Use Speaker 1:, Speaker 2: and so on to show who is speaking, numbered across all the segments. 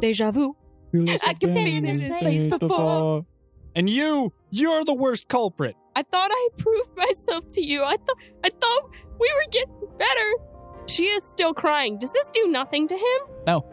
Speaker 1: Deja vu.
Speaker 2: I
Speaker 1: I've been in this place before.
Speaker 3: And you, you're the worst culprit.
Speaker 1: I thought I proved myself to you. I thought I thought we were getting better. She is still crying. Does this do nothing to him?
Speaker 3: No.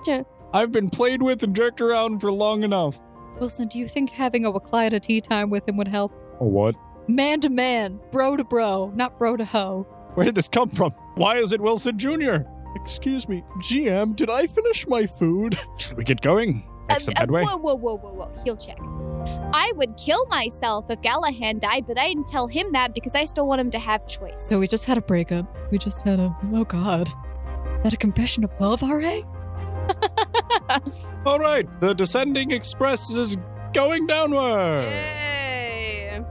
Speaker 1: Okay.
Speaker 3: I've been played with and jerked around for long enough.
Speaker 2: Wilson, do you think having a Waklita tea time with him would help?
Speaker 4: Oh, what?
Speaker 2: Man to man, bro to bro, not bro to hoe.
Speaker 3: Where did this come from? Why is it Wilson Jr.?
Speaker 4: Excuse me, GM, did I finish my food?
Speaker 3: Should we get going?
Speaker 1: Um,
Speaker 3: Make some
Speaker 5: Uh, uh,
Speaker 3: headway.
Speaker 5: Whoa, whoa, whoa, whoa, whoa. Heal check. I would kill myself if Galahan died, but I didn't tell him that because I still want him to have choice.
Speaker 2: So we just had a breakup. We just had a. Oh, God. Is that a confession of love, RA?
Speaker 3: All right, the descending express is going downward.
Speaker 1: Yay.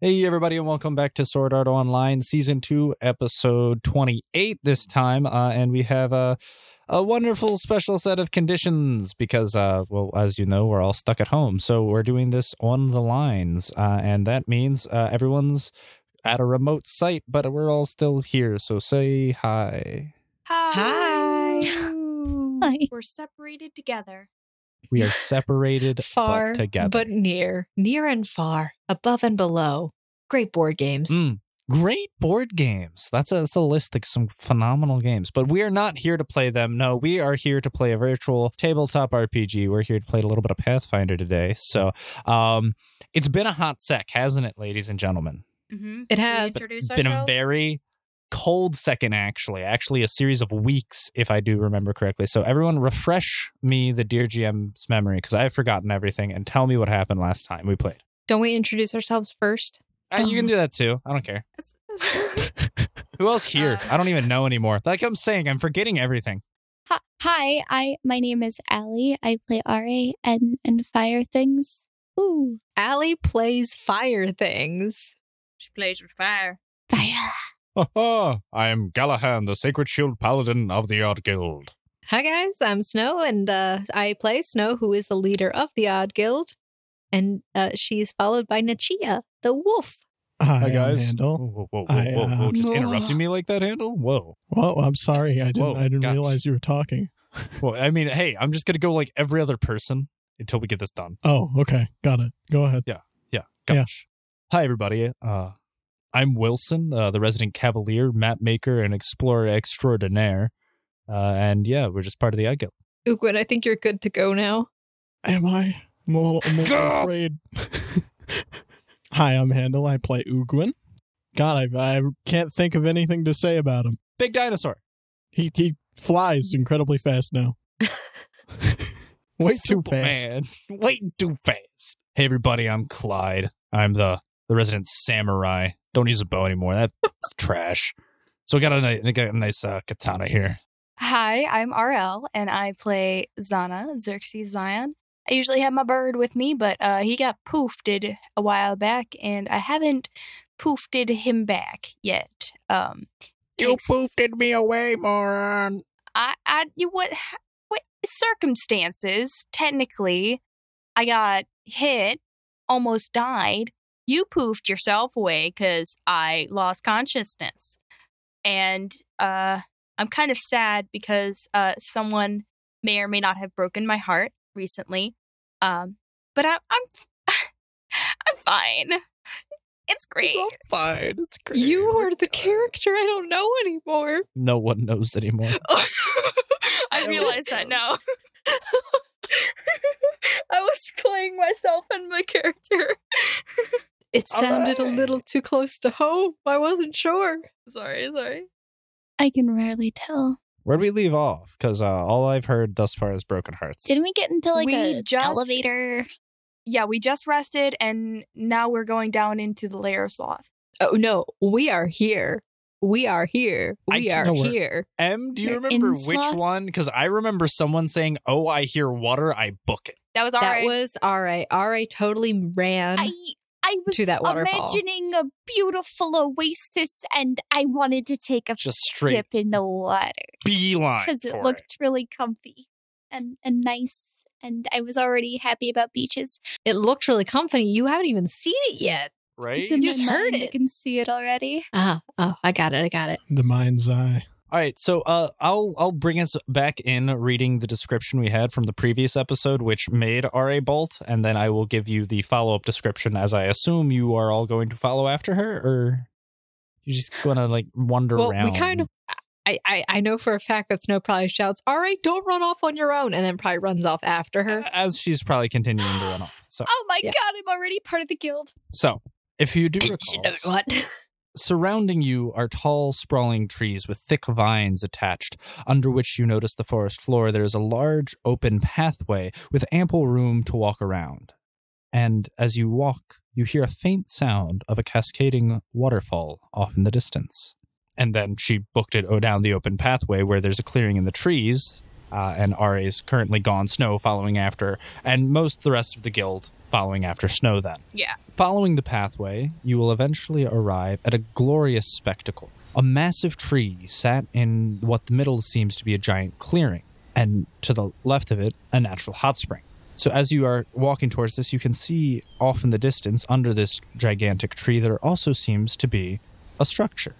Speaker 3: Hey, everybody, and welcome back to Sword Art Online, Season 2, Episode 28 this time. Uh, and we have a, a wonderful special set of conditions because, uh, well, as you know, we're all stuck at home. So we're doing this on the lines. Uh, and that means uh, everyone's at a remote site, but we're all still here. So say hi.
Speaker 6: Hi.
Speaker 5: Hi.
Speaker 6: We're separated together.
Speaker 3: We are separated
Speaker 2: Far,
Speaker 3: but together.
Speaker 2: but near. Near and far. Above and below. Great board games.
Speaker 3: Mm. Great board games. That's a, that's a list of some phenomenal games. But we are not here to play them. No, we are here to play a virtual tabletop RPG. We're here to play a little bit of Pathfinder today. So um, it's been a hot sec, hasn't it, ladies and gentlemen?
Speaker 6: Mm-hmm.
Speaker 2: It has.
Speaker 6: introduce
Speaker 3: It's been a
Speaker 6: ourselves?
Speaker 3: very cold second, actually. Actually, a series of weeks, if I do remember correctly. So everyone refresh me the Dear GM's memory because I've forgotten everything and tell me what happened last time we played.
Speaker 2: Don't we introduce ourselves first?
Speaker 3: Uh, you can do that too. I don't care. Who else here?
Speaker 6: Um,
Speaker 3: I don't even know anymore. Like I'm saying, I'm forgetting everything.
Speaker 5: Hi- Hi, I my name is Allie. I play RA and and fire things. Ooh,
Speaker 2: Allie plays fire things.
Speaker 6: she plays with fire.
Speaker 5: fire.
Speaker 3: I am Galahan, the Sacred Shield Paladin of the Odd Guild.
Speaker 2: Hi, guys. I'm Snow, and uh, I play Snow, who is the leader of the Odd Guild. And uh, she's followed by Nachia, the wolf.
Speaker 4: Hi,
Speaker 7: I'm
Speaker 4: guys.
Speaker 3: Whoa,
Speaker 7: Handel.
Speaker 3: whoa, whoa, whoa,
Speaker 7: I,
Speaker 3: whoa,
Speaker 7: uh,
Speaker 3: whoa. Just
Speaker 2: Whoa.
Speaker 3: interrupting me like that, Handle? Whoa.
Speaker 7: Whoa, I'm sorry. I didn't.
Speaker 3: Whoa,
Speaker 7: I didn't
Speaker 3: gosh.
Speaker 7: realize you were talking.
Speaker 3: Well, I mean, hey, I'm just going to go like every other person until we get this done.
Speaker 7: Oh, okay. Got it. Go ahead.
Speaker 3: Yeah.
Speaker 7: Yeah.
Speaker 3: Gosh. Hi, everybody. Uh, I'm Wilson, uh, the resident cavalier, map maker, and explorer extraordinaire. Uh, and yeah, we're just part of the Odd Guild.
Speaker 2: Ugwin, I think you're good to go now.
Speaker 7: Am I? I'm a little, I'm a little
Speaker 3: Gah!
Speaker 7: afraid. Hi, I'm Handel. I play Ugwin. God, I, I can't think of anything to say about him.
Speaker 3: Big dinosaur.
Speaker 7: He he flies incredibly fast now. Way too fast.
Speaker 3: Man, way too fast. Hey everybody, I'm Clyde. I'm the the resident samurai. Don't use a bow anymore. That's trash. So I got a nice, I got a nice uh, katana here.
Speaker 8: Hi, I'm RL, and I play Zana, Xerxes Zion. I usually have my bird with me, but uh, he got poofed a while back, and I haven't poofed him back yet. Um, it's-
Speaker 3: poofed me away, moron.
Speaker 8: I, I, you what, what circumstances? Technically, I got hit, almost died. You poofed yourself away because I lost consciousness, and uh, I'm kind of sad because uh, someone may or may not have broken my heart recently. Um, but I, I'm, I'm fine. It's great.
Speaker 3: It's all fine. It's great.
Speaker 2: You are the character I don't know anymore.
Speaker 3: No one knows anymore.
Speaker 8: I realize that now.
Speaker 9: I was playing myself and my character.
Speaker 2: It sounded a little too close to home. I wasn't sure.
Speaker 9: sorry, sorry.
Speaker 10: I can rarely tell.
Speaker 3: Where'd we leave off? Because uh, all I've heard thus far is broken hearts.
Speaker 10: Didn't we get into like
Speaker 8: We
Speaker 10: a
Speaker 8: just-
Speaker 10: elevator?
Speaker 8: Yeah, we just rested and now we're going down into the layer of sloth.
Speaker 2: Oh no, we are here. We are here.
Speaker 3: I
Speaker 2: We
Speaker 3: can-
Speaker 2: are
Speaker 3: no, we're-
Speaker 2: here.
Speaker 3: M, do you
Speaker 10: You're
Speaker 3: remember
Speaker 10: in
Speaker 3: which
Speaker 10: slot?
Speaker 3: one? Because I remember someone saying, "Oh, I hear water. I book it."
Speaker 8: That was all
Speaker 2: That
Speaker 8: right.
Speaker 2: was all right. All right, totally ran.
Speaker 10: I I was
Speaker 2: To that waterfall.
Speaker 10: imagining a beautiful oasis, and I wanted to take a
Speaker 3: Just straight
Speaker 10: dip in the water
Speaker 3: beeline
Speaker 10: because it
Speaker 3: for
Speaker 10: looked really comfy and and nice, and I was already happy about beaches.
Speaker 2: It looked really comfy. You haven't even seen it yet.
Speaker 3: right.
Speaker 10: It's in
Speaker 2: You
Speaker 10: my
Speaker 2: just heard
Speaker 10: mind. I
Speaker 2: it.
Speaker 10: can see it already.
Speaker 2: Ah, oh, I got it. I got it.
Speaker 7: The mind's eye.
Speaker 3: All right, so uh, I'll I'll bring us back in reading the description we had from the previous episode, which made Ra bolt, and then I will give you the follow up description, as I assume you are all going to follow after her, or you just gonna like wander
Speaker 2: well,
Speaker 3: around.
Speaker 2: we kind of. I, I I know for a fact that Snow probably shouts, "All right, don't run off on your own," and then probably runs off after her.
Speaker 3: as she's probably continuing to run off. So
Speaker 10: Oh my
Speaker 2: Yeah.
Speaker 10: god, I'm already part of the guild.
Speaker 3: so if you do recall,
Speaker 2: what?
Speaker 3: Surrounding you are tall, sprawling trees with thick vines attached, under which you notice the forest floor. There is a large open pathway with ample room to walk around. And as you walk, you hear a faint sound of a cascading waterfall off in the distance. And then she booked it oh, down the open pathway where there's a clearing in the trees, uh, and Ari's currently gone, Snow following after, and most the rest of the guild following after Snow then. Following the pathway, you will eventually arrive at a glorious spectacle. A massive tree sat in what the middle seems to be a giant clearing, and to the left of it, a natural hot spring. So, as you are walking towards this, you can see off in the distance, under this gigantic tree, there also seems to be a structure.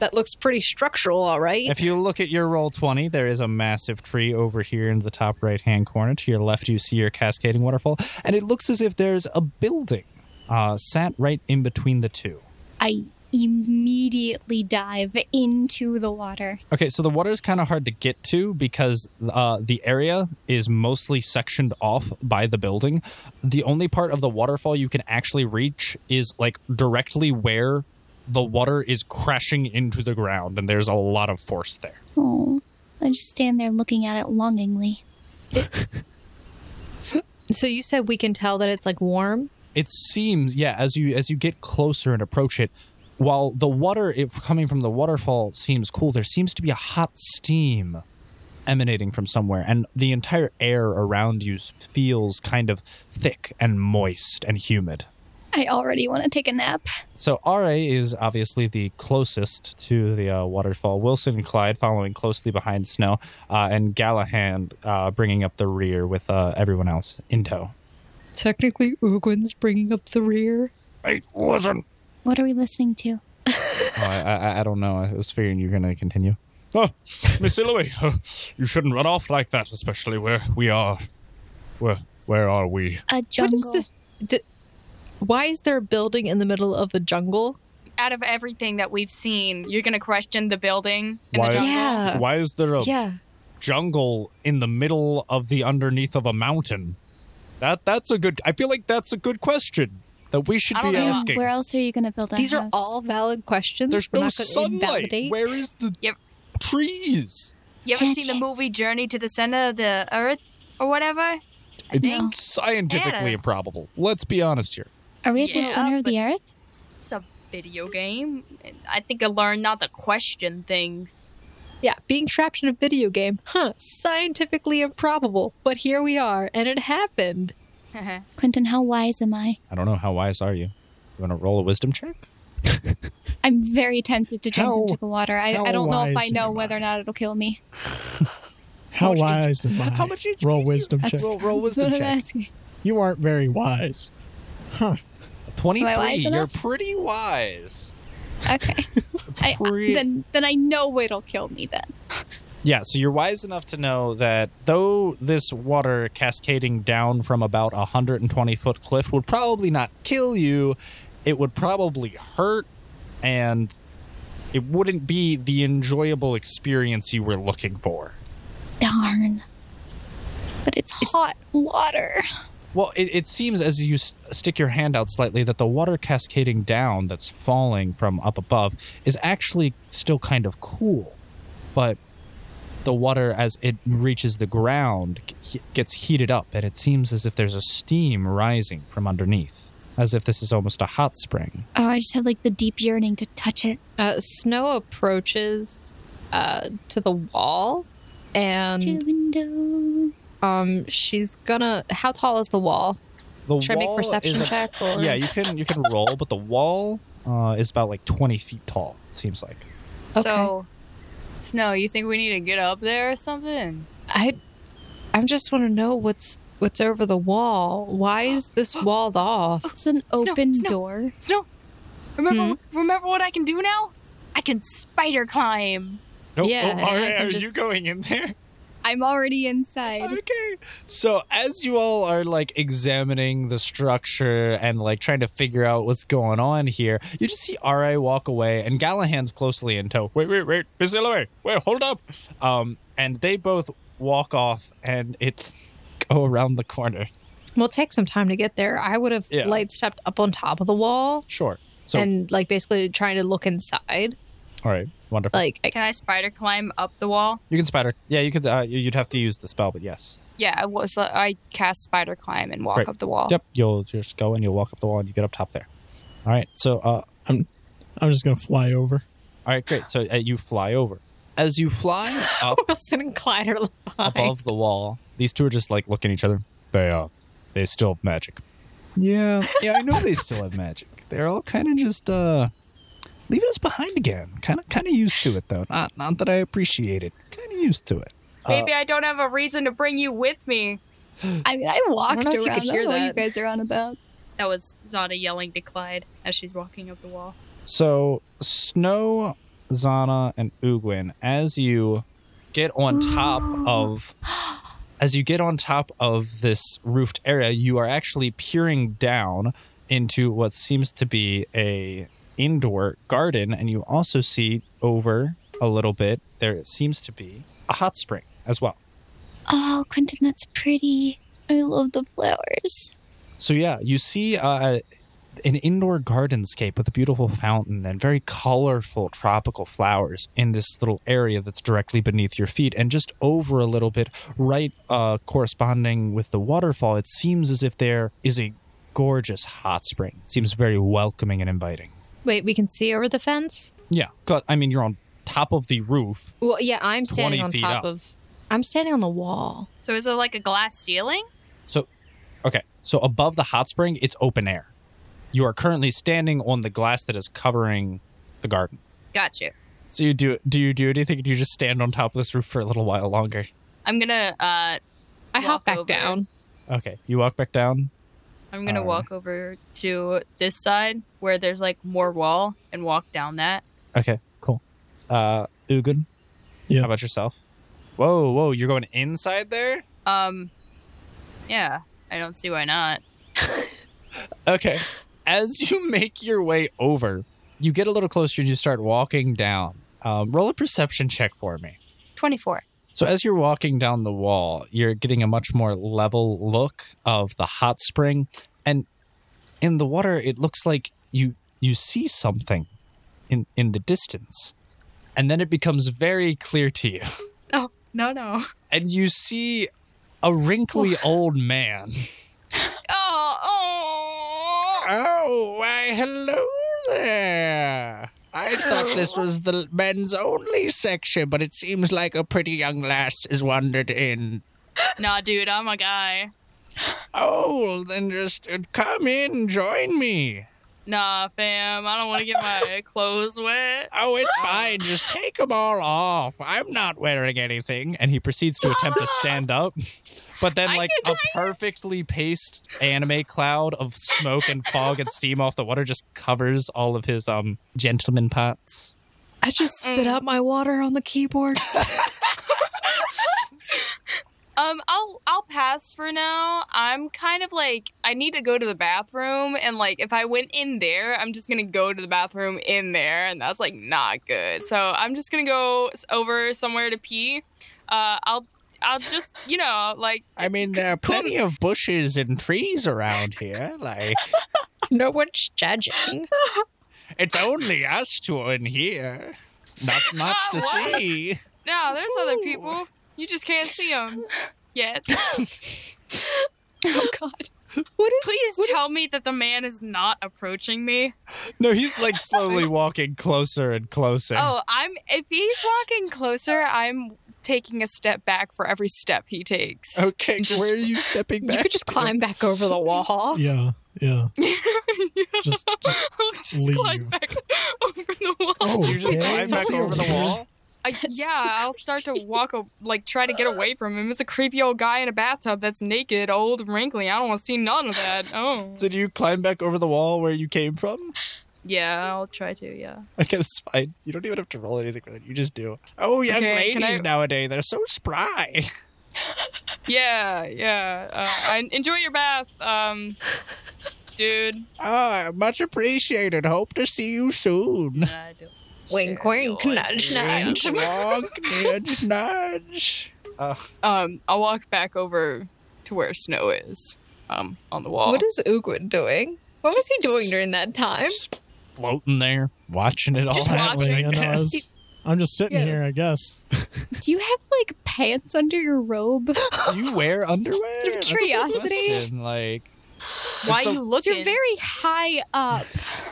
Speaker 2: That looks pretty structural, all right.
Speaker 3: If you look at your roll 20, there is a massive tree over here in the top right hand corner. To your left, you see your cascading waterfall, and it looks as if there's a building uh, sat right in between the two.
Speaker 10: I immediately dive into the water.
Speaker 3: Okay, so the water is kind of hard to get to because uh, the area is mostly sectioned off by the building. The only part of the waterfall you can actually reach is like directly where the water is crashing into the ground, and there's a lot of force there.
Speaker 10: Oh, I just stand there looking at it longingly.
Speaker 2: so you said we can tell that it's like warm.
Speaker 3: it seems yeah as you as you get closer and approach it while the water if coming from the waterfall seems cool there seems to be a hot steam emanating from somewhere and the entire air around you s- feels kind of thick and moist and humid
Speaker 10: I already want to take a nap.
Speaker 3: so ra is obviously the closest to the uh, waterfall wilson and clyde following closely behind snow uh, and gallahan uh, bringing up the rear with uh, everyone else in tow
Speaker 2: Technically, Uguin's bringing up the rear.
Speaker 3: hey listen
Speaker 10: What are we listening to?
Speaker 3: oh, I, I, I don't know i was figuring you're going to continue Oh,
Speaker 11: Miss Illoway, uh, you shouldn't run off like that, especially where we are. Where where are we?
Speaker 10: A jungle.
Speaker 2: What is this? Th- why is there a building in the middle of the jungle?
Speaker 8: Out of everything that we've seen, you're going to question the building in
Speaker 3: Why-
Speaker 8: the jungle?
Speaker 2: Yeah.
Speaker 3: why is there a
Speaker 2: Yeah.
Speaker 3: jungle in the middle of the underneath of a mountain that that's a good i feel like that's a good question that we should
Speaker 8: I don't
Speaker 3: be
Speaker 8: know.
Speaker 10: And
Speaker 3: asking
Speaker 10: Where else are you going to build a
Speaker 2: These are
Speaker 10: house?
Speaker 2: all valid questions.
Speaker 3: there's
Speaker 2: We're
Speaker 3: no
Speaker 2: not gonna
Speaker 3: sunlight
Speaker 2: invalidate.
Speaker 3: where is the
Speaker 8: Yep.
Speaker 3: trees
Speaker 8: You ever seen the movie Journey to the Center of the Earth or whatever?
Speaker 3: it's
Speaker 10: think-
Speaker 3: scientifically
Speaker 8: Anna.
Speaker 3: improbable let's be honest here
Speaker 10: Are we at the
Speaker 8: Yeah,
Speaker 10: center of the earth?
Speaker 8: It's a video game. I think I learned not to question things.
Speaker 2: Yeah, being trapped in a video game, huh? Scientifically improbable, but here we are, and it happened.
Speaker 10: Quentin, how wise am I?
Speaker 3: i don't know how wise are you you want to roll a wisdom check
Speaker 10: I'm very tempted to jump
Speaker 7: How-
Speaker 10: into the water. I,
Speaker 7: how
Speaker 10: I don't know if I
Speaker 7: wise
Speaker 10: know
Speaker 7: am
Speaker 10: whether or not it'll kill me.
Speaker 7: How
Speaker 3: much
Speaker 7: wise am I?
Speaker 3: how much HP
Speaker 7: Roll
Speaker 3: do you-
Speaker 7: wisdom check.
Speaker 10: That's,
Speaker 3: Roll- roll
Speaker 10: that's
Speaker 3: wisdom
Speaker 10: what I'm
Speaker 3: check.
Speaker 10: asking.
Speaker 7: You aren't very wise.
Speaker 3: 23
Speaker 10: wise
Speaker 3: you're
Speaker 10: enough?
Speaker 3: pretty wise
Speaker 10: Okay. I,
Speaker 3: Pre-
Speaker 10: then, then I know it'll kill me then.
Speaker 3: Yeah, so you're wise enough to know that though this water cascading down from about a 120 foot cliff would probably not kill you, it would probably hurt and it wouldn't be the enjoyable experience you were looking for.
Speaker 10: Darn.
Speaker 5: but it's hot water.
Speaker 3: Well, it, it seems as you s- stick your hand out slightly that the water cascading down that's falling from up above is actually still kind of cool. But the water, as it reaches the ground, g- gets heated up, and it seems as if there's a steam rising from underneath, as if this is almost a hot spring.
Speaker 5: Oh, I just have like the deep yearning to touch it.
Speaker 2: Uh, Snow approaches uh, to the wall
Speaker 5: To
Speaker 2: and
Speaker 5: the window.
Speaker 2: um, she's gonna. How tall is the wall?
Speaker 3: The
Speaker 2: Should I make
Speaker 3: wall
Speaker 2: perception
Speaker 3: is a-
Speaker 2: check? Or?
Speaker 3: Yeah, you can you can roll, but the wall uh, is about like 20 feet tall. It seems like.
Speaker 8: So, Snow, you think we need to get up there or something?
Speaker 2: I, I just want to know what's what's over the wall. Why is this walled off?
Speaker 5: It's an
Speaker 12: Snow,
Speaker 5: open
Speaker 12: snow.
Speaker 5: door.
Speaker 12: Snow, remember
Speaker 8: Hmm?
Speaker 12: remember what I can do now? I can spider climb.
Speaker 2: Yeah, and I can
Speaker 3: Oh, are you
Speaker 2: just-
Speaker 3: going in there?
Speaker 5: I'm already inside.
Speaker 3: Okay. So as you all are like examining the structure and like trying to figure out what's going on here, you just see Ra walk away and Gallahan's closely in tow.
Speaker 13: Wait, wait, wait, Miss Illoway, wait, hold up.
Speaker 3: Um, and they both walk off and it go around the corner.
Speaker 2: Well, take some time to get there. I would have
Speaker 3: Yeah.
Speaker 2: light stepped up on top of the wall
Speaker 3: Sure. So
Speaker 2: and like basically trying to look inside.
Speaker 3: all right, wonderful.
Speaker 2: Like I,
Speaker 12: Can I spider climb up the wall?
Speaker 3: you can spider. Yeah, you could. Uh, you- you'd have to use the spell, but yes.
Speaker 8: Yeah, I was. uh, I cast spider climb and walk
Speaker 3: Right.
Speaker 8: up the wall.
Speaker 3: Yep. You'll just go and you'll walk up the wall and you get up top there. All right. So uh,
Speaker 7: I'm just gonna fly over.
Speaker 3: all right, great. So uh, you fly over. As you fly up
Speaker 2: Wilson and Clyde are behind.
Speaker 3: above the wall. These two are just like looking at each other. They are. They still have magic.
Speaker 13: Yeah.
Speaker 3: Yeah, I know they still have magic. They're all kind of just uh leaving us behind again. Kind of kind of used to it though. Not not that I appreciate it. Kind of used to it.
Speaker 12: Maybe I don't have a reason to bring you with me.
Speaker 5: I mean, I walked
Speaker 2: know if you
Speaker 5: around.
Speaker 2: could hear
Speaker 5: I don't know what you
Speaker 2: that.
Speaker 5: guys are on about.
Speaker 12: That was Zada yelling to Clyde as she's walking up the wall.
Speaker 3: So Snow, Zana, and Ugwin, as you get on top of as you get on top of this roofed area, you are actually peering down into what seems to be a indoor garden, and you also see over a little bit there seems to be a hot spring as well.
Speaker 5: Oh, Quentin, that's pretty. I love the flowers.
Speaker 3: So yeah, you see uh, an indoor gardenscape with a beautiful fountain and very colorful tropical flowers in this little area that's directly beneath your feet, and just over a little bit, right uh, corresponding with the waterfall. It seems as if there is a gorgeous hot spring. It seems very welcoming and inviting.
Speaker 2: Wait, we can see over the fence.
Speaker 3: Yeah, 'cause, I mean you're on top of the roof.
Speaker 2: Well, yeah, I'm standing
Speaker 3: 20
Speaker 2: on
Speaker 3: feet
Speaker 2: top
Speaker 3: up.
Speaker 2: of. I'm standing on the wall.
Speaker 12: So is it like a glass ceiling?
Speaker 3: Okay, so above the hot spring, it's open air. You are currently standing on the glass that is covering the garden.
Speaker 12: Gotcha.
Speaker 3: So you do do you do anything? Do you just stand on top of this roof for a little while longer?
Speaker 12: I'm gonna uh
Speaker 2: I hop
Speaker 12: Walk
Speaker 2: back
Speaker 12: over.
Speaker 2: down.
Speaker 3: Okay, you walk back down.
Speaker 12: I'm gonna
Speaker 3: Uh.
Speaker 12: walk over to this side where there's like more wall and walk down that.
Speaker 3: Okay, cool. Uh, Ugun,
Speaker 7: Yeah.
Speaker 3: How about yourself? Whoa, whoa! You're going inside there.
Speaker 12: Um yeah, I don't see why not.
Speaker 3: Okay. As you make your way over, you get a little closer and you start walking down. Um, roll a perception check for me.
Speaker 12: 24.
Speaker 3: So as you're walking down the wall, you're getting a much more level look of the hot spring and in the water it looks like you you see something in in the distance. And then it becomes very clear to you.
Speaker 12: No, no, no.
Speaker 3: And you see a wrinkly old man.
Speaker 12: Oh, oh.
Speaker 3: Oh, why hello there. I thought this was the men's only section, but it seems like a pretty young lass has wandered in.
Speaker 12: Nah, dude, I'm a guy.
Speaker 3: Oh, then just uh, come in, join me.
Speaker 12: Nah, fam, I don't want to get my clothes wet.
Speaker 3: Oh, it's fine. Just take them all off. I'm not wearing anything. And he proceeds to attempt to stand up, but then,
Speaker 12: I
Speaker 3: like
Speaker 12: can
Speaker 3: a perfectly paced anime cloud of smoke and fog and steam off the water, just covers all of his um gentleman pots.
Speaker 2: I just spit out my water on the keyboard.
Speaker 8: Um, I'll I'll pass for now. I'm kind of like I need to go to the bathroom, and like if I went in there, I'm just gonna go to the bathroom in there, and that's like not good. So I'm just gonna go s- over somewhere to pee. Uh, I'll I'll just, you know, like
Speaker 3: I mean, there are plenty of bushes and trees around here. Like,
Speaker 2: No one's judging.
Speaker 3: it's only us two in here. Not much to
Speaker 8: What?
Speaker 3: see.
Speaker 8: no, there's other people. You just can't see them yet.
Speaker 2: What is
Speaker 8: Please tell me that the man is not approaching me.
Speaker 3: No, he's like slowly walking closer and closer.
Speaker 8: Oh, I'm. If he's walking closer, I'm taking a step back for every step he takes.
Speaker 3: okay. where are you stepping
Speaker 2: you
Speaker 3: back?
Speaker 2: could just climb back over the wall.
Speaker 7: Yeah, yeah. Just, just
Speaker 8: I'll just
Speaker 7: Leave.
Speaker 8: glide back over the wall.
Speaker 7: oh,
Speaker 3: you just climb back over the wall.
Speaker 8: I, yeah, I'll start to walk, a, like, try to get away from him. It's a creepy old guy in a bathtub that's naked, old, and wrinkly. I don't want to see none of that. Oh.
Speaker 3: Did you climb back over the wall where you came from?
Speaker 8: Yeah, I'll try to, yeah.
Speaker 3: Okay, that's fine. You don't even have to roll anything with it. You just do. Oh, young
Speaker 8: Okay, can
Speaker 3: ladies
Speaker 8: I-
Speaker 3: nowadays, they're so spry.
Speaker 8: Yeah, yeah. Uh, I, enjoy your bath, um, dude.
Speaker 3: Ah, much appreciated. Hope to see you soon.
Speaker 2: Wink, wink, nudge, nudge.
Speaker 3: Walk, nudge, nudge.
Speaker 8: Um, I'll walk back over to where Snow is, um, on the wall.
Speaker 2: What is Ugwin doing? What was he doing during that time?
Speaker 3: Floating there, watching it all
Speaker 8: Just
Speaker 3: happen.
Speaker 8: watching.
Speaker 3: I
Speaker 7: You know, I
Speaker 3: guess.
Speaker 7: was- I'm just sitting
Speaker 2: Yeah.
Speaker 7: here, I guess.
Speaker 5: Do you have like pants under your robe?
Speaker 3: Do you wear underwear? That's a good
Speaker 5: curiosity.
Speaker 3: question, Like,
Speaker 8: Why
Speaker 3: so-
Speaker 8: you looking?
Speaker 5: You're very high up.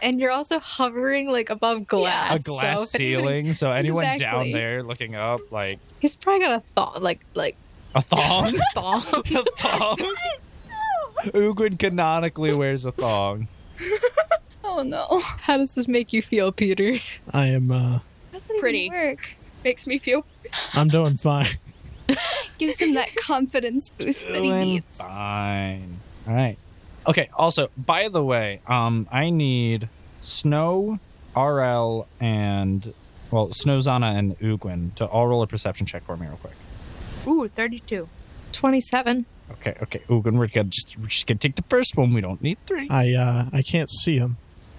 Speaker 2: And you're also hovering like above glass.
Speaker 3: a glass
Speaker 2: so-
Speaker 3: ceiling, so anyone down
Speaker 5: Exactly.
Speaker 3: there looking up, like
Speaker 2: He's probably got a thong, like like
Speaker 3: a thong.
Speaker 2: thong.
Speaker 3: a thong. Ugin canonically wears a thong.
Speaker 10: Oh no.
Speaker 2: How does this make you feel, Peter?
Speaker 7: I am, uh,
Speaker 5: That's not
Speaker 10: Pretty.
Speaker 5: Even work.
Speaker 10: Makes me feel
Speaker 7: I'm doing fine.
Speaker 5: Gives him that confidence boost that he needs.
Speaker 3: Fine. All right. Okay. Also, by the way, um, I need Snow, RL, and well, Snowzana and Ugin to all roll a perception check for me real quick.
Speaker 12: Ooh, 32.
Speaker 2: Twenty-seven.
Speaker 3: Okay. Okay. Ugin, we're gonna just we're just gonna take the first one. We don't need three.
Speaker 7: I, uh, I can't see him.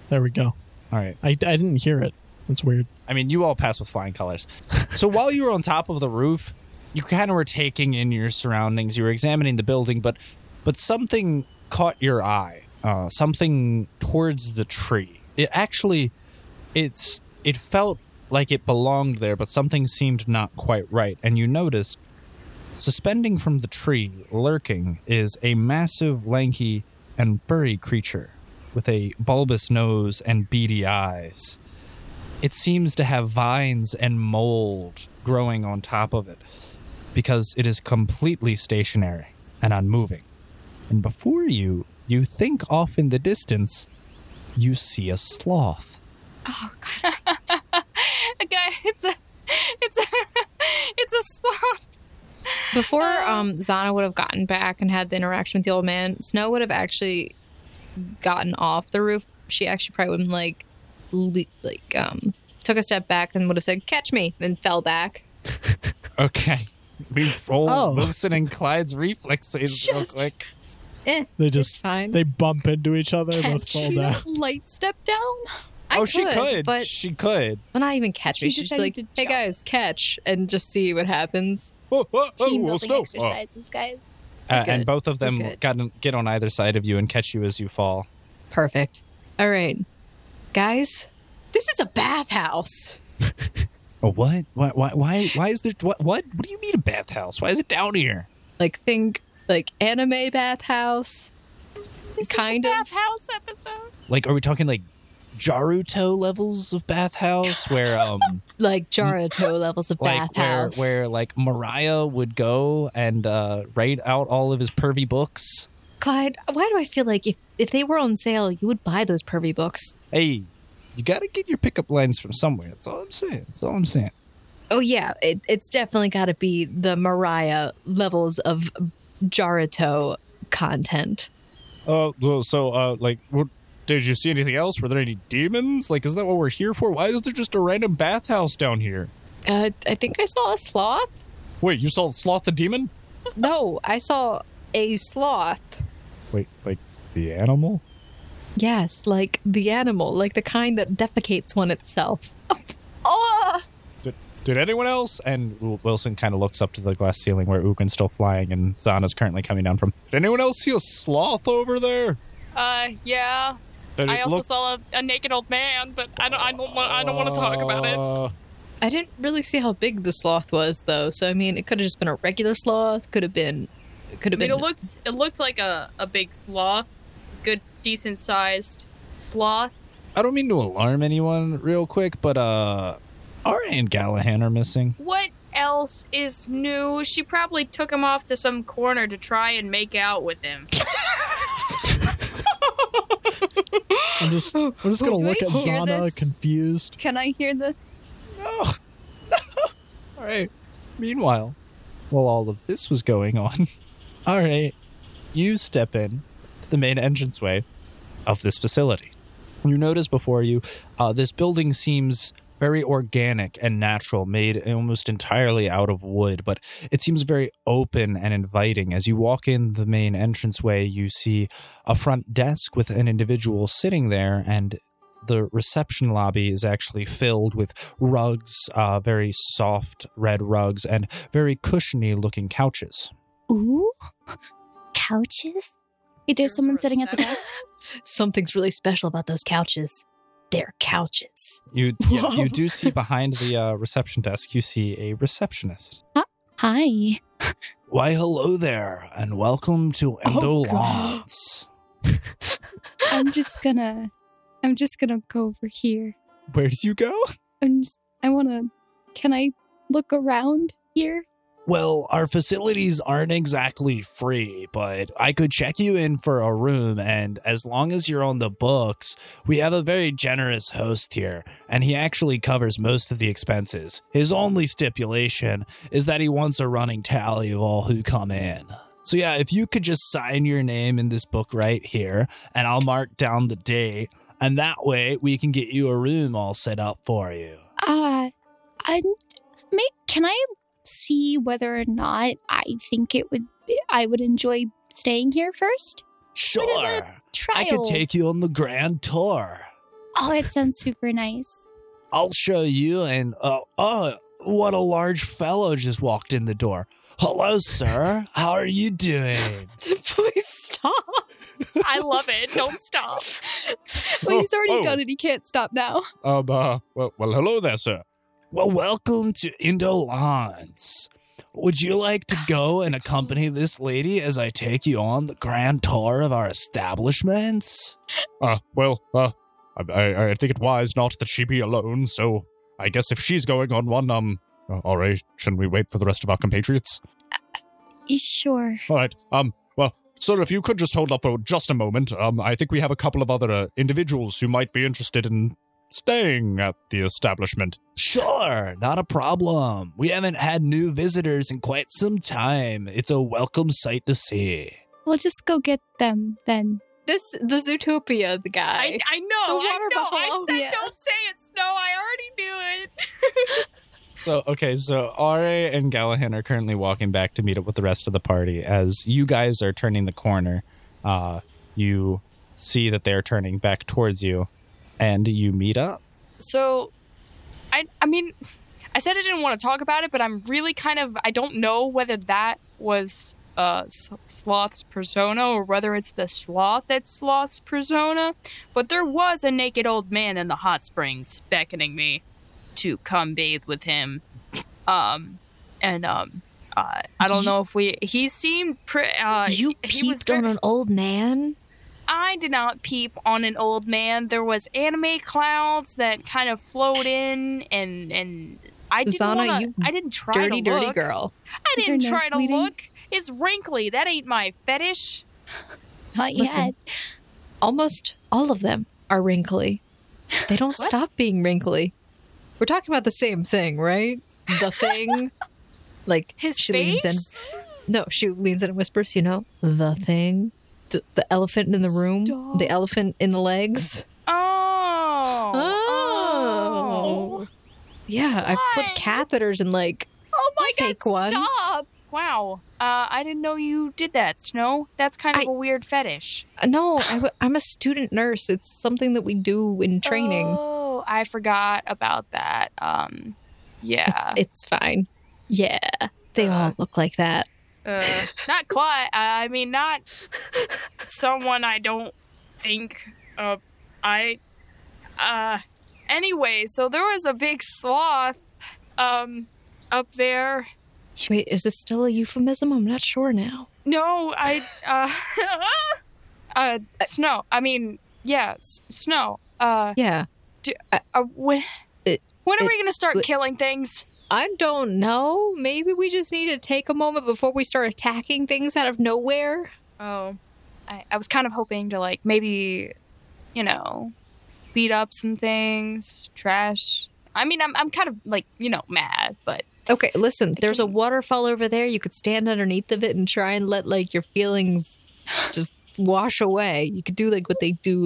Speaker 7: There we go.
Speaker 3: All right.
Speaker 7: I, I didn't hear it. That's weird.
Speaker 3: I mean, you all pass with flying colors. So while you were on top of the roof, you kind of were taking in your surroundings. You were examining the building, but but something caught your eye. Uh, something towards the tree. It actually, it's it felt like it belonged there, but something seemed not quite right. And you noticed, suspending from the tree, lurking, is a massive, lanky, and furry creature with a bulbous nose and beady eyes it seems to have vines and mold growing on top of it because it is completely stationary and unmoving. And before you, you think off in the distance, you see a sloth.
Speaker 8: Okay, it's a, it's a, it's a sloth.
Speaker 2: Before
Speaker 5: Uh,
Speaker 2: um, Zana would have gotten back and had the interaction with the old man, Snow would have actually gotten off the roof. She actually probably would have like, le- like um, took a step back and would have said, "Catch me," then fell back.
Speaker 3: Okay. We roll
Speaker 7: Oh.
Speaker 3: Wilson and Clyde's reflexes real quick.
Speaker 7: They
Speaker 2: It's
Speaker 7: just,
Speaker 2: fine.
Speaker 7: they bump into each other, both
Speaker 5: Eh. Catch
Speaker 7: fall
Speaker 5: you
Speaker 7: down.
Speaker 5: light step down.
Speaker 2: I
Speaker 3: oh, she could.
Speaker 2: but
Speaker 3: She could.
Speaker 2: well, not even catch me.
Speaker 5: She
Speaker 2: She'd just be like,
Speaker 5: decided to
Speaker 2: "Hey
Speaker 5: jump."
Speaker 2: guys, catch," and just see what happens.
Speaker 3: Oh, oh, oh,
Speaker 5: Team
Speaker 3: well,
Speaker 5: building
Speaker 3: snow. Oh.
Speaker 5: exercises, guys.
Speaker 3: Uh,
Speaker 2: Good.
Speaker 3: and both of them
Speaker 2: Good.
Speaker 3: got get on either side of you and catch you as you fall.
Speaker 2: Perfect. All right, guys, this is a bathhouse.
Speaker 3: Oh, what? Why? Why? Why, why is there? What? What? What do you mean a bathhouse? Why is it down here?
Speaker 2: Like think like anime bathhouse. kind of.
Speaker 8: House episode.
Speaker 3: Like, are we talking like Jaruto levels of bathhouse, where um,
Speaker 2: like Jaruto levels of
Speaker 3: like where
Speaker 2: bathhouse.
Speaker 3: where like Mariah would go and uh, write out all of his pervy books?
Speaker 2: Clyde, why do I feel like if, if they were on sale, you would buy those pervy books?
Speaker 3: Hey, you got to get your pickup lines from somewhere. That's all I'm saying. That's all I'm saying.
Speaker 2: Oh yeah, it, it's definitely got to be the Mariah levels of Jaruto content.
Speaker 13: Uh, well, so, uh, like, what, did you see anything else? Were there any demons? Like, isn't that what we're here for? Why is there just a random bathhouse down here?
Speaker 2: Uh, I think I saw a sloth.
Speaker 13: Wait, you saw Sloth the demon?
Speaker 2: No, I saw a sloth.
Speaker 13: Wait, like the animal?
Speaker 2: Yes, like the animal, like the kind that defecates on itself.
Speaker 13: Did,
Speaker 3: Did anyone else? And W- Wilson kind of looks up to the glass ceiling where Ugrin's still flying and Zana's currently coming down from. Did anyone else see a sloth over there?
Speaker 8: Uh, yeah.
Speaker 3: That
Speaker 8: I
Speaker 3: it
Speaker 8: also
Speaker 3: looked-
Speaker 8: saw a, a naked old man, but I don't. I don't want. I don't want to talk about it.
Speaker 3: Uh,
Speaker 2: I didn't really see how big the sloth was though. So I mean, it could have just been a regular sloth. Could have been. Could
Speaker 14: I
Speaker 2: have
Speaker 14: mean,
Speaker 2: been.
Speaker 14: it looked it looked like a, a big sloth, good decent sized sloth.
Speaker 3: I don't mean to alarm anyone real quick, but uh, our and Gallahan are missing.
Speaker 14: What else is new? She probably took him off to some corner to try and make out with him.
Speaker 7: I'm just, I'm just gonna
Speaker 15: Do
Speaker 7: look
Speaker 15: I
Speaker 7: at
Speaker 15: hear
Speaker 7: Zana
Speaker 15: this?
Speaker 7: confused.
Speaker 15: Can I hear this?
Speaker 3: No. All right. Meanwhile, while all of this was going on, all right, you step in to the main entranceway of this facility. You notice before you, uh, this building seems very organic and natural, made almost entirely out of wood, but it seems very open and inviting. As you walk in the main entranceway, you see a front desk with an individual sitting there, and the reception lobby is actually filled with rugs, uh, very soft red rugs, and very cushiony looking couches.
Speaker 10: Ooh, couches. Wait, there's someone sitting at the desk.
Speaker 2: Something's really special about those couches. They're couches.
Speaker 3: You yeah, you do see behind the uh, reception desk, you see a receptionist.
Speaker 10: Hi.
Speaker 3: Why, hello there, and welcome to Indolence.
Speaker 15: I'm just gonna I'm just gonna go over here.
Speaker 3: Where did you go?
Speaker 15: I'm just I wanna can I look around here?
Speaker 3: Well, our facilities aren't exactly free, but I could check you in for a room, and as long as you're on the books, we have a very generous host here, and he actually covers most of the expenses. His only stipulation is that he wants a running tally of all who come in. So, yeah, if you could just sign your name in this book right here, and I'll mark down the date, and that way we can get you a room all set up for you.
Speaker 10: Uh, I may can I see whether or not I think it would be, I would enjoy staying here first?
Speaker 3: Sure.
Speaker 10: Look at Trial.
Speaker 3: I could take you on the grand tour.
Speaker 10: Oh, that sounds super nice.
Speaker 3: I'll show you. And uh, oh, what a large fellow just walked in the door. Hello, sir. How are you doing?
Speaker 2: Please stop.
Speaker 8: I love it. Don't stop.
Speaker 15: Well,
Speaker 3: Oh,
Speaker 15: he's already
Speaker 3: oh.
Speaker 15: done it. He can't stop now.
Speaker 3: Um, uh, well, well, hello there, sir. Well, welcome to Indolence. Would you like to go and accompany this lady as I take you on the grand tour of our establishments?
Speaker 16: Uh, well, uh, I, I, I think it wise not that she be alone, so I guess if she's going on one, um, uh, all right, shouldn't we wait for the rest of our compatriots?
Speaker 10: You Sure.
Speaker 16: All right, um, well, sir, if you could just hold up for just a moment, um, I think we have a couple of other uh, individuals who might be interested in staying at the establishment.
Speaker 3: Sure, not a problem. We haven't had new visitors in quite some time. It's a welcome sight to see.
Speaker 15: We'll just go get them then.
Speaker 2: This the Zootopia the guy.
Speaker 8: I, I know.
Speaker 15: The water
Speaker 8: I know. I
Speaker 15: buffalo.
Speaker 8: said
Speaker 15: Yeah.
Speaker 8: don't say it, Snow. I already knew it.
Speaker 3: So okay, so Are and Gallahan are currently walking back to meet up with the rest of the party. As you guys are turning the corner, uh, you see that they're turning back towards you, and you meet up.
Speaker 8: So, I I mean, I said I didn't want to talk about it, but I'm really kind of I don't know whether that was uh S- Sloth's persona or whether it's the sloth that's Sloth's persona. But there was a naked old man in the hot springs beckoning me to come bathe with him. Um, and um, uh, I don't know if we he seemed pretty. Uh,
Speaker 2: you
Speaker 8: he he was
Speaker 2: peeped on an old man.
Speaker 8: I did not peep on an old man. There was anime clouds that kind of flowed in, and and I didn't
Speaker 2: Zana,
Speaker 8: wanna,
Speaker 2: you
Speaker 8: I didn't try
Speaker 2: Dirty,
Speaker 8: to look.
Speaker 2: dirty girl.
Speaker 8: I
Speaker 15: Is her
Speaker 8: didn't
Speaker 15: nose
Speaker 8: try to
Speaker 15: bleeding?
Speaker 8: look. It's wrinkly. That ain't my fetish.
Speaker 10: Not
Speaker 2: Listen.
Speaker 10: yet.
Speaker 2: Almost all of them are wrinkly. They don't stop being wrinkly. We're talking about the same thing, right? The thing. like
Speaker 8: His
Speaker 2: she
Speaker 8: face.
Speaker 2: leans in. No, she leans in and whispers, you know, the thing. The, the elephant in the room. The elephant in the legs.
Speaker 8: Oh.
Speaker 2: Oh. Yeah, I've put catheters in like
Speaker 8: Oh my
Speaker 2: fake ones.
Speaker 8: Stop. Wow. Uh, I didn't know you did that, Snow. That's kind of
Speaker 2: I-
Speaker 8: a weird fetish.
Speaker 2: No, I w- I'm a student nurse. It's something that we do in training.
Speaker 8: Oh, I forgot about that. Um, Yeah.
Speaker 2: It's fine. Yeah. They all look like that.
Speaker 17: Uh, not Clyde. I mean, not someone I don't think. Uh, I. Uh,
Speaker 8: anyway, so there was a big sloth um up there.
Speaker 2: Wait, is this still a euphemism? I'm not sure now.
Speaker 8: No, I uh uh snow. I mean, yeah, s- snow. Uh
Speaker 2: Yeah.
Speaker 8: do, uh, uh, when
Speaker 2: It-
Speaker 8: when are
Speaker 2: it-
Speaker 8: we going to start
Speaker 2: it-
Speaker 8: killing things?
Speaker 2: I don't know. Maybe we just need to take a moment before we start attacking things out of nowhere.
Speaker 8: Oh. I I was kind of hoping to like maybe you know, beat up some things, trash. I mean, I'm I'm kind of like, you know, mad, but
Speaker 2: Okay, listen, there's a waterfall over there. You could stand underneath of it and try and let like your feelings just wash away. You could do like what they do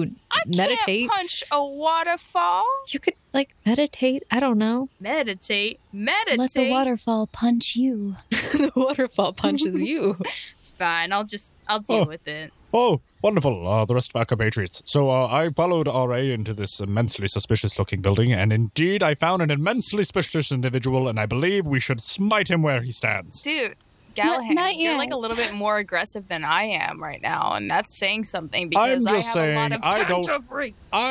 Speaker 2: meditate.
Speaker 17: Can't punch a waterfall.
Speaker 2: You could like meditate. I don't know.
Speaker 17: Meditate. Meditate.
Speaker 10: Let the waterfall punch you.
Speaker 2: the waterfall punches you.
Speaker 17: It's fine. I'll just. I'll deal
Speaker 18: Oh.
Speaker 17: with it.
Speaker 18: Oh, wonderful. Uh, the rest of our compatriots. So uh, I followed RA into this immensely suspicious looking building, and indeed I found an immensely suspicious individual, and I believe we should smite him where he stands.
Speaker 8: Dude, Galahad,
Speaker 10: not
Speaker 8: you're
Speaker 10: yet.
Speaker 8: like a little bit more aggressive than I am right now, and that's saying something because
Speaker 18: I'm just
Speaker 8: I have
Speaker 18: saying,
Speaker 8: a lot of
Speaker 18: I don't.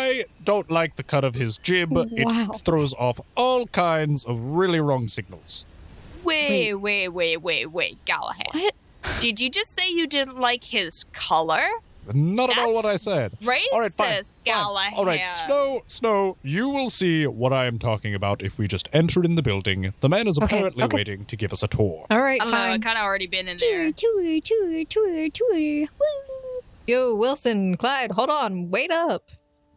Speaker 18: I don't like the cut of his jib.
Speaker 2: Wow.
Speaker 18: It throws off all kinds of really wrong signals.
Speaker 19: Wait, wait, wait, wait, wait, Galahad.
Speaker 2: What?
Speaker 19: Did you just say you didn't like his color?
Speaker 18: Not at all what I
Speaker 19: That's
Speaker 18: said.
Speaker 19: Racist,
Speaker 18: All right, fine.
Speaker 19: Galahad.
Speaker 18: All right, Snow, Snow, you will see what I am talking about if we just enter in the building. The man is
Speaker 2: Okay,
Speaker 18: apparently
Speaker 2: okay.
Speaker 18: waiting to give us a tour.
Speaker 2: All right,
Speaker 19: I don't know.
Speaker 2: fine.
Speaker 19: I've kind of already been in there.
Speaker 10: Tour, tour, tour, tour, tour. Woo.
Speaker 2: Yo, Wilson, Clyde, hold on. Wait up.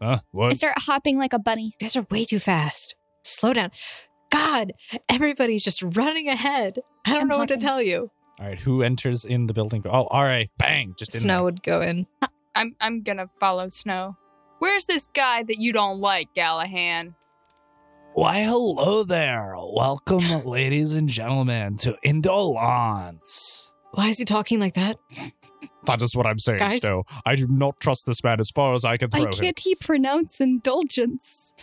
Speaker 18: Huh?
Speaker 10: I
Speaker 18: What?
Speaker 10: start hopping like a bunny.
Speaker 2: You guys are way too fast. Slow down. God, everybody's just running ahead. I don't
Speaker 10: I'm
Speaker 2: know what to
Speaker 10: hopping.
Speaker 2: tell you.
Speaker 3: All right, who enters in the building? Oh, all right, bang, just in
Speaker 2: Snow would go in.
Speaker 8: I'm I'm gonna follow Snow. Where's this guy that you don't like, Gallahan?
Speaker 3: Why, hello there. Welcome, ladies and gentlemen, to Indolence.
Speaker 2: Why is he talking like that?
Speaker 18: That is what I'm saying,
Speaker 2: Guys?
Speaker 18: Snow. I do not trust this man as far as I can
Speaker 20: I
Speaker 18: throw him.
Speaker 20: can't he pronounce indulgence?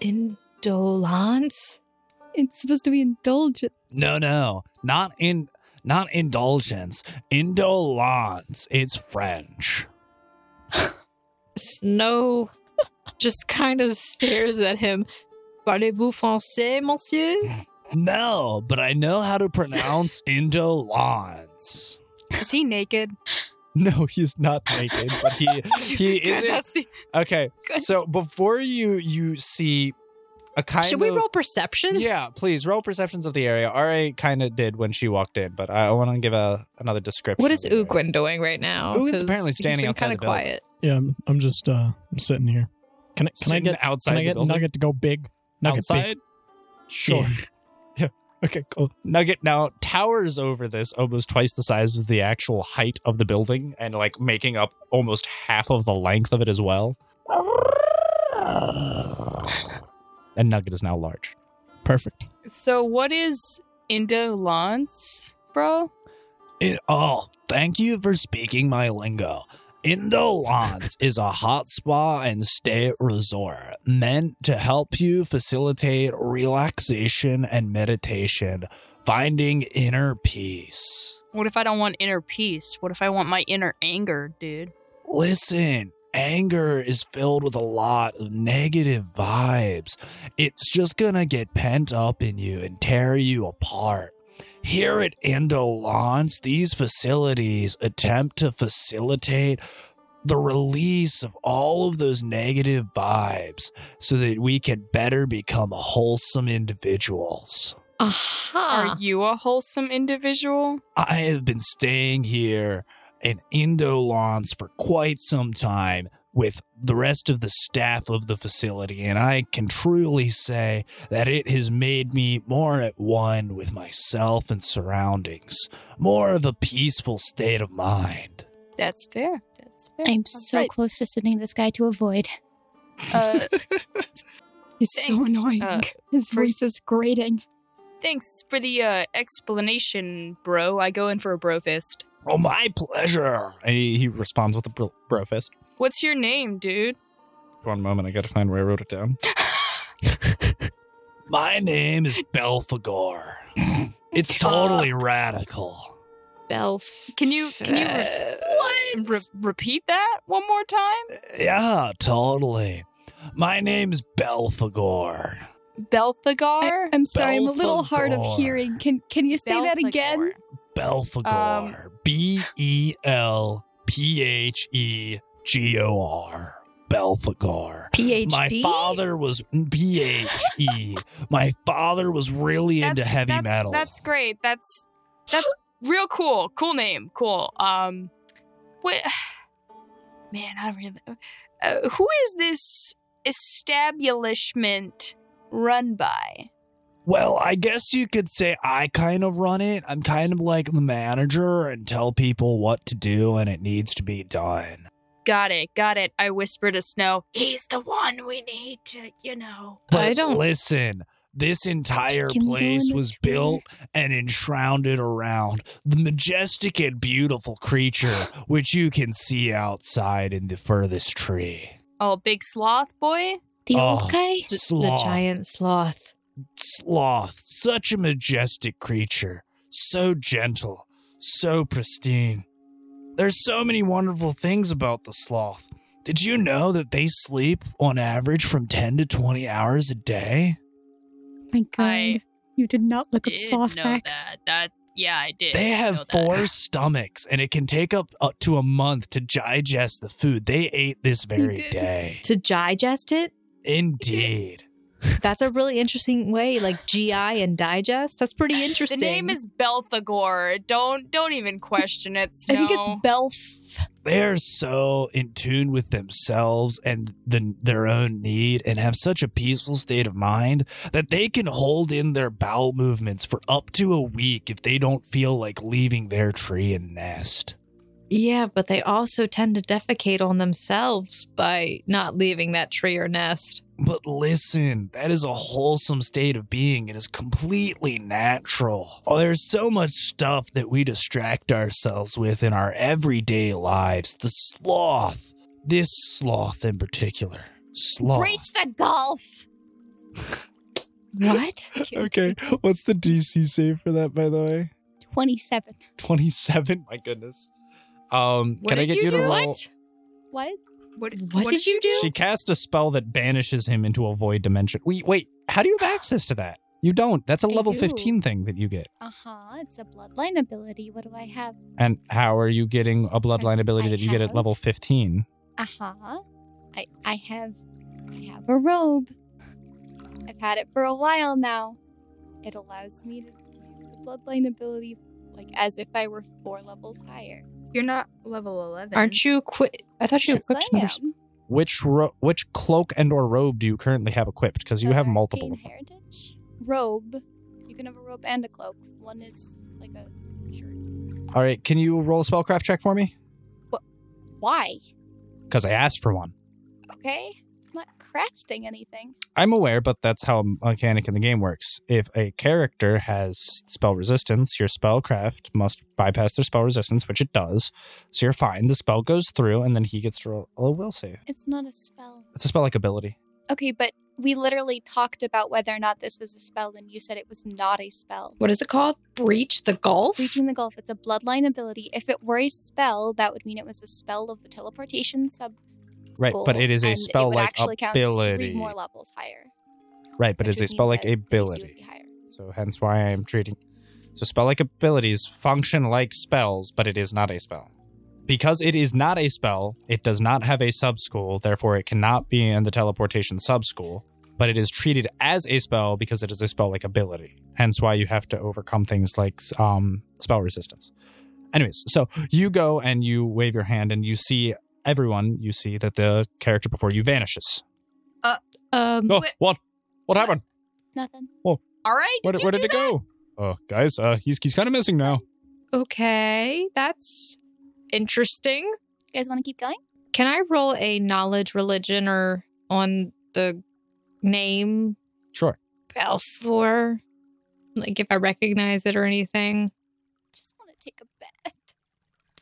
Speaker 2: Indolence?
Speaker 20: It's supposed to be indulgent.
Speaker 3: No, no, not in, not indulgence. Indolence. It's French.
Speaker 2: Snow just kind of stares at him. Parlez-vous français, monsieur?
Speaker 3: No, but I know how to pronounce indolence.
Speaker 8: Is he naked?
Speaker 3: No, he's not naked, but he he is.
Speaker 8: That's the-
Speaker 3: Okay, so before you you see a kind
Speaker 2: Should
Speaker 3: of
Speaker 2: we roll perceptions?
Speaker 3: Yeah, please roll perceptions of the area. Ra kind of did when she walked in, but I want to give a another description.
Speaker 2: What
Speaker 3: of
Speaker 2: is
Speaker 3: the area.
Speaker 2: Uguin doing right now?
Speaker 3: Uguin's
Speaker 2: 'Cause
Speaker 3: apparently standing
Speaker 2: he's been
Speaker 3: outside
Speaker 2: kind of
Speaker 3: the building.
Speaker 2: quiet.
Speaker 7: Yeah, I'm, I'm just uh, I'm sitting here. Can I can I
Speaker 3: Sitting
Speaker 7: get
Speaker 3: outside
Speaker 7: can I
Speaker 3: the
Speaker 7: get
Speaker 3: building?
Speaker 7: Nugget to go big? Nugget
Speaker 3: Outside?
Speaker 7: big.
Speaker 3: Sure. Yeah. Okay, cool. Nugget now towers over this almost twice the size of the actual height of the building and like making up almost half of the length of it as well. And Nugget is now large.
Speaker 7: Perfect.
Speaker 8: So what is indolence, bro?
Speaker 3: It, oh, thank you for speaking my lingo. Indolence is a hot spa and stay resort meant to help you facilitate relaxation and meditation, finding inner peace.
Speaker 19: What if I don't want inner peace? What if I want my inner anger, dude?
Speaker 3: Listen, anger is filled with a lot of negative vibes. It's just gonna get pent up in you and tear you apart. Here at Indolence, these facilities attempt to facilitate the release of all of those negative vibes so that we can better become wholesome individuals.
Speaker 2: Aha.
Speaker 8: Are you a wholesome individual?
Speaker 3: I have been staying here in Indolence for quite some time with the rest of the staff of the facility, and I can truly say that it has made me more at one with myself and surroundings, more of a peaceful state of mind.
Speaker 8: That's fair. That's fair.
Speaker 10: I'm so
Speaker 8: Alright.
Speaker 10: close to sending this guy to a void.
Speaker 8: Uh,
Speaker 20: He's
Speaker 8: Thanks,
Speaker 20: so annoying.
Speaker 8: uh,
Speaker 20: His
Speaker 8: for-
Speaker 20: voice is grating.
Speaker 8: thanks for the uh, explanation, bro. I go in for a bro fist.
Speaker 3: Oh, my pleasure.
Speaker 21: He, he responds with a bro, bro fist.
Speaker 8: What's your name, dude?
Speaker 21: One moment, I gotta find where I wrote it down.
Speaker 3: My name is Belphegor. it's totally radical.
Speaker 2: Belf.
Speaker 8: Can you can you
Speaker 10: Uh,
Speaker 8: re- re- repeat that one more time?
Speaker 3: Yeah, totally. My name's Belphegor.
Speaker 8: Belphegor.
Speaker 22: I'm sorry, I'm a little hard of hearing. Can can you say that again?
Speaker 8: Um,
Speaker 3: Belphegor. B E L P H E G O R. Belphegor.
Speaker 2: PhD.
Speaker 3: My father was P H E. My father was really into
Speaker 8: That's-
Speaker 3: heavy
Speaker 8: that's-
Speaker 3: metal.
Speaker 8: That's great. That's that's real cool. Cool name. Cool. Um, what? Man, I really. Uh, who is this establishment run by?
Speaker 3: Well, I guess you could say I kind of run it. I'm kind of like the manager and tell people what to do and it needs to be done.
Speaker 23: Got it, got it. I whisper to Snow, he's the one we need to, you know.
Speaker 3: But listen. This entire
Speaker 23: Can we go
Speaker 3: place
Speaker 23: on a
Speaker 3: was built and enshrouded around the majestic and beautiful creature which you can see outside in the furthest tree.
Speaker 8: Oh, big sloth boy.
Speaker 3: The old Oh, guy?
Speaker 2: The,
Speaker 3: sloth.
Speaker 2: giant sloth.
Speaker 3: Sloth, such a majestic creature, so gentle, so pristine. There's so many wonderful things about the sloth. Did you know that they sleep on average from 10 to 20 hours a day?
Speaker 22: My God, you did not look up sloth facts.
Speaker 23: That, that, yeah, I did.
Speaker 3: They
Speaker 23: know
Speaker 3: have
Speaker 23: that.
Speaker 3: four stomachs, and it can take up, up to a month to digest the food they ate this very day.
Speaker 2: To digest it?
Speaker 3: Indeed.
Speaker 2: That's a really interesting way, like GI and digest. That's pretty
Speaker 8: The
Speaker 2: interesting.
Speaker 8: name is Belphegor. Don't don't even question it.
Speaker 22: I think it's
Speaker 8: Snow.
Speaker 22: Belf.
Speaker 3: they're so in tune with themselves and the, their own need and have such a peaceful state of mind that they can hold in their bowel movements for up to a week if they don't feel like leaving their tree and nest.
Speaker 2: yeah, but they also tend to defecate on themselves by not leaving that tree or nest.
Speaker 3: But listen, that is a wholesome state of being. It is completely natural. Oh, there's so much stuff that we distract ourselves with in our everyday lives. The sloth, this sloth in particular. Sloth.
Speaker 10: Breach the golf.
Speaker 2: What?
Speaker 7: okay. What's the DC save for that, by the way?
Speaker 10: 27.
Speaker 7: 27? My goodness.
Speaker 24: Um,
Speaker 7: can I get you, to roll?
Speaker 10: What?
Speaker 23: What,
Speaker 2: What, did you do?
Speaker 24: She cast a spell that banishes him into a void dimension. Wait, wait. How do you have access to that? You don't. That's a
Speaker 10: I
Speaker 24: level
Speaker 10: do.
Speaker 24: 15 thing that you get.
Speaker 10: Uh huh. It's a bloodline ability. What do I have?
Speaker 24: And how are you getting a bloodline ability that you get at level 15?
Speaker 10: Uh huh. I I have I have a robe. I've had it for a while now. It allows me to use the bloodline ability like as if I were four levels higher.
Speaker 23: You're not level 11.
Speaker 2: Aren't you quit? I thought you
Speaker 10: Yes,
Speaker 2: equipped
Speaker 10: I
Speaker 2: another. s-
Speaker 10: am.
Speaker 24: Which ro- which cloak and or robe do you currently have equipped? Because you have multiple.
Speaker 10: Arcane
Speaker 24: of them.
Speaker 10: heritage robe. You can have a robe and a cloak. One is like a shirt.
Speaker 24: All right, can you roll a spellcraft check for me?
Speaker 10: Why?
Speaker 24: Because I asked for one.
Speaker 10: Okay. I'm not crafting anything.
Speaker 24: I'm aware, but that's how a mechanic in the game works. If a character has spell resistance, your spellcraft must bypass their spell resistance, which it does. So you're fine. The spell goes through, and then he gets to roll a will save.
Speaker 10: It's not a spell.
Speaker 24: It's a spell like ability.
Speaker 10: Okay, but we literally talked about whether or not this was a spell, and you said it was not a spell.
Speaker 2: What is it called? Breach the gulf.
Speaker 10: Reaching the Gulf, it's a bloodline ability. If it were a spell, that would mean it was a spell of the teleportation sub.
Speaker 24: Right,
Speaker 10: school,
Speaker 24: but it is a
Speaker 10: and it
Speaker 24: spell
Speaker 10: would
Speaker 24: like
Speaker 10: actually count as
Speaker 24: ability.
Speaker 10: Three more levels higher.
Speaker 24: Right, but it's a
Speaker 10: would mean
Speaker 24: spell like
Speaker 10: that the DC would be
Speaker 24: ability.
Speaker 10: higher.
Speaker 24: So hence why I am treating. So spell like abilities function like spells, but it is not a spell. Because it is not a spell, it does not have a subschool, therefore it cannot be in the teleportation subschool, but it is treated as a spell because it is a spell like ability. Hence why you have to overcome things like um, spell resistance. Anyways, so you go and you wave your hand and you see everyone, you see that the character before you vanishes.
Speaker 2: Um,
Speaker 25: Oh, what? What happened?
Speaker 10: Nothing.
Speaker 8: All right.
Speaker 25: Where
Speaker 8: did
Speaker 25: did,
Speaker 8: you
Speaker 25: where
Speaker 8: do
Speaker 25: did it
Speaker 8: that?
Speaker 25: go? Oh, guys, uh, he's he's kind of missing now.
Speaker 2: Okay, that's interesting.
Speaker 10: You guys want to keep going?
Speaker 2: Can I roll a knowledge religion or on the name
Speaker 24: Sure.
Speaker 2: Balfour? Like if I recognize it or anything?
Speaker 10: Just want to take a bet.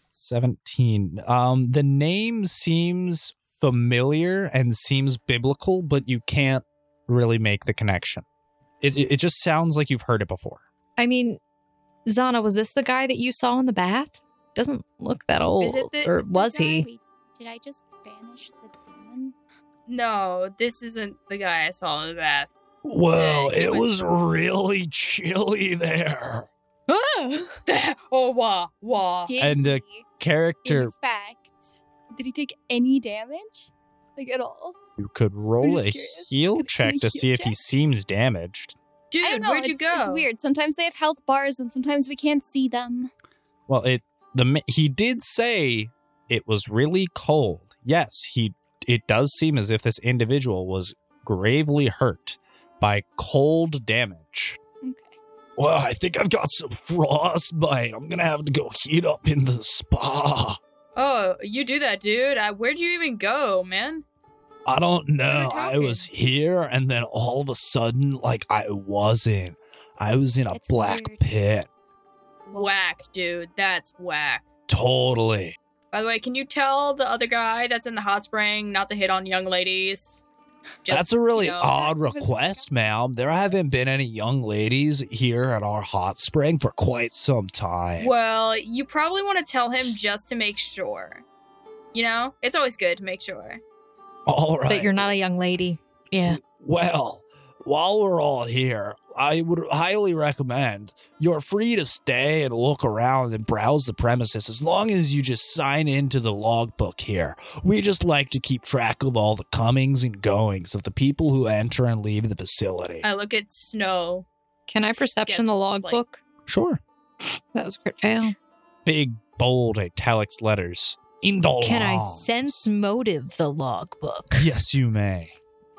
Speaker 24: 17. Um, the name seems familiar and seems biblical, but you can't really make the connection.
Speaker 7: It, it it just sounds like you've heard it before.
Speaker 2: I mean, Zana, was this the guy that you saw in the bath? Doesn't look that old,
Speaker 10: the-
Speaker 2: or
Speaker 10: the
Speaker 2: was
Speaker 10: guy
Speaker 2: he?
Speaker 10: we- did I just banish the demon?
Speaker 8: No, this isn't the guy I saw in the bath.
Speaker 3: Well, it was really chilly there.
Speaker 2: Ah!
Speaker 8: oh, wah, wah.
Speaker 10: Did
Speaker 7: And the
Speaker 10: he,
Speaker 7: character,
Speaker 10: in fact, did he take any damage, like at all?
Speaker 7: you could
Speaker 10: I'm
Speaker 7: roll
Speaker 10: just
Speaker 7: a
Speaker 10: curious.
Speaker 7: heal check to
Speaker 10: heal
Speaker 7: see if he
Speaker 10: check?
Speaker 7: seems damaged.
Speaker 8: Dude,
Speaker 10: I don't know,
Speaker 8: where'd you
Speaker 10: it's- It's
Speaker 8: go?
Speaker 10: weird. Sometimes they have health bars, and sometimes we can't see them.
Speaker 7: Well, it the ma- he did say it was really cold. Yes, he it does seem as if this individual was gravely hurt by cold damage.
Speaker 3: Well, I think I've got some frostbite. I'm gonna have to go heat up in the spa.
Speaker 8: Oh, you do that, dude. I, where'd you even go, man?
Speaker 3: I don't know. I was here and then all of a sudden, like I wasn't. I was in a black pit.
Speaker 8: Whack, dude. That's whack.
Speaker 3: Totally.
Speaker 8: By the way, can you tell the other guy that's in the hot spring not to hit on young ladies? Just,
Speaker 3: That's a really
Speaker 8: you know,
Speaker 3: odd request, ma'am. There haven't been any young ladies here at our hot spring for quite some time.
Speaker 8: Well, you probably want to tell him just to make sure. You know, it's always good to make sure.
Speaker 3: All right.
Speaker 2: That you're not a young lady. Yeah.
Speaker 3: Well, while we're all here, I would highly recommend you're free to stay and look around and browse the premises as long as you just sign into the logbook here. We just like to keep track of all the comings and goings of the people who enter and leave the facility.
Speaker 8: I look at snow.
Speaker 2: Can I perception the logbook?
Speaker 3: Sure.
Speaker 2: That was a crit fail.
Speaker 7: Big bold italics letters.
Speaker 3: Indolence.
Speaker 2: Can I sense motive the logbook?
Speaker 7: Yes, you may.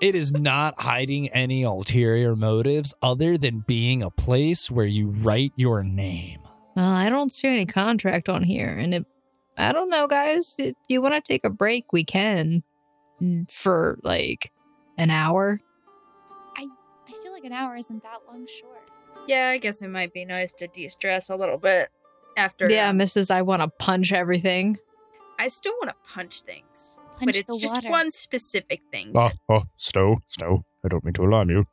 Speaker 3: It is not hiding any ulterior motives other than being a place where you write your name.
Speaker 2: Well, I don't see any contract on here, and it, I don't know, guys. If you want to take a break, we can Mm, for like an hour.
Speaker 10: I feel like an hour isn't that long. Sure.
Speaker 8: Yeah, I guess it might be nice to de stress a little bit after.
Speaker 2: Yeah, Mrs. I want to punch everything.
Speaker 8: I still want to punch things.
Speaker 10: Punch
Speaker 8: but it's
Speaker 10: the
Speaker 8: just
Speaker 10: water.
Speaker 8: one specific thing.
Speaker 26: Ah, ah, Snow, Snow, I don't mean to alarm you.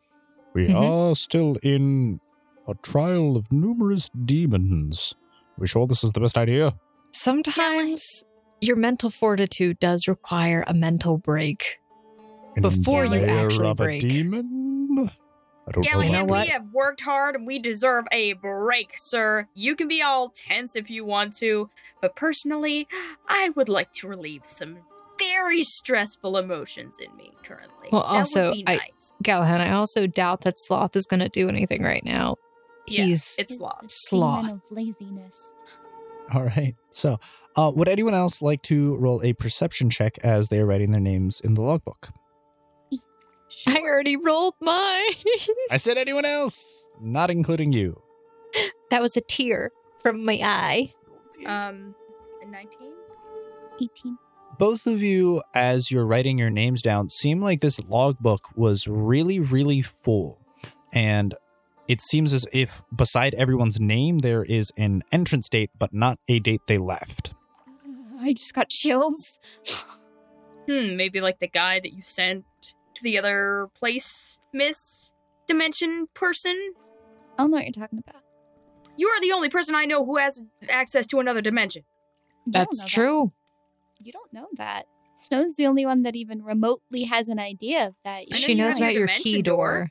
Speaker 26: We
Speaker 3: Mm-hmm.
Speaker 8: Mhm.
Speaker 26: are still in a trial of numerous demons. We sure this is the best idea?
Speaker 2: Sometimes your mental fortitude does require a mental break before you
Speaker 26: Layer
Speaker 2: actually
Speaker 26: of a
Speaker 2: break.
Speaker 26: demon? I don't know.
Speaker 8: Galahad,
Speaker 26: how-
Speaker 8: we have worked hard and we deserve a break, sir. You can be all tense if you want to, but personally, I would like to relieve some very stressful emotions in me currently.
Speaker 2: Well,
Speaker 8: That would
Speaker 2: also,
Speaker 8: be
Speaker 2: I
Speaker 8: nice.
Speaker 2: Galahad, I also doubt that Sloth is going to do anything right now.
Speaker 8: Yeah,
Speaker 2: He's
Speaker 8: it's sloth.
Speaker 2: sloth.
Speaker 10: Demon of laziness.
Speaker 7: All right. So, uh, would anyone else like to roll a perception check as they are writing their names in the logbook?
Speaker 2: I already rolled mine.
Speaker 7: I said anyone else, not including you.
Speaker 2: that was a tear from my eye.
Speaker 8: Um, 19?
Speaker 10: 18.
Speaker 7: Both of you, as you're writing your names down, seem like this logbook was really, really full. And it seems as if beside everyone's name, there is an entrance date, but not a date they left.
Speaker 10: I just got chills.
Speaker 8: Hmm, maybe like the guy that you sent to the other place, Miss Dimension person?
Speaker 10: I don't know what you're talking about.
Speaker 8: You are the only person I know who has access to another dimension.
Speaker 10: You don't know
Speaker 2: That's
Speaker 10: that.
Speaker 2: true.
Speaker 10: You don't know that. Snow's the only one that even remotely has an idea of that.
Speaker 8: I know
Speaker 2: She
Speaker 8: you
Speaker 2: knows
Speaker 8: have your
Speaker 2: about your
Speaker 8: dimension
Speaker 2: key door.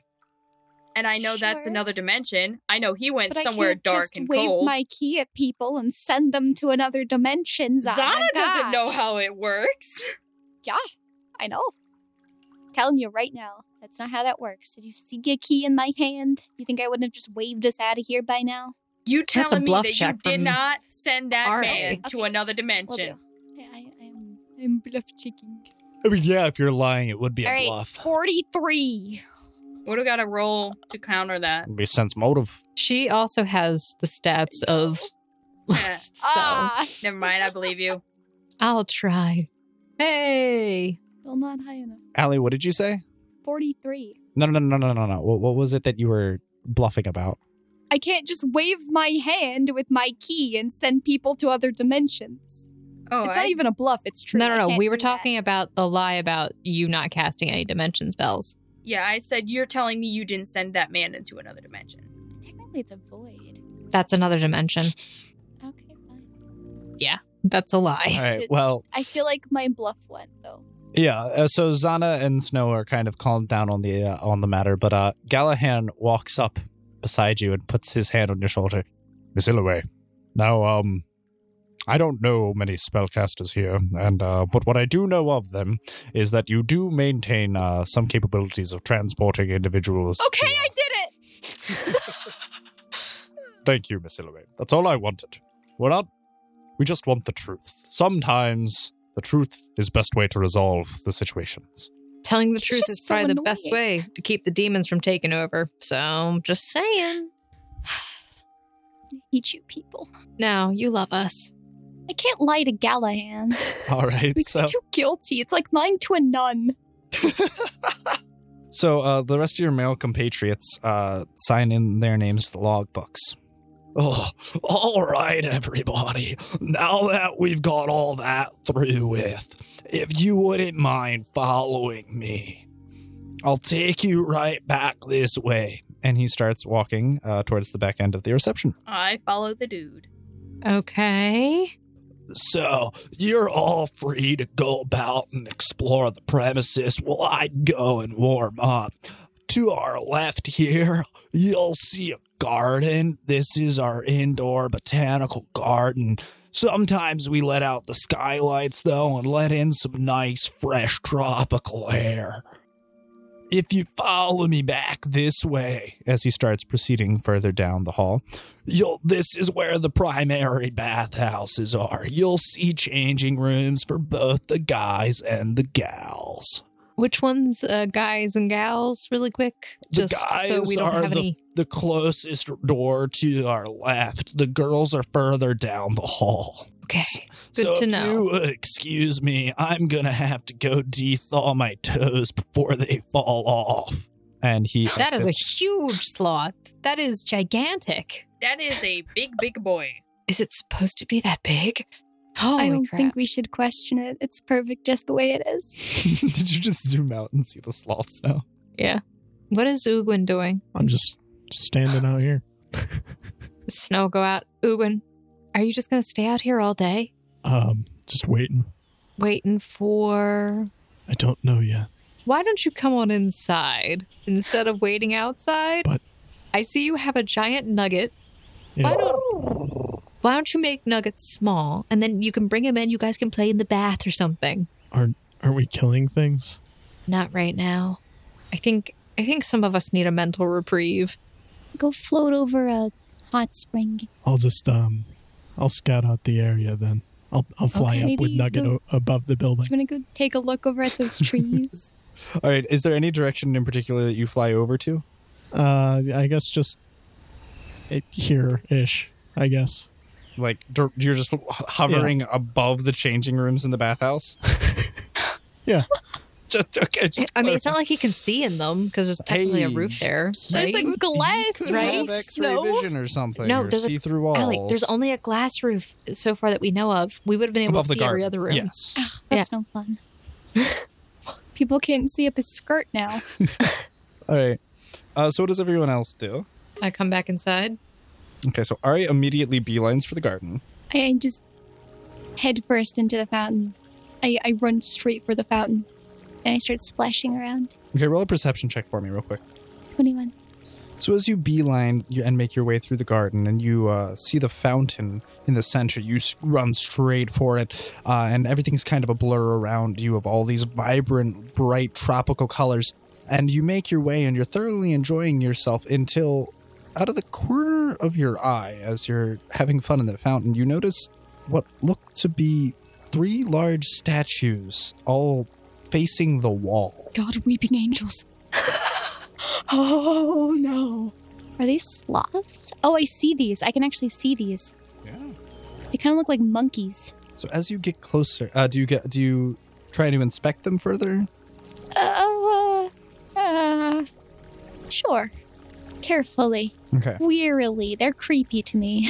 Speaker 8: And I know that's
Speaker 10: Sure.
Speaker 8: another dimension. I know he went
Speaker 10: but I
Speaker 8: somewhere
Speaker 10: can't
Speaker 8: dark
Speaker 10: just
Speaker 8: and
Speaker 10: wave
Speaker 8: cold.
Speaker 10: my key at people and send them to another dimension. Zana,
Speaker 8: Zana doesn't know
Speaker 10: gosh.
Speaker 8: how it works.
Speaker 10: Yeah, I know. Telling you right now, that's not how that works. Did you see a key in my hand? You think I wouldn't have just waved us out of here by now?
Speaker 8: You
Speaker 2: That's a
Speaker 8: telling me
Speaker 2: bluff
Speaker 8: that you
Speaker 2: check
Speaker 8: did
Speaker 2: from
Speaker 8: not send that
Speaker 2: RA.
Speaker 8: man to
Speaker 10: Okay,
Speaker 8: another
Speaker 10: Will do.
Speaker 8: dimension?
Speaker 10: I, I, I'm, I'm bluff checking.
Speaker 7: I mean, yeah, if you're lying, it would be
Speaker 10: All right, 43.
Speaker 8: What do I gotta roll to counter that?
Speaker 7: It would be sense motive.
Speaker 2: She also has the stats of.
Speaker 8: Yeah.
Speaker 2: so
Speaker 10: Ah,
Speaker 8: Never mind, I believe you.
Speaker 2: I'll try. Hey,
Speaker 10: still not high enough.
Speaker 7: Allie, what did you say?
Speaker 10: 43.
Speaker 7: No, no, no, no, no, no, no. What, what was it that you were bluffing about?
Speaker 10: I can't just wave my hand with my key and send people to other dimensions.
Speaker 8: Oh,
Speaker 10: it's
Speaker 8: I-
Speaker 10: not even a bluff. It's true.
Speaker 2: no,
Speaker 10: I
Speaker 2: no, no.
Speaker 10: can't
Speaker 2: We were
Speaker 10: do that.
Speaker 2: talking about the lie about you not casting any dimension spells.
Speaker 27: Yeah, I said you're telling me you didn't send that man into another dimension.
Speaker 5: Technically, it's a void.
Speaker 2: That's another dimension.
Speaker 5: Okay, fine.
Speaker 2: Yeah, that's a lie.
Speaker 3: All right. Well,
Speaker 5: I feel like my bluff went though.
Speaker 3: yeah. Uh, so Zana and Snow are kind of calmed down on the uh, on the matter, but uh, Gallahan walks up beside you and puts his hand on your shoulder.
Speaker 28: Miss Illoway. Now, um, I don't know many spellcasters here, and uh, but what I do know of them is that you do maintain uh, some capabilities of transporting individuals. to-
Speaker 1: Okay, I did it.
Speaker 28: Thank you, Miss Illoway. That's all I wanted. We're not. We just want the truth. Sometimes the truth is best way to resolve the situations.
Speaker 2: Telling the truth
Speaker 1: just
Speaker 2: is
Speaker 1: so
Speaker 2: probably the best way to keep the demons from taking over. So just saying.
Speaker 5: Hate you people.
Speaker 2: No, you love us.
Speaker 5: I can't lie to Gallahan.
Speaker 3: All right.
Speaker 5: Makes
Speaker 3: so
Speaker 5: me too guilty. It's like lying to a nun.
Speaker 3: So uh, the rest of your male compatriots uh, sign in their names to the logbooks.
Speaker 29: Oh, all right, everybody. Now that we've got all that through with, if you wouldn't mind following me, I'll take you right back this way.
Speaker 3: And he starts walking uh, towards the back end of the reception.
Speaker 27: I follow the dude.
Speaker 2: Okay.
Speaker 29: So you're all free to go about and explore the premises while I go and warm up. To our left here, you'll see a garden. This is our indoor botanical garden. Sometimes we let out the skylights though and let in some nice fresh tropical air. If you follow me back this way,
Speaker 3: As he starts proceeding further down the hall,
Speaker 29: You'll, this is where the primary bathhouses are. You'll see changing rooms for both the guys and the gals.
Speaker 2: Which ones, uh, guys and gals, really quick?
Speaker 29: The
Speaker 2: Just
Speaker 29: guys
Speaker 2: so we don't
Speaker 29: are
Speaker 2: have
Speaker 29: the,
Speaker 2: any.
Speaker 29: the closest door to our left. The girls are further down the hall.
Speaker 2: Okay. Good
Speaker 29: so
Speaker 2: to
Speaker 29: if
Speaker 2: know.
Speaker 29: you would excuse me, I'm gonna have to go de-thaw my toes before they fall off.
Speaker 3: and he
Speaker 2: That is a
Speaker 3: exits.
Speaker 2: huge sloth. That is gigantic.
Speaker 27: That is a big, big boy.
Speaker 2: Is it supposed to be that big? Holy
Speaker 10: I don't
Speaker 2: crap.
Speaker 10: think we should question it. It's perfect just the way it is.
Speaker 3: Did you just zoom out and see the sloths now?
Speaker 2: yeah. What is Ugwin doing?
Speaker 7: I'm just standing out here.
Speaker 2: Does Snow go out. Ugwin, are you just going to stay out here all day?
Speaker 7: Um, just waiting.
Speaker 2: Waiting for.
Speaker 7: I don't know yet.
Speaker 2: Why don't you come on inside instead of waiting outside?
Speaker 7: But-
Speaker 2: I see you have a giant nugget.
Speaker 7: Yeah.
Speaker 2: Why don't Why don't you make nuggets small and then you can bring them in? You guys can play in the bath or something.
Speaker 7: Aren't aren't we killing things?
Speaker 2: Not right now. I think I think some of us need a mental reprieve.
Speaker 5: Go float over a hot spring.
Speaker 7: I'll just um, I'll scout out the area then. I'll I'll fly
Speaker 5: Okay.
Speaker 7: up with
Speaker 5: Maybe
Speaker 7: Nugget
Speaker 5: the-
Speaker 7: o- above the building.
Speaker 5: Do you want to go take a look over at those trees?
Speaker 3: All right. Is there any direction in particular that you fly over to?
Speaker 7: Uh, I guess just here ish. I guess.
Speaker 3: Like dir- you're just hovering above the changing rooms in the bathhouse?
Speaker 7: Yeah.
Speaker 3: just okay. Just
Speaker 2: I mean, it's not like he can see in them because there's technically a
Speaker 3: Hey,
Speaker 2: roof there.
Speaker 1: There's
Speaker 2: right?
Speaker 1: a glass,
Speaker 3: could
Speaker 1: right?
Speaker 3: have X-ray
Speaker 1: Snow?
Speaker 3: vision or something.
Speaker 2: No,
Speaker 3: or
Speaker 2: there's a-
Speaker 3: see-through walls.
Speaker 2: Alec, there's only a glass roof so far that we know of. We would have been able
Speaker 3: above
Speaker 2: to
Speaker 3: the
Speaker 2: see
Speaker 3: garden.
Speaker 2: every other room.
Speaker 3: Yes.
Speaker 5: That's no fun. People can't see up his skirt now.
Speaker 3: All right. Uh, so what does everyone else do?
Speaker 2: I come back inside.
Speaker 3: Okay, so Ari immediately beelines for the garden.
Speaker 10: I I just head first into the fountain. I, I run straight for the fountain.
Speaker 5: And I start splashing around.
Speaker 3: Okay, roll a perception check for me real quick.
Speaker 5: 21.
Speaker 3: So as you beeline you- and make your way through the garden, and you uh, see the fountain in the center, you s- run straight for it, uh, and everything's kind of a blur around you of all these vibrant, bright tropical colors. And you make your way, and you're thoroughly enjoying yourself until, out of the corner of your eye, as you're having fun in the fountain, you notice what look to be three large statues, all facing the wall.
Speaker 10: God, weeping angels. oh no.
Speaker 5: Are these sloths? Oh, I see these. I can actually see these.
Speaker 3: Yeah.
Speaker 5: They kind of look like monkeys.
Speaker 3: So as you get closer, uh, do you get do you try to inspect them further?
Speaker 5: Uh, uh, sure. Carefully.
Speaker 3: Okay.
Speaker 5: Wearily. They're creepy to me.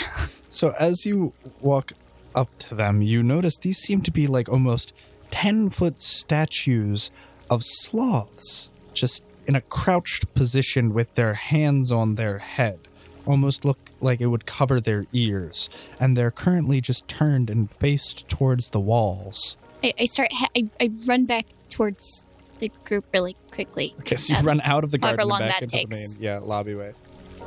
Speaker 3: So as you walk up to them, you notice these seem to be like almost ten foot statues of sloths, just in a crouched position with their hands on their head, almost look like it would cover their ears, and they're currently just turned and faced towards the walls.
Speaker 10: I, I start. Ha- I, I run back towards the group really quickly.
Speaker 3: Okay, so you
Speaker 10: Um,
Speaker 3: run out of the garden
Speaker 10: However
Speaker 3: and
Speaker 10: long
Speaker 3: back
Speaker 10: that
Speaker 3: into the
Speaker 10: takes.
Speaker 3: main- yeah, lobby way.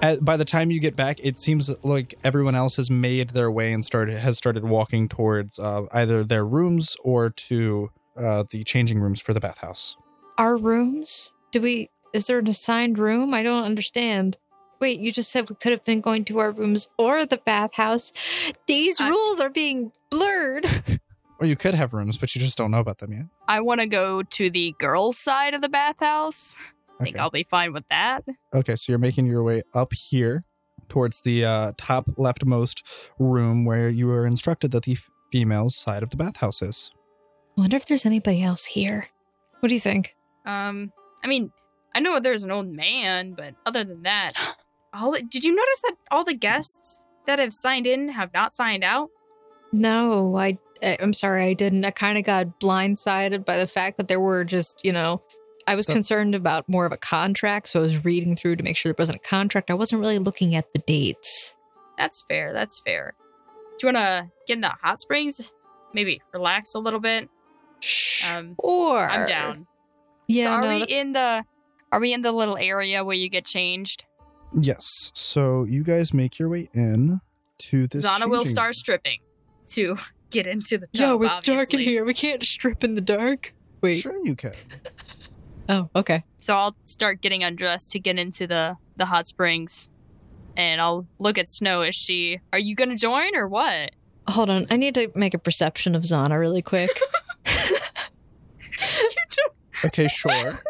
Speaker 3: Uh, by the time you get back, it seems like everyone else has made their way and started has started walking towards uh, either their rooms or to uh, the changing rooms for the bathhouse.
Speaker 2: Our rooms? Do we? Is there an assigned room? I don't understand. Wait, you just said we could have been going to our rooms or the bathhouse. These rules are being blurred.
Speaker 3: Or you could have rooms, but you just don't know about them yet.
Speaker 8: I want to go to the girls' side of the bathhouse. I think I'll be fine with that.
Speaker 3: Okay, so you're making your way up here towards the uh, top leftmost room where you were instructed that the f- female side of the bathhouse is.
Speaker 2: I wonder if there's anybody else here. What do you think?
Speaker 27: Um, I mean, I know there's an old man, but other than that, all did you notice that all the guests that have signed in have not signed out?
Speaker 2: No, I. I- I'm sorry, I didn't. I kind of got blindsided by the fact that there were just, you know, I was
Speaker 3: Oh.
Speaker 2: concerned about more of a contract, so I was reading through to make sure there wasn't a contract. I wasn't really looking at the dates.
Speaker 27: That's fair. That's fair. Do you want to get in the hot springs? Maybe relax a little bit.
Speaker 2: Um, or
Speaker 27: I'm down.
Speaker 2: Yeah,
Speaker 8: So are
Speaker 2: no,
Speaker 8: we
Speaker 2: that-
Speaker 8: in the? Are we in the little area where you get changed?
Speaker 3: Yes, so you guys make your way in to this.
Speaker 27: Zana will
Speaker 3: changing
Speaker 27: start stripping to get into the tub.
Speaker 2: Yo, it's
Speaker 27: obviously.
Speaker 2: dark in here. We can't strip in the dark. Wait.
Speaker 3: Sure, you can.
Speaker 2: oh, okay.
Speaker 8: So I'll start getting undressed to get into the the hot springs, and I'll look at Snow. Is she? Are you gonna join or what?
Speaker 2: Hold on. I need to make a perception of Zana really quick.
Speaker 3: Okay, sure.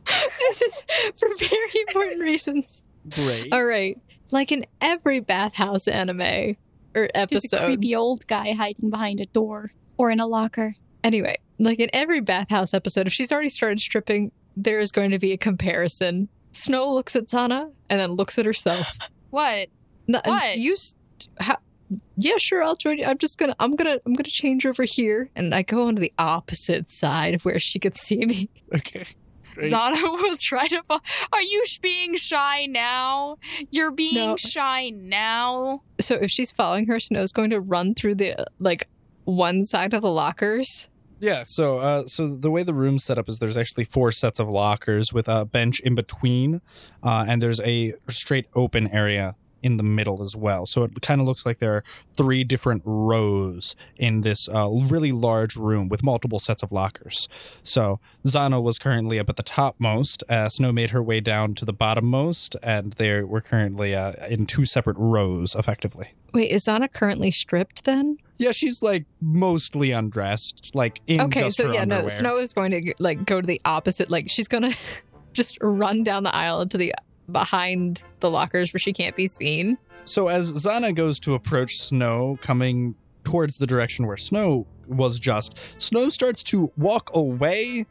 Speaker 2: this is for very important reasons.
Speaker 3: Great.
Speaker 2: All right. Like in every bathhouse anime or episode.
Speaker 10: There's a creepy old guy hiding behind a door or in a locker.
Speaker 2: Anyway, like in every bathhouse episode, if she's already started stripping, there is going to be a comparison. Snow looks at Zana and then looks at herself.
Speaker 8: What?
Speaker 2: No, and
Speaker 8: What?
Speaker 2: You. St- how- yeah, sure. I'll join you. I'm just gonna. I'm gonna. I'm gonna change over here, and I go onto the opposite side of where she could see me.
Speaker 3: Okay.
Speaker 8: Zana will try to. Fo- Are you sh- being shy now? You're being
Speaker 2: No.
Speaker 8: shy now.
Speaker 2: So if she's following her, Snow's going to run through the uh, like one side of the lockers.
Speaker 3: Yeah, so uh, so the way the room's set up is there's actually four sets of lockers with a bench in between, uh, and there's a straight open area in the middle as well. So it kind of looks like there are three different rows in this uh, really large room with multiple sets of lockers. So Zana was currently up at the topmost. Uh, Snow made her way down to the bottommost, and they were currently uh, in two separate rows, effectively.
Speaker 2: Wait, is Zana currently stripped then?
Speaker 3: Yeah, she's like mostly undressed, like in
Speaker 2: okay,
Speaker 3: just
Speaker 2: so
Speaker 3: her
Speaker 2: yeah, no,
Speaker 3: underwear.
Speaker 2: Snow is going to like go to the opposite. Like she's gonna just run down the aisle to the behind the lockers where she can't be seen.
Speaker 3: So as Zana goes to approach Snow, coming towards the direction where Snow was just, Snow starts to walk away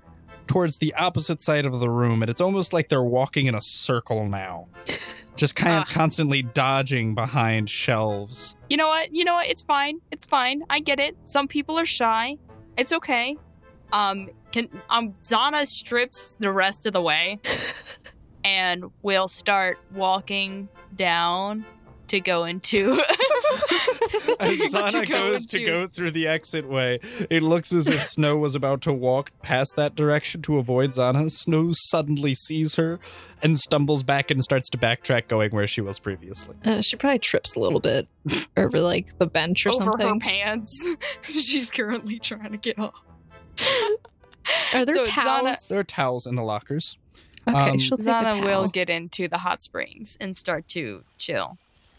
Speaker 3: towards the opposite side of the room, and it's almost like they're walking in a circle now. just kind
Speaker 8: Ah.
Speaker 3: of constantly dodging behind shelves.
Speaker 8: You know what? You know what? It's fine. It's fine. I get it. Some people are shy. It's okay. Um, can um Zana strips the rest of the way, and we'll start walking down to go into.
Speaker 3: As Zana
Speaker 8: To go
Speaker 3: goes to
Speaker 8: into-
Speaker 3: go through the exit way, it looks as if Snow was about to walk past that direction to avoid Zana. Snow suddenly sees her and stumbles back and starts to backtrack going where she was previously.
Speaker 2: Uh, she probably trips a little bit over like the bench or
Speaker 8: over
Speaker 2: something.
Speaker 8: her pants. She's currently trying to get off.
Speaker 2: Are there
Speaker 8: So Zana-
Speaker 2: towels?
Speaker 3: There are towels in the lockers.
Speaker 2: Okay,
Speaker 3: Um,
Speaker 2: she'll take a
Speaker 8: Zana
Speaker 2: towel.
Speaker 8: will get into the hot springs and start to chill.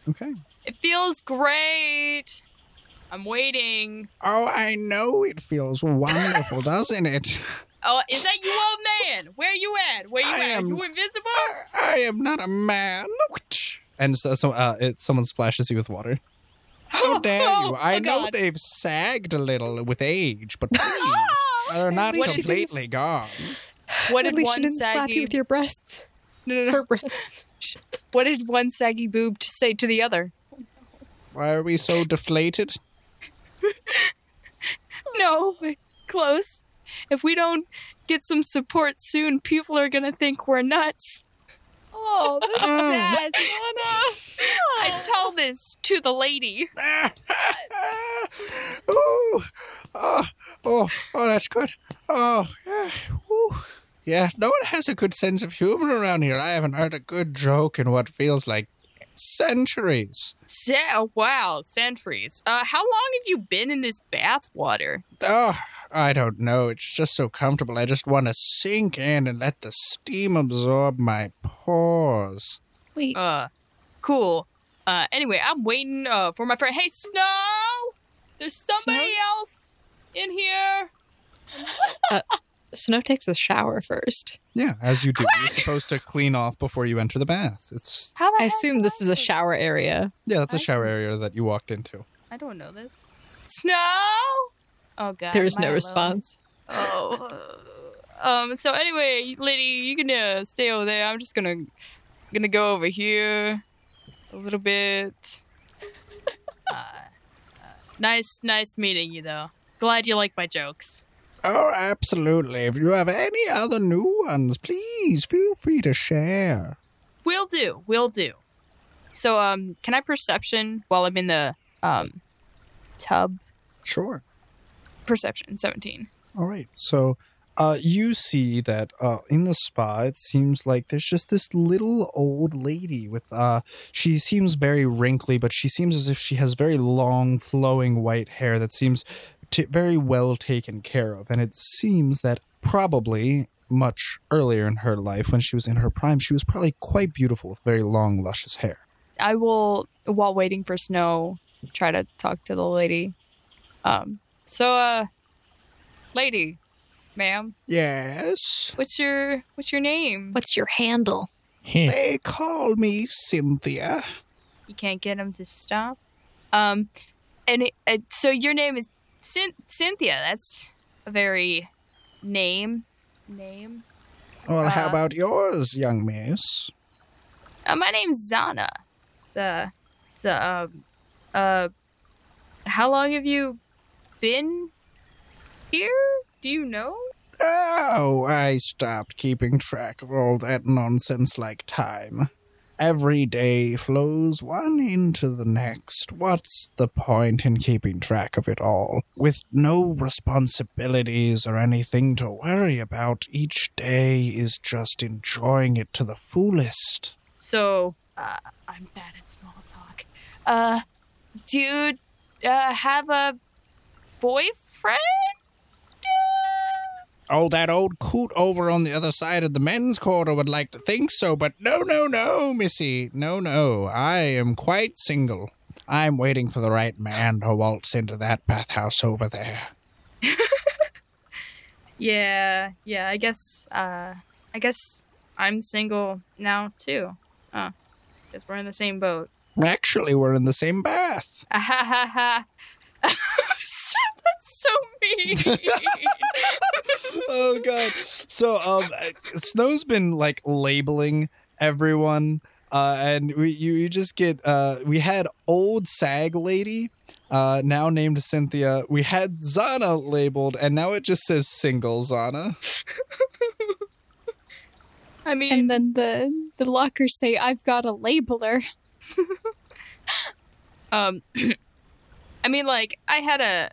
Speaker 3: Okay.
Speaker 8: It feels great. I'm waiting.
Speaker 29: Oh, I know it feels wonderful, doesn't it?
Speaker 8: Oh, is that you, old man? Where you at? Where you
Speaker 29: I
Speaker 8: at?
Speaker 29: am-
Speaker 8: You invisible?
Speaker 29: I am not a man.
Speaker 3: And so, so uh, it, someone splashes you with water.
Speaker 29: How dare you? I
Speaker 3: oh,
Speaker 29: know
Speaker 3: God.
Speaker 29: they've sagged a little with age, but please, they're not
Speaker 8: least you didn't
Speaker 29: completely gone.
Speaker 8: What
Speaker 2: At
Speaker 8: did
Speaker 2: least
Speaker 8: one
Speaker 2: she didn't slap
Speaker 8: saggy?
Speaker 2: you with your breasts.
Speaker 8: No, no, no.
Speaker 2: Her breasts.
Speaker 8: What did one saggy boob to say to the other?
Speaker 29: Why are we so deflated?
Speaker 8: No, close. If we don't, get some support soon, people are gonna think we're nuts.
Speaker 30: Oh, that's
Speaker 3: Um,
Speaker 30: sad,
Speaker 8: I tell this to the lady.
Speaker 3: Ooh. Oh, oh, oh, that's good. Oh, yeah. Ooh. Yeah, no one has a good sense of humor around here. I haven't heard a good joke in what feels like centuries.
Speaker 8: Se- wow, centuries. Uh, how long have you been in this bathwater?
Speaker 3: Oh, I don't know. It's just so comfortable. I just want to sink in and let the steam absorb my pores.
Speaker 30: Wait.
Speaker 10: Um,
Speaker 8: Uh, cool. Uh, anyway, I'm waiting uh, for my friend. Hey, Snow! There's somebody else in here.
Speaker 2: Uh, Snow takes a shower first.
Speaker 31: Yeah, as you do. You're supposed to clean off before you enter the bath. It's
Speaker 8: How
Speaker 2: I assume this is a shower area.
Speaker 31: yeah, that's a shower area that you walked into.
Speaker 8: I don't know this. Snow? Oh, God.
Speaker 2: there is
Speaker 8: am I
Speaker 2: no
Speaker 8: alone?
Speaker 2: response.
Speaker 8: Oh. uh, um. So anyway, lady, you can uh, stay over there. I'm just gonna gonna go over here a little bit. Uh, uh, nice, nice meeting you, though. Glad you like my jokes.
Speaker 3: Oh, absolutely. If you have any other new ones, please feel free to share.
Speaker 8: Will do. Will do. So, um, can I perception while I'm in the um tub?
Speaker 31: Sure.
Speaker 8: Perception, seventeen.
Speaker 31: All right. So uh, you see that uh, in the spa, it seems like there's just this little old lady with. Uh, she seems very wrinkly, but she seems as if she has very long, flowing white hair that seems t- very well taken care of. And it seems that probably much earlier in her life, when she was in her prime, she was probably quite beautiful with very long, luscious hair.
Speaker 8: I will, while waiting for snow, try to talk to the lady. Um, so, uh, lady, ma'am,
Speaker 3: Yes.
Speaker 8: what's your what's your name?
Speaker 2: What's your handle?
Speaker 7: Hmm.
Speaker 3: They call me Cynthia.
Speaker 8: You can't get him to stop. Um, and it, uh, so your name is Cyn- Cynthia. That's a very name name.
Speaker 3: Well, how
Speaker 8: Uh,
Speaker 3: about yours, young miss?
Speaker 8: Uh, my name's Zana. It's a, it's a, um, uh, how long have you been here? Do you know?
Speaker 3: Oh, I stopped keeping track of all that nonsense like time. Every day flows one into the next. What's the point in keeping track of it all? With no responsibilities or anything to worry about, each day is just enjoying it to the fullest.
Speaker 8: So, uh, I'm bad at small talk. Uh, do you uh, have a boyfriend?
Speaker 3: Oh, that old coot over on the other side of the men's quarter would like to think so, but no, no, no, Missy. No, no. I am quite single. I'm waiting for the right man to waltz into that bathhouse over there.
Speaker 8: Yeah, yeah. I guess, uh, I guess I'm single now too. Uh, guess we're in the same boat.
Speaker 3: Actually, we're in the same bath.
Speaker 8: Ah, ha ha ha. That's so mean.
Speaker 31: oh god so um snow's been like labeling everyone uh and we you, you just get uh we had old sag lady uh now named cynthia we had zana labeled and now it just says single zana
Speaker 8: I mean,
Speaker 10: and then the the lockers say, "I've got a labeler."
Speaker 8: Um, I mean, like I had a,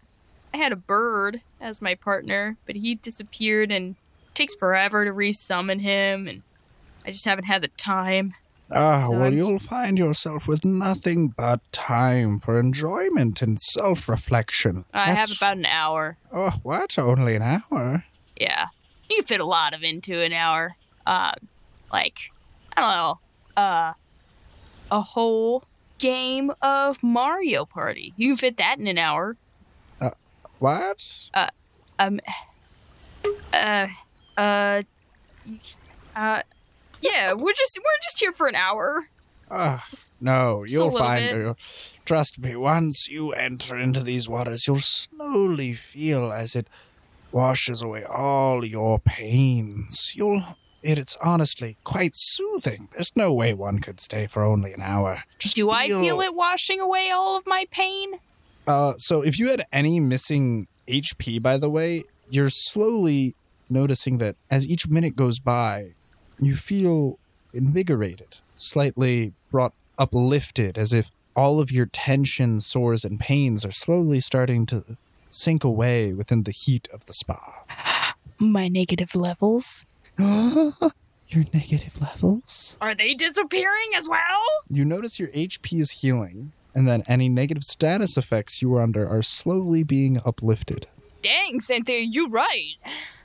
Speaker 8: I had a bird as my partner, but he disappeared, and it takes forever to resummon him, and I just haven't had the time.
Speaker 3: Ah,
Speaker 8: So
Speaker 3: well,
Speaker 8: I'm-
Speaker 3: you'll find yourself with nothing but time for enjoyment and self reflection.
Speaker 8: I have about an hour.
Speaker 3: Oh, what? Only an hour?
Speaker 8: Yeah, you can fit a lot of into an hour. Uh, like I don't know, uh, a whole game of Mario Party. You can fit that in an hour.
Speaker 3: What?
Speaker 8: uh, um, uh, uh, you- uh, yeah, we're just we're just here for an hour.
Speaker 3: Ah, no,
Speaker 8: just a
Speaker 3: you'll
Speaker 8: little
Speaker 3: find
Speaker 8: bit.
Speaker 3: her. Trust me, once you enter into these waters, you'll slowly feel as it washes away all your pains. You'll. It, it's honestly quite soothing. There's no way one could stay for only an hour. Just
Speaker 8: Do I feel it washing away all of my pain?
Speaker 31: Uh, so if you had any missing HP, by the way, you're slowly
Speaker 3: noticing that as each minute goes by, you feel invigorated, slightly brought uplifted, as if all of your tension, sores, and pains are slowly starting to sink away within the heat of the spa.
Speaker 8: My negative levels.
Speaker 3: your negative levels?
Speaker 27: Are they disappearing as well?
Speaker 3: You notice your HP is healing, and then any negative status effects you were under are slowly being uplifted.
Speaker 8: Dang, Cynthia, you right.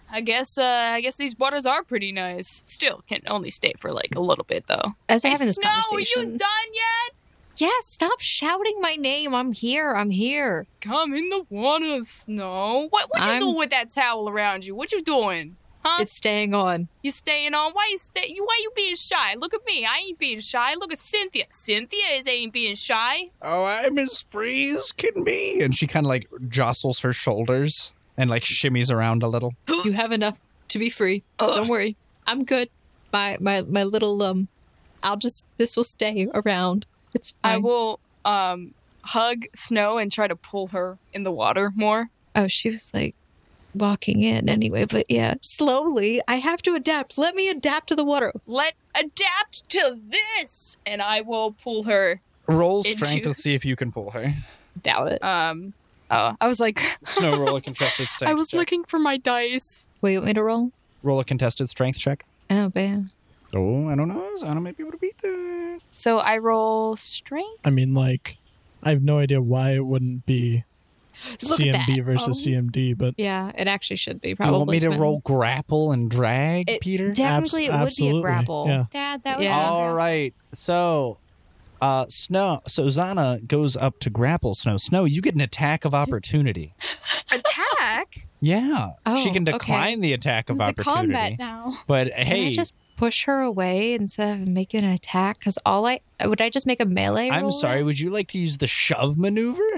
Speaker 8: I guess uh, I guess these waters are pretty nice. Still, can only stay for like a little bit though.
Speaker 2: As
Speaker 8: hey,
Speaker 2: we're having this
Speaker 8: Snow,
Speaker 2: conversation-
Speaker 8: are you done yet?
Speaker 2: Yes, stop shouting my name. I'm here. I'm here.
Speaker 8: Come in the water, Snow. What what you
Speaker 2: I'm-
Speaker 8: doing with that towel around you? What you doing? Huh?
Speaker 2: It's staying on.
Speaker 8: You staying on? Why you stay? You why you being shy? Look at me. I ain't being shy. Look at Cynthia. Cynthia is ain't being shy.
Speaker 3: Oh, I'm as free as can be. And she kind of like jostles her shoulders and like shimmies around a little.
Speaker 2: you have enough to be free. Don't worry. I'm good. My my my little um I'll just this will stay around. It's fine.
Speaker 8: I will um hug Snow and try to pull her in the water more.
Speaker 2: Oh, she was like walking in anyway, but yeah, slowly. I have to adapt. Let me adapt to the water.
Speaker 8: Let adapt to this, and I will pull her.
Speaker 3: Roll
Speaker 8: into-
Speaker 3: strength to see if you can pull her.
Speaker 2: Doubt it.
Speaker 8: Um. Oh, I was like,
Speaker 3: Snow roll a contested strength
Speaker 8: I was
Speaker 3: check.
Speaker 8: looking for my dice.
Speaker 2: Wait, you want me to roll?
Speaker 3: Roll a contested strength check.
Speaker 2: Oh man.
Speaker 3: Oh, I don't know. Zana might be able to beat that.
Speaker 8: So I roll strength.
Speaker 7: I mean, like, I have no idea why it wouldn't be
Speaker 2: Look at
Speaker 7: CMD
Speaker 2: that.
Speaker 7: versus
Speaker 2: Oh.
Speaker 7: CMD, but
Speaker 2: Yeah, it actually should be
Speaker 3: Do you
Speaker 2: probably.
Speaker 3: want me to
Speaker 2: but-
Speaker 3: roll grapple and drag,
Speaker 2: It-
Speaker 3: Peter?
Speaker 2: Technically,
Speaker 7: Abs-
Speaker 2: it would be
Speaker 7: absolutely,
Speaker 2: a grapple.
Speaker 10: Oh,
Speaker 7: yeah.
Speaker 5: Dad, that
Speaker 2: would Yeah. be-
Speaker 3: All right. So, uh, Snow. So Zana goes up to grapple Snow. Snow, you get an attack of opportunity.
Speaker 8: Attack.
Speaker 3: Yeah, she
Speaker 2: Oh,
Speaker 3: can
Speaker 2: okay.
Speaker 3: decline the attack of
Speaker 5: It's a
Speaker 3: opportunity.
Speaker 5: combat now.
Speaker 3: But
Speaker 2: Can
Speaker 3: hey,
Speaker 2: I just push her away instead of making an attack? Because all I would I just make a melee.
Speaker 3: I'm
Speaker 2: roll?
Speaker 3: sorry. Would you like to use the shove maneuver?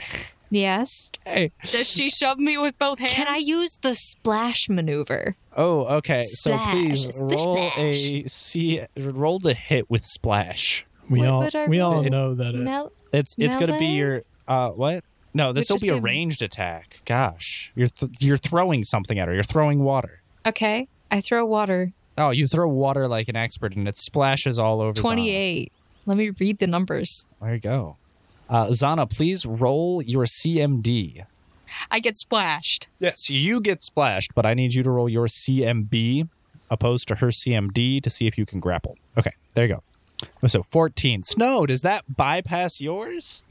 Speaker 2: Yes.
Speaker 3: Hey.
Speaker 8: Does she shove me with both hands?
Speaker 2: Can I use the splash maneuver?
Speaker 3: Oh, okay. so
Speaker 2: Splash,
Speaker 3: please
Speaker 2: splish,
Speaker 3: roll a see. Roll the hit with splash.
Speaker 7: we
Speaker 2: What
Speaker 7: all
Speaker 2: would I
Speaker 7: we all
Speaker 2: roll?
Speaker 7: know that it,
Speaker 2: Mel-
Speaker 3: It's it's gonna be
Speaker 2: Melee?
Speaker 3: your uh what? No, this will
Speaker 2: just
Speaker 3: be a
Speaker 2: be a-
Speaker 3: ranged attack. Gosh, you're th- you're throwing something at her. You're throwing water.
Speaker 2: okay. I throw water.
Speaker 3: Oh, you throw water like an expert, and it splashes all over. Zana.
Speaker 2: Twenty-eight. Let me read the numbers.
Speaker 3: There you go. Uh, Zana, please roll your CMD.
Speaker 8: I get splashed.
Speaker 3: Yes, you get splashed, but I need you to roll your CMB opposed to her CMD to see if you can grapple. Okay, there you go. So 14. Snow, does that bypass yours?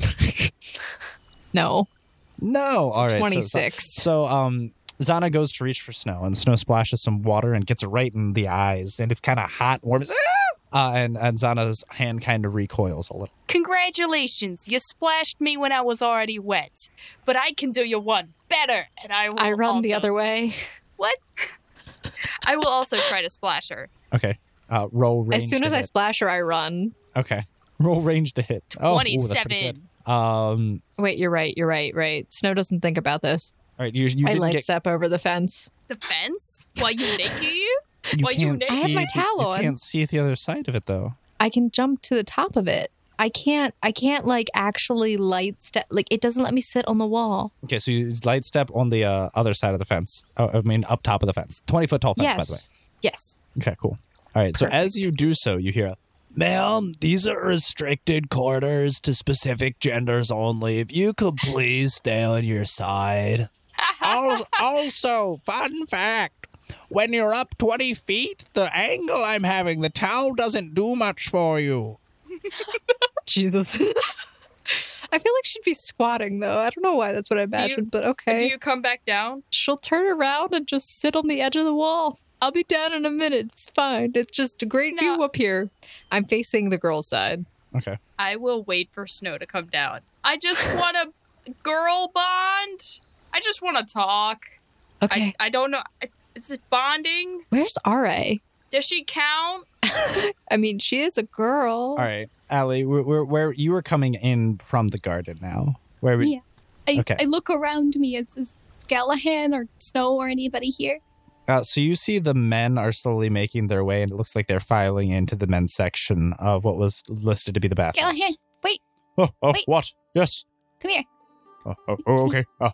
Speaker 2: No.
Speaker 3: No. All right. so- so-
Speaker 2: 26.
Speaker 3: So, um, Zana goes to reach for Snow, and Snow splashes some water and gets it right in the eyes, and it's kind of hot, warm. It's, "Ah!" Uh, and and Zana's hand kind of recoils a little.
Speaker 8: Congratulations, you splashed me when I was already wet. But I can do you one better, and I will.
Speaker 2: I run the
Speaker 8: also-
Speaker 2: other way.
Speaker 8: What? I will also try to splash her.
Speaker 3: Okay. Uh, roll range.
Speaker 2: as soon
Speaker 3: to
Speaker 2: as I
Speaker 3: hit.
Speaker 2: splash her, I run.
Speaker 3: okay. Roll range to hit. Oh, ooh, that's pretty good.
Speaker 8: 27.
Speaker 3: Um.
Speaker 2: Wait, you're right. You're right. Right. Snow doesn't think about this.
Speaker 3: All right. You you
Speaker 2: I
Speaker 3: didn't
Speaker 2: light
Speaker 3: get
Speaker 2: step over the fence.
Speaker 8: The fence? Why you naked?
Speaker 3: You
Speaker 8: Well, you
Speaker 3: can't
Speaker 8: na-
Speaker 2: I
Speaker 3: see
Speaker 2: have my
Speaker 3: the-
Speaker 2: towel
Speaker 3: you
Speaker 2: on.
Speaker 3: can't see the other side of it though.
Speaker 2: I can jump to the top of it. I can't. I can't like actually light step. Like it doesn't let me sit on the wall.
Speaker 3: Okay, so you light step on the uh, other side of the fence. Oh, I mean, up top of the fence, twenty foot tall fence, by the way.
Speaker 2: yes. Yes.
Speaker 3: Okay, cool. All right. So as you do so, you hear, a-
Speaker 29: Ma'am, these are restricted quarters to specific genders only. If you could please stay on your side. Al- also, fun fact when you're up 20 feet, the angle I'm having, the towel doesn't do much for you.
Speaker 2: Jesus. I feel like she'd be squatting though. I don't know why that's what I imagined, but okay.
Speaker 27: Do you come back down?
Speaker 2: She'll turn around and just sit on the edge of the wall. I'll be down in a minute. It's fine. It's just a great view up here. I'm facing the girl side.
Speaker 3: okay,
Speaker 27: I will wait for Snow to come down.
Speaker 8: I just want to girl bond. I just want to talk.
Speaker 2: Okay.
Speaker 8: I, I don't know. Is it bonding?
Speaker 2: Where's RA?
Speaker 8: Does she count?
Speaker 2: I mean, she is a girl.
Speaker 3: all right, Allie, we're, we're, where you were coming in from the garden now? Where we?
Speaker 10: Yeah. I,
Speaker 3: Okay.
Speaker 10: I look around me. Is, is Gallahan or Snow or anybody here?
Speaker 3: Uh, so you see the men are slowly making their way, and it looks like they're filing into the men's section of what was listed to be the bathroom.
Speaker 10: Gallahan, wait,
Speaker 28: Oh, oh
Speaker 10: Wait.
Speaker 28: what? Yes.
Speaker 10: come here.
Speaker 3: oh, Ah,
Speaker 28: Oh, oh, oh, okay. Uh,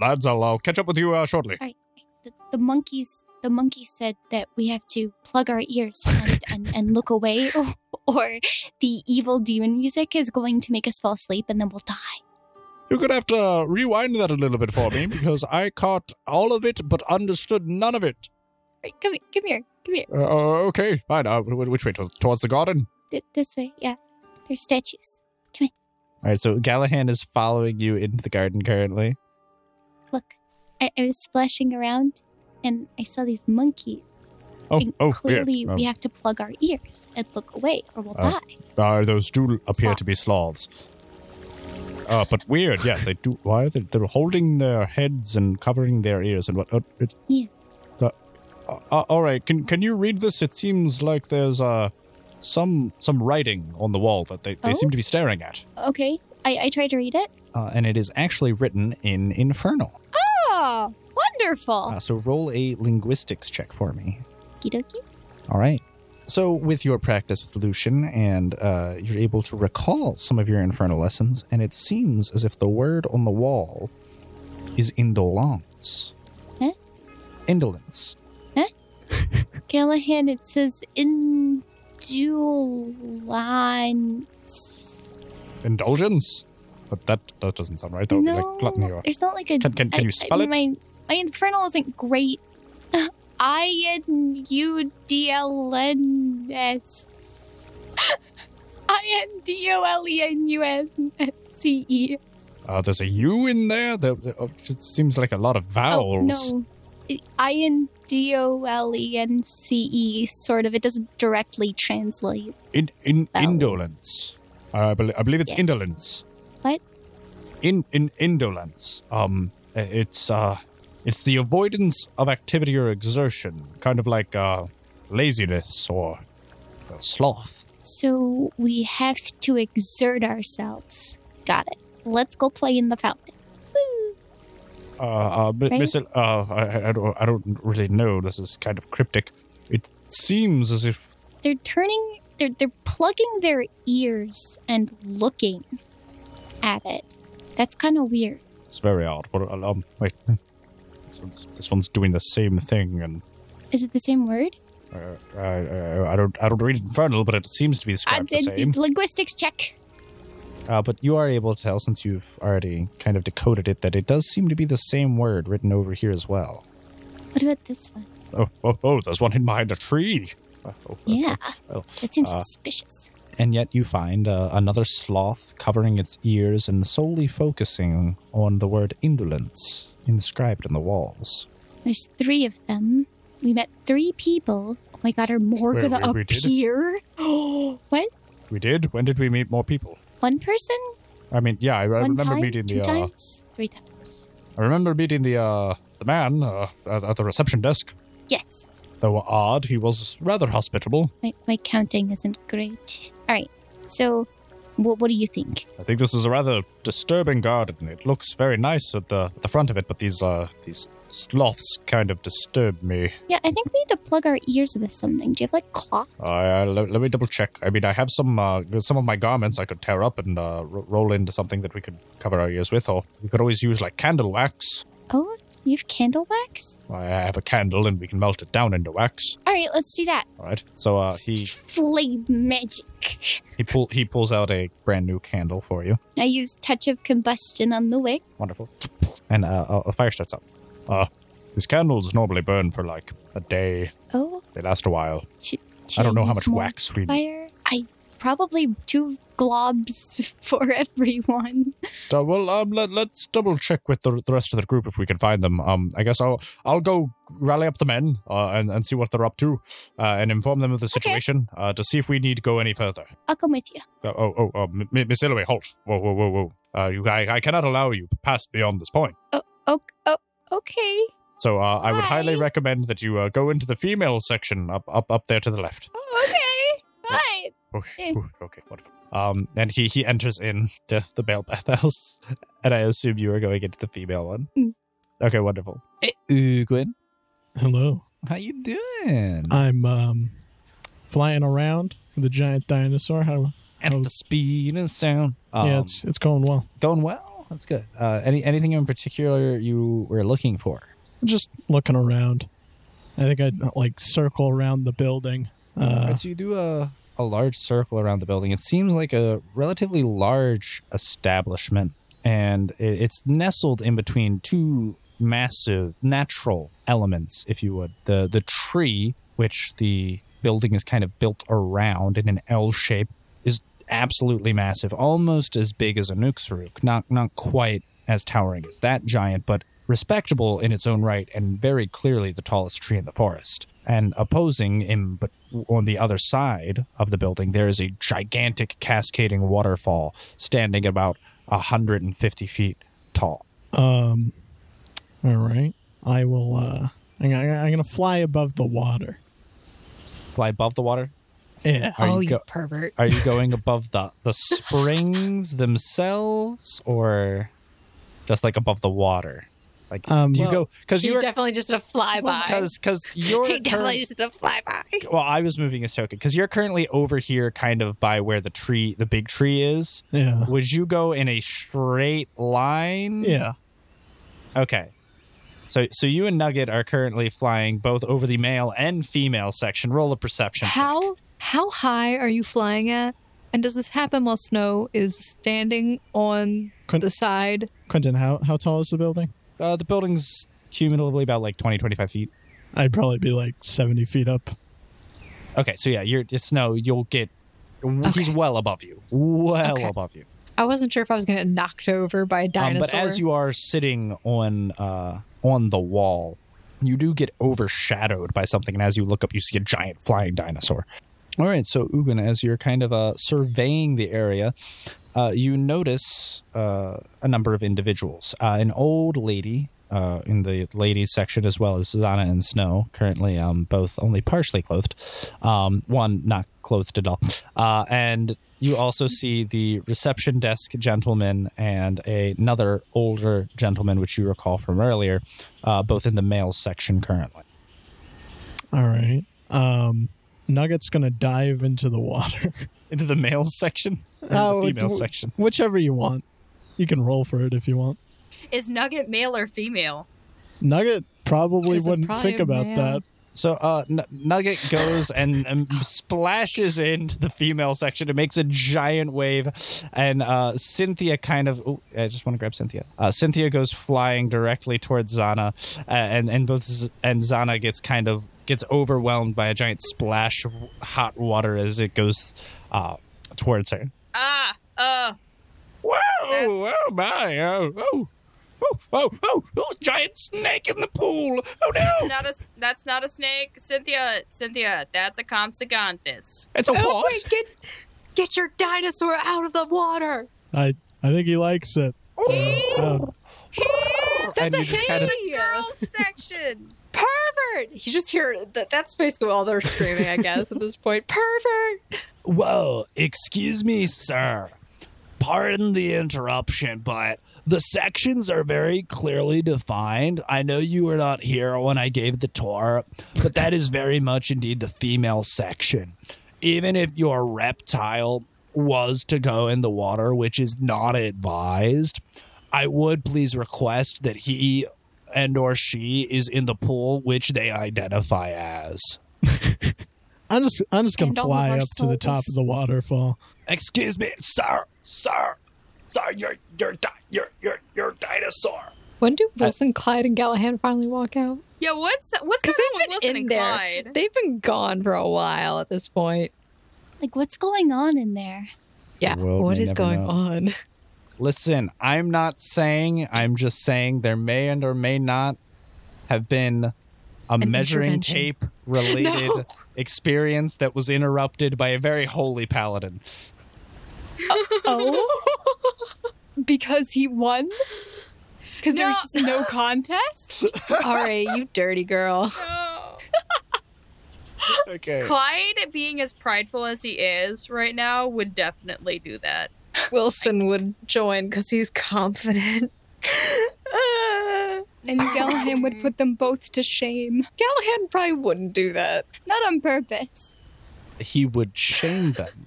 Speaker 28: lads, I'll, I'll catch up with you uh, shortly.
Speaker 10: the, the monkeys the monkey said that we have to plug our ears and, and, and look away or, or the evil demon music is going to make us fall asleep and then we'll die.
Speaker 3: You're going to have to rewind that a little bit for me because I caught all of it but understood none of it.
Speaker 10: Right, come, he- come here, come here.
Speaker 3: Uh, okay, fine. Uh, wh- which way? Towards- Towards the garden?
Speaker 10: Th- this way, yeah. There's statues.
Speaker 32: All right, so Gallahan is following you into the garden currently.
Speaker 10: Look, I, I was splashing around and I saw these monkeys.
Speaker 3: Oh,
Speaker 10: and
Speaker 3: oh,
Speaker 10: clearly
Speaker 3: yes.
Speaker 10: we
Speaker 3: Um,
Speaker 10: have to plug our ears and look away or we'll
Speaker 3: Oh.
Speaker 10: die.
Speaker 3: uh, those do appear to be sloths. Uh, but weird, yes, they do. Why are they? They're holding their heads and covering their ears and what? Uh, it,
Speaker 10: Yeah.
Speaker 3: uh, uh, all right, can can you read this? It seems like there's uh, some some writing on the wall that they, they
Speaker 10: Oh?
Speaker 3: seem to be staring at.
Speaker 10: Okay, I, I tried to read it.
Speaker 32: Uh, and it is actually written in Infernal.
Speaker 10: Oh, wonderful.
Speaker 32: Uh,
Speaker 3: Ah.
Speaker 32: so roll a linguistics check for me.
Speaker 10: Okie dokie.
Speaker 32: All right. So, with your practice with Lucian, and uh, you're able to recall some of your infernal lessons, and it seems as if the word on the wall is indolence.
Speaker 10: Huh?
Speaker 32: Indolence.
Speaker 10: Callahan, it says indulance.
Speaker 3: Indulgence, but that that doesn't sound right. That would be like gluttony. Or...
Speaker 10: There's not like a.
Speaker 3: Can- can- can
Speaker 10: I-
Speaker 3: you spell
Speaker 10: I-
Speaker 3: it?
Speaker 10: My, my infernal isn't great. I N U D L N S. I N D O L E N U S C E.
Speaker 3: Uh, there's a U in there. There, there- oh, it seems like a lot of
Speaker 10: Oh,
Speaker 3: vowels.
Speaker 10: no. I N D O L E N C E, sort of. It doesn't directly translate.
Speaker 3: In, in indolence. Uh, I, bel I believe it's indolence.
Speaker 10: What?
Speaker 3: In in indolence. Um, i- it's uh, it's the avoidance of activity or exertion, kind of like uh, laziness or uh, sloth.
Speaker 10: So we have to exert ourselves. Got it. Let's go play in the fountain.
Speaker 3: Uh, uh, but
Speaker 10: Right?
Speaker 3: Miss El- uh, I, I don't I don't really know. This is kind of cryptic. It seems as if
Speaker 10: They're turning. They're they're plugging their ears and looking at it. That's kind of weird.
Speaker 3: it's very odd. But um, wait, this one's, this one's doing the same thing and.
Speaker 10: Is it the same word?
Speaker 3: Uh, I, I, I don't I don't read infernal, but it seems to be
Speaker 10: I
Speaker 3: described the
Speaker 10: did the
Speaker 3: same.
Speaker 10: linguistics check.
Speaker 32: Uh, but you are able to tell, since you've already kind of decoded it, that it does seem to be the same word written over here as well.
Speaker 10: What about this one?
Speaker 3: Oh, oh, oh, there's one hidden behind a tree. Oh, oh,
Speaker 10: Yeah,
Speaker 3: oh.
Speaker 10: that seems
Speaker 32: Uh,
Speaker 10: suspicious.
Speaker 32: And yet you find uh, another sloth covering its ears and solely focusing on the word indolence inscribed on the walls.
Speaker 10: There's three of them. We met three people. Oh my god, are more
Speaker 3: Wait,
Speaker 10: gonna
Speaker 3: wait, we did?
Speaker 10: appear? what?
Speaker 3: We did. When did we meet more people?
Speaker 10: One person?
Speaker 3: I mean, yeah, I, I
Speaker 10: One
Speaker 3: remember
Speaker 10: time?
Speaker 3: meeting
Speaker 10: Two
Speaker 3: the. Uh,
Speaker 10: times? Three times.
Speaker 3: I remember meeting the uh, the man uh, at, at the reception desk.
Speaker 10: Yes.
Speaker 3: Though odd, he was rather hospitable.
Speaker 10: My, my counting isn't great. All right. So, wh- what do you think?
Speaker 3: I think this is a rather disturbing garden. It looks very nice at the the front of it, but these uh these sloths kind of disturb me.
Speaker 10: Yeah, I think we need to plug our ears with something. Do you have like cloth?
Speaker 3: I, I- let, let me double check. I mean, I have some uh, some of my garments I could tear up and uh, ro- roll into something that we could cover our ears with, or we could always use like candle wax.
Speaker 10: Oh, you have candle wax?
Speaker 3: I have a candle and we can melt it down into wax.
Speaker 10: All right, let's do that.
Speaker 3: All right. So uh, he
Speaker 10: Flame magic.
Speaker 32: He pull he pulls out a brand new candle for you.
Speaker 10: I use touch of combustion on the wick.
Speaker 32: Wonderful. And uh, a- a fire starts up.
Speaker 3: Uh, these candles normally burn for like a day.
Speaker 10: Oh,
Speaker 3: They last a while.
Speaker 10: should,
Speaker 3: I don't know how
Speaker 10: use
Speaker 3: much
Speaker 10: more
Speaker 3: wax we need.
Speaker 10: fire. I probably two globs for everyone.
Speaker 3: Uh, well, um, let, let's double check with the, the rest of the group if we can find them. Um, I guess I'll I'll go rally up the men uh, and and see what they're up to, uh, and inform them of the situation uh, to see if we need to go any further.
Speaker 10: I'll come with you.
Speaker 3: Uh, oh, oh, oh, M- M- Miss Illoway, halt! Whoa, whoa, whoa, whoa! Uh, you, I, I cannot allow you past beyond this point.
Speaker 10: Oh, oh okay.
Speaker 3: So uh, I would highly recommend that you uh, go into the female section up, up, up there to the left.
Speaker 10: Oh, Okay. Fine.
Speaker 3: Okay, ooh, okay, wonderful. Um, and he he enters in to the male bathhouse, and I assume you are going into the female one.
Speaker 10: Mm.
Speaker 3: Okay, wonderful.
Speaker 32: Hey, Ugwin.
Speaker 7: Hello.
Speaker 32: How you doing?
Speaker 7: I'm um flying around with a giant dinosaur. How,
Speaker 32: At the speed of sound.
Speaker 7: yeah,
Speaker 32: Um,
Speaker 7: it's it's going well.
Speaker 32: Going well. That's good. Uh, any anything in particular you were looking for?
Speaker 7: just looking around. I think I'd uh, like circle around the building.
Speaker 3: All
Speaker 7: Uh,
Speaker 3: right, so you do a a large circle around the building. It seems like a relatively large establishment, and it, it's nestled in between two massive natural elements, if you would. The the tree, which the building is kind of built around in an L shape, is absolutely massive, almost as big as a Nuxeruk. Not not quite as towering as that giant, but respectable in its own right and very clearly the tallest tree in the forest. And opposing in but on the other side of the building, there is a gigantic cascading waterfall standing about 150 feet tall.
Speaker 7: um, all right. I will. Uh, I'm, gonna- I'm gonna fly above the water.
Speaker 3: Fly above the water?
Speaker 7: Yeah.
Speaker 3: Are
Speaker 2: oh, you,
Speaker 3: go-
Speaker 2: pervert.
Speaker 3: Are you going above the the springs themselves, or just like above the water? Like
Speaker 7: Um,
Speaker 3: do you
Speaker 2: Whoa.
Speaker 3: go because
Speaker 2: She
Speaker 3: you were
Speaker 2: definitely just a flyby.
Speaker 3: because because you're
Speaker 2: He definitely just a flyby.
Speaker 3: well, I was moving his token because you're currently over here, kind of by where the tree, the big tree is.
Speaker 7: Yeah.
Speaker 3: Would you go in a straight line?
Speaker 7: Yeah.
Speaker 3: Okay. So, so you and Nugget are currently flying both over the male and female section. Roll a perception. check.
Speaker 2: How how high are you flying at? And does this happen while Snow is standing on
Speaker 7: Couldn't-
Speaker 2: the side?
Speaker 7: Quentin, how how tall is the building?
Speaker 3: Uh, the building's cumulatively about like 20, 25 feet.
Speaker 7: I'd probably be like seventy feet up.
Speaker 3: Okay, so yeah, you're it's no, you'll get. He's
Speaker 2: Okay.
Speaker 3: well above you. Well
Speaker 2: Okay.
Speaker 3: above you.
Speaker 2: I wasn't sure if I was going to get knocked over by a
Speaker 3: Um,
Speaker 2: dinosaur.
Speaker 3: but as you are sitting on uh, on the wall, you do get overshadowed by something, and as you look up, you see a giant flying dinosaur. All right, so Ugin, as you're kind of uh, surveying the area, uh, you notice uh, a number of individuals. Uh, an old lady uh, in the ladies section, as well as Susanna and Snow, currently um, both only partially clothed. Um, one not clothed at all. Uh, and you also see the reception desk gentleman and another older gentleman, which you recall from earlier, uh, both in the male section currently.
Speaker 7: All right. Um, Nugget's gonna dive into the water.
Speaker 3: Into the male section? Or
Speaker 7: Oh,
Speaker 3: the female
Speaker 7: w-
Speaker 3: section?
Speaker 7: Whichever you want. You can roll for it if you want.
Speaker 27: Is Nugget male or female?
Speaker 7: Nugget probably
Speaker 2: It's a
Speaker 7: wouldn't
Speaker 2: probably
Speaker 7: think
Speaker 2: a
Speaker 7: about
Speaker 2: man.
Speaker 7: that.
Speaker 3: So uh, N- Nugget goes and um, splashes into the female section. It makes a giant wave, and uh, Cynthia kind of. Ooh, I just want to grab Cynthia. Uh, Cynthia goes flying directly towards Zana, uh, and and both Z- and Zana gets kind of gets overwhelmed by a giant splash of hot water as it goes uh, towards her.
Speaker 27: Ah, uh,
Speaker 28: Whoa! Oh my! Oh, oh, oh, oh, oh, oh! Giant snake in the pool! Oh no!
Speaker 27: not a, that's not a snake. Cynthia, Cynthia, that's a Compsagonthus.
Speaker 28: It's
Speaker 2: Oh,
Speaker 28: a what?
Speaker 2: get, get your dinosaur out of the water.
Speaker 7: I I think he likes it. Oh,
Speaker 3: and you just kind of
Speaker 27: Girls section.
Speaker 2: Pervert! You just hear that, that's basically all they're screaming, I guess, at this point. Pervert!
Speaker 29: Well, excuse me, sir. Pardon the interruption, but the sections are very clearly defined. I know you were not here when I gave the tour, but that is very much indeed the female section. Even if your reptile was to go in the water, which is not advised, I would please request that he and or she is in the pool which they identify as.
Speaker 7: I'm just I'm just gonna
Speaker 2: And all of
Speaker 7: fly
Speaker 2: our
Speaker 7: up to the top of
Speaker 2: souls.
Speaker 7: the waterfall.
Speaker 29: Excuse me, sir, sir, sir, you're you're di- you're you're you're a dinosaur.
Speaker 2: When do Wilson, Clyde, and Gallahan finally walk out?
Speaker 27: Yeah, what's what's going
Speaker 2: Because
Speaker 27: on with
Speaker 2: they've
Speaker 27: Wilson
Speaker 2: been in
Speaker 27: and
Speaker 2: there.
Speaker 27: Clyde?
Speaker 2: They've been gone for a while at this point.
Speaker 10: Like, what's going on in there?
Speaker 2: Yeah,
Speaker 3: The world
Speaker 2: what
Speaker 3: may
Speaker 2: is
Speaker 3: never
Speaker 2: going
Speaker 3: know.
Speaker 2: on?
Speaker 3: Listen, I'm not saying, I'm just saying there may and or may not have been a measuring
Speaker 2: intervention.
Speaker 3: tape related experience that was interrupted by a very holy paladin.
Speaker 1: Oh. because he won? Because there's just no contest?
Speaker 2: All right, you dirty girl.
Speaker 27: No.
Speaker 3: Okay.
Speaker 27: Clyde, being as prideful as he is right now, would definitely do that.
Speaker 2: Wilson would join because he's confident.
Speaker 5: And Galahad would put them both to shame.
Speaker 2: Gallahan probably wouldn't do that.
Speaker 5: Not on purpose.
Speaker 3: He would shame them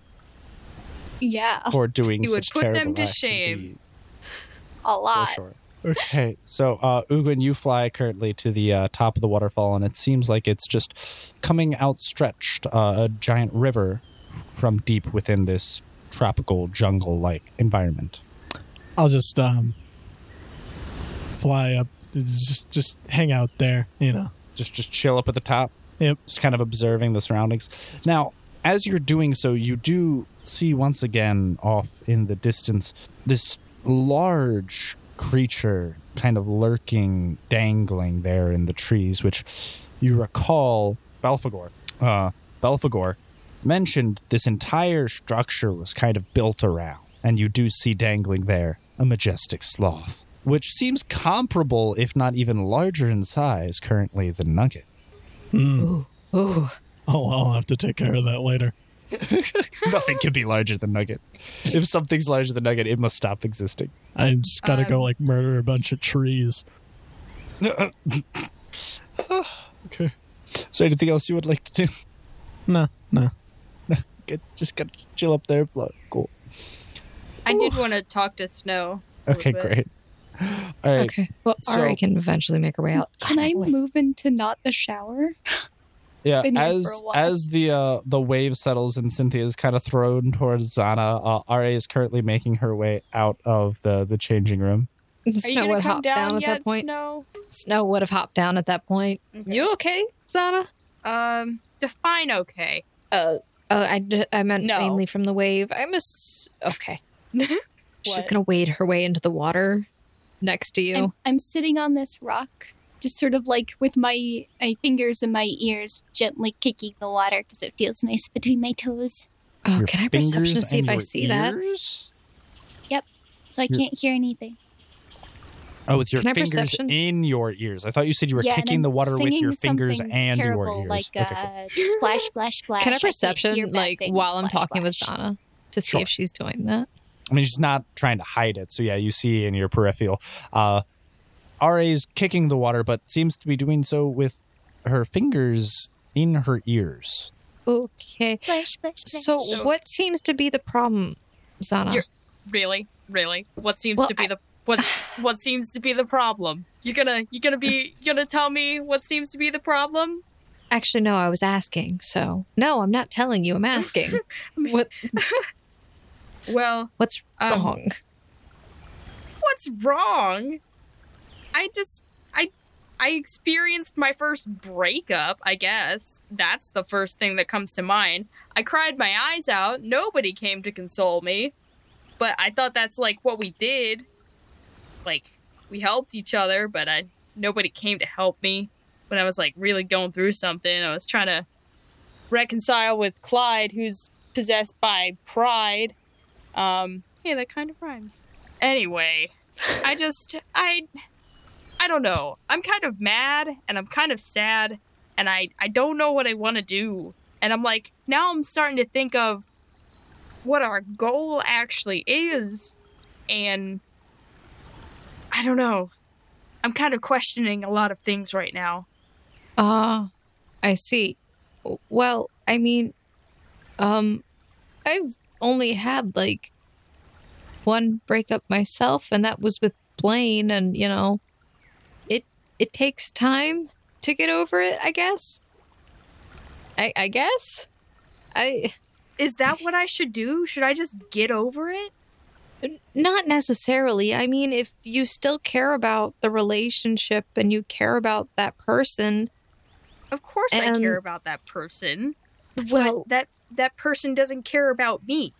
Speaker 5: Yeah,
Speaker 3: for doing
Speaker 27: He would
Speaker 3: such
Speaker 27: put
Speaker 3: terrible
Speaker 27: them to
Speaker 3: acts
Speaker 27: shame.
Speaker 3: indeed,
Speaker 5: a
Speaker 3: for
Speaker 5: lot.
Speaker 3: Oh, sure. Okay, so uh, Ugin, you fly currently to the uh, top of the waterfall, and it seems like it's just coming outstretched, uh, a giant river from deep within this tropical jungle-like environment.
Speaker 7: I'll just um fly up, just just hang out there, you know.
Speaker 3: Just, just chill up at the top.
Speaker 7: Yep.
Speaker 3: Just kind of observing the surroundings. Now, as you're doing so, you do see once again off in the distance this large creature kind of lurking, dangling there in the trees, which you recall Belphegor. Uh, Belphegor mentioned this entire structure was kind of built around, and you do see dangling there a majestic sloth, which seems comparable, if not even larger in size, currently than Nugget.
Speaker 7: Mm. Oh, I'll have to take care of that later.
Speaker 3: Nothing can be larger than Nugget. If something's larger than Nugget, it must stop existing.
Speaker 7: I just gotta
Speaker 2: Um,
Speaker 7: go like murder a bunch of trees.
Speaker 3: okay. So, anything else you would like to do?
Speaker 7: No, no.
Speaker 3: Good. Just gotta chill up there. Flo. Cool.
Speaker 8: I did want to talk to Snow. a little
Speaker 3: Okay,
Speaker 8: bit.
Speaker 3: great. All right.
Speaker 2: Okay. Well,
Speaker 3: So-
Speaker 2: Ari can eventually make her way out.
Speaker 10: Can I move into not the shower?
Speaker 3: Yeah,
Speaker 10: Been there
Speaker 3: as
Speaker 10: for a while.
Speaker 3: as the uh, the wave settles and Cynthia is kind of thrown towards Zana, uh, Ra is currently making her way out of the the changing room.
Speaker 33: Are you
Speaker 2: Snow
Speaker 33: gonna
Speaker 2: would
Speaker 33: come
Speaker 2: hop
Speaker 33: down,
Speaker 2: down, at
Speaker 33: yet,
Speaker 2: that point.
Speaker 33: Snow?
Speaker 2: Snow would have hopped down at that point. You okay, Zana?
Speaker 33: Um, define okay.
Speaker 2: Uh, uh I, d- I meant
Speaker 33: No.
Speaker 2: mainly from the wave. I'm ass- okay. She's gonna wade her way into the water next to you.
Speaker 10: I'm, I'm sitting on this rock, just sort of like with my, my fingers in my ears, gently kicking the water because it feels nice between my toes.
Speaker 2: oh,
Speaker 3: Your
Speaker 2: can I perception to
Speaker 3: fingers
Speaker 2: see if
Speaker 3: and
Speaker 2: I
Speaker 3: your
Speaker 2: see that?
Speaker 3: ears?
Speaker 10: So I
Speaker 3: You're-
Speaker 10: can't hear anything.
Speaker 3: Oh, with your
Speaker 2: Can I
Speaker 3: fingers
Speaker 2: perception?
Speaker 3: in your ears. I thought you said you were
Speaker 10: Yeah, and
Speaker 3: kicking
Speaker 10: I'm
Speaker 3: the water with
Speaker 10: singing
Speaker 3: your fingers
Speaker 10: something
Speaker 3: and your
Speaker 10: terrible,
Speaker 3: ears.
Speaker 10: Like
Speaker 3: Okay, cool.
Speaker 10: uh, splash, splash, splash.
Speaker 2: Can I
Speaker 10: can't hear
Speaker 2: perception
Speaker 10: bad
Speaker 2: like
Speaker 10: things,
Speaker 2: while I'm
Speaker 10: splash,
Speaker 2: talking with
Speaker 10: splash.
Speaker 2: Zana to see
Speaker 3: Sure.
Speaker 2: if she's doing that?
Speaker 3: I mean, she's not trying to hide it. So yeah, you see in your peripheral, uh, Ra is kicking the water, but seems to be doing so with her fingers in her ears.
Speaker 2: Okay.
Speaker 10: Splash, splash, splash.
Speaker 2: So, what seems to be the problem, Zana?
Speaker 8: You're- Really, really. What seems
Speaker 2: Well,
Speaker 8: to be
Speaker 2: I-
Speaker 8: the what what seems to be the problem? You're gonna you're gonna be you're gonna tell me what seems to be the problem?
Speaker 2: Actually, no, I was asking. So, no, I'm not telling you. I'm asking. what
Speaker 8: Well,
Speaker 2: What's
Speaker 8: Um,
Speaker 2: wrong?
Speaker 8: what's wrong? I just I I experienced my first breakup, I guess. That's the first thing that comes to mind. I cried my eyes out. Nobody came to console me. But I thought that's like what we did. Like we helped each other, but I nobody came to help me when I was like really going through something. I was trying to reconcile with Clyde who's possessed by pride. Um yeah, that kind of rhymes anyway i just i i don't know i'm kind of mad and i'm kind of sad and i i don't know what i want to do and i'm like now i'm starting to think of what our goal actually is and i don't know i'm kind of questioning a lot of things right now
Speaker 2: Ah, I see. Well, I mean, um, I've only had like one breakup myself, and that was with Blaine, and you know, it it takes time to get over it. I guess. I I guess. I
Speaker 8: is that what i should do should i just get over it
Speaker 2: not necessarily. I mean, if you still care about the relationship and you care about that person,
Speaker 8: of course i
Speaker 2: And-
Speaker 8: care about that person
Speaker 2: well,
Speaker 8: but that that person doesn't care about me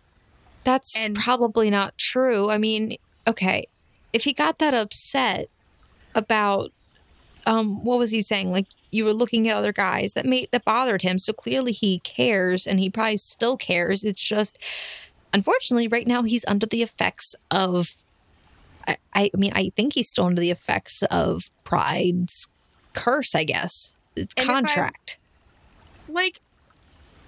Speaker 2: That's
Speaker 8: And-
Speaker 2: probably not true. I mean, okay, if he got that upset about um what was he saying? Like you were looking at other guys that made that bothered him. So clearly he cares and he probably still cares. It's just unfortunately right now he's under the effects of I, I mean, I think he's still under the effects of pride's curse, I guess. It's
Speaker 8: And if I-
Speaker 2: contract.
Speaker 8: like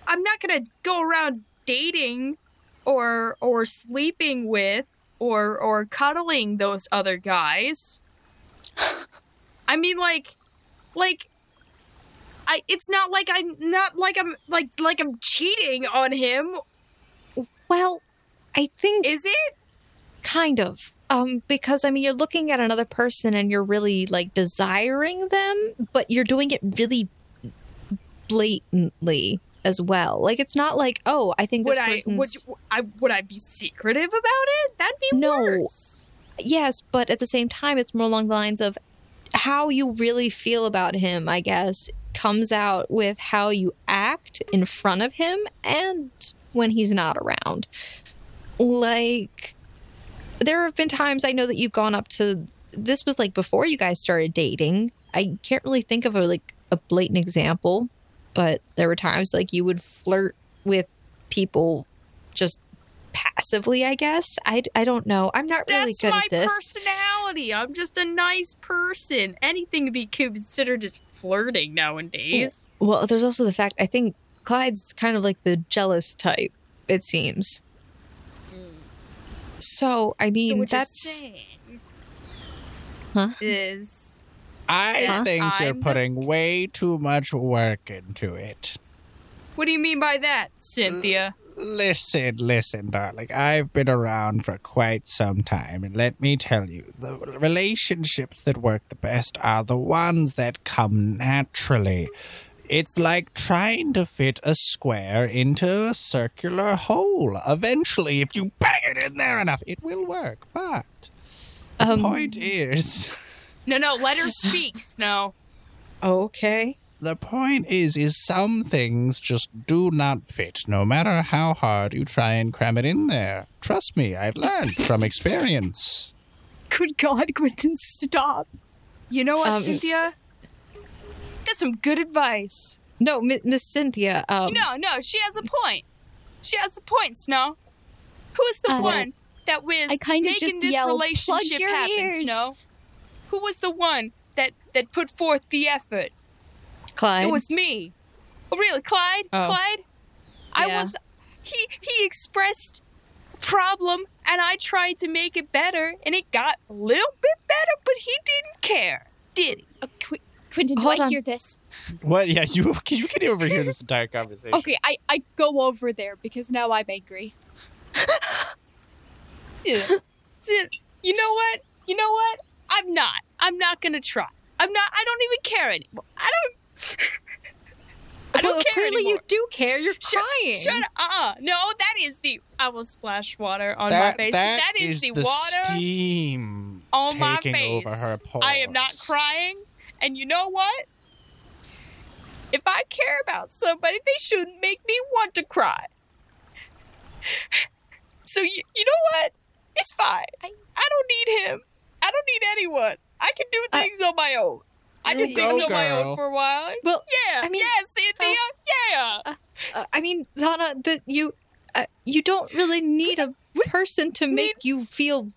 Speaker 8: i'm not gonna go around dating or or sleeping with or or cuddling those other guys i mean like like i it's not like i'm not like i'm like like i'm cheating on him
Speaker 2: well, I think
Speaker 8: is it
Speaker 2: Kind of. Um, because I mean, you're looking at another person and you're really like desiring them, but you're doing it really blatantly as well. Like it's not like, oh, I think
Speaker 34: Would
Speaker 2: this
Speaker 34: I
Speaker 2: person's
Speaker 34: would you- I would I be secretive about it? That'd be
Speaker 2: no.
Speaker 34: worse.
Speaker 2: Yes, but at the same time, it's more along the lines of how you really feel about him. I guess comes out with how you act in front of him and when he's not around. Like there have been times I know that you've gone up to this was like before you guys started dating. I can't really think of a like a blatant example, but there were times like you would flirt with people just passively, I guess. I, I don't know. I'm not really
Speaker 34: That's
Speaker 2: good
Speaker 34: my
Speaker 2: at this.
Speaker 34: personality. I'm just a nice person. Anything could be considered as flirting nowadays.
Speaker 2: well, there's also the fact I think Clyde's kind of like the jealous type, it seems.
Speaker 8: Hmm.
Speaker 2: So, I mean,
Speaker 34: so what
Speaker 2: that's
Speaker 34: you're saying
Speaker 2: Huh?
Speaker 34: is
Speaker 3: I
Speaker 34: Huh?
Speaker 3: think you're
Speaker 34: I'm the-
Speaker 3: putting way too much work into it.
Speaker 34: what do you mean by that, Cynthia?
Speaker 3: Listen, listen, darling. I've been around for quite some time, and let me tell you, the relationships that work the best are the ones that come naturally. It's like trying to fit a square into a circular hole. Eventually, if you bang it in there enough, it will work. But the point is.
Speaker 8: No, no, let her speak, Snow.
Speaker 2: okay.
Speaker 3: The point is, is some things just do not fit, no matter how hard you try and cram it in there. Trust me, I've learned from experience.
Speaker 10: Good God, Quentin, stop.
Speaker 8: You know what,
Speaker 2: Um,
Speaker 8: Cynthia? That's some good advice.
Speaker 2: No, Mi- Miss Cynthia. Um,
Speaker 8: No, no, she has a point. She has a point, Snow. Who is the
Speaker 10: Uh,
Speaker 8: one that was
Speaker 10: I kinda
Speaker 8: making
Speaker 10: just
Speaker 8: this
Speaker 10: yelled, "Plug
Speaker 8: relationship
Speaker 10: your
Speaker 8: happen,
Speaker 10: ears."
Speaker 8: Snow? Who was the one that that put forth the effort?
Speaker 2: Clyde.
Speaker 8: It was me. Oh, really, Clyde?
Speaker 2: Oh.
Speaker 8: Clyde? I
Speaker 2: Yeah.
Speaker 8: was. He he expressed a problem, and I tried to make it better, and it got a little bit better, but he didn't care, did he?
Speaker 10: Uh, Qu- Quentin, do
Speaker 2: Hold
Speaker 10: I
Speaker 2: on.
Speaker 10: hear this?
Speaker 3: What? Yeah, you you can overhear this entire conversation.
Speaker 10: Okay, I, I go over there because now I'm angry.
Speaker 8: Did- You know what? You know what? I'm not. I'm not gonna try. I'm not. I don't even care anymore. I don't. I don't
Speaker 2: Well,
Speaker 8: care
Speaker 2: clearly
Speaker 8: anymore.
Speaker 2: you do care. You're crying.
Speaker 8: Shut up. Uh-uh. No, that is the. I will splash water on my face. that is, the, water.
Speaker 3: steam
Speaker 8: on my
Speaker 3: taking
Speaker 8: face.
Speaker 3: over her
Speaker 8: I am not
Speaker 3: pores.
Speaker 8: crying. And you know what? If I care about somebody, they shouldn't make me want to cry. So you, you know what? It's fine. I, don't need him. I don't need anyone. I can do
Speaker 2: I-
Speaker 8: things on my own. I
Speaker 2: There you
Speaker 8: did things
Speaker 3: go,
Speaker 8: on my
Speaker 3: girl.
Speaker 8: own for a while.
Speaker 2: Well,
Speaker 8: yeah,
Speaker 2: I mean, oh.
Speaker 8: yeah, Cynthia, yeah.
Speaker 2: Uh, I mean, Zana, that you uh, you don't really need a person to make you feel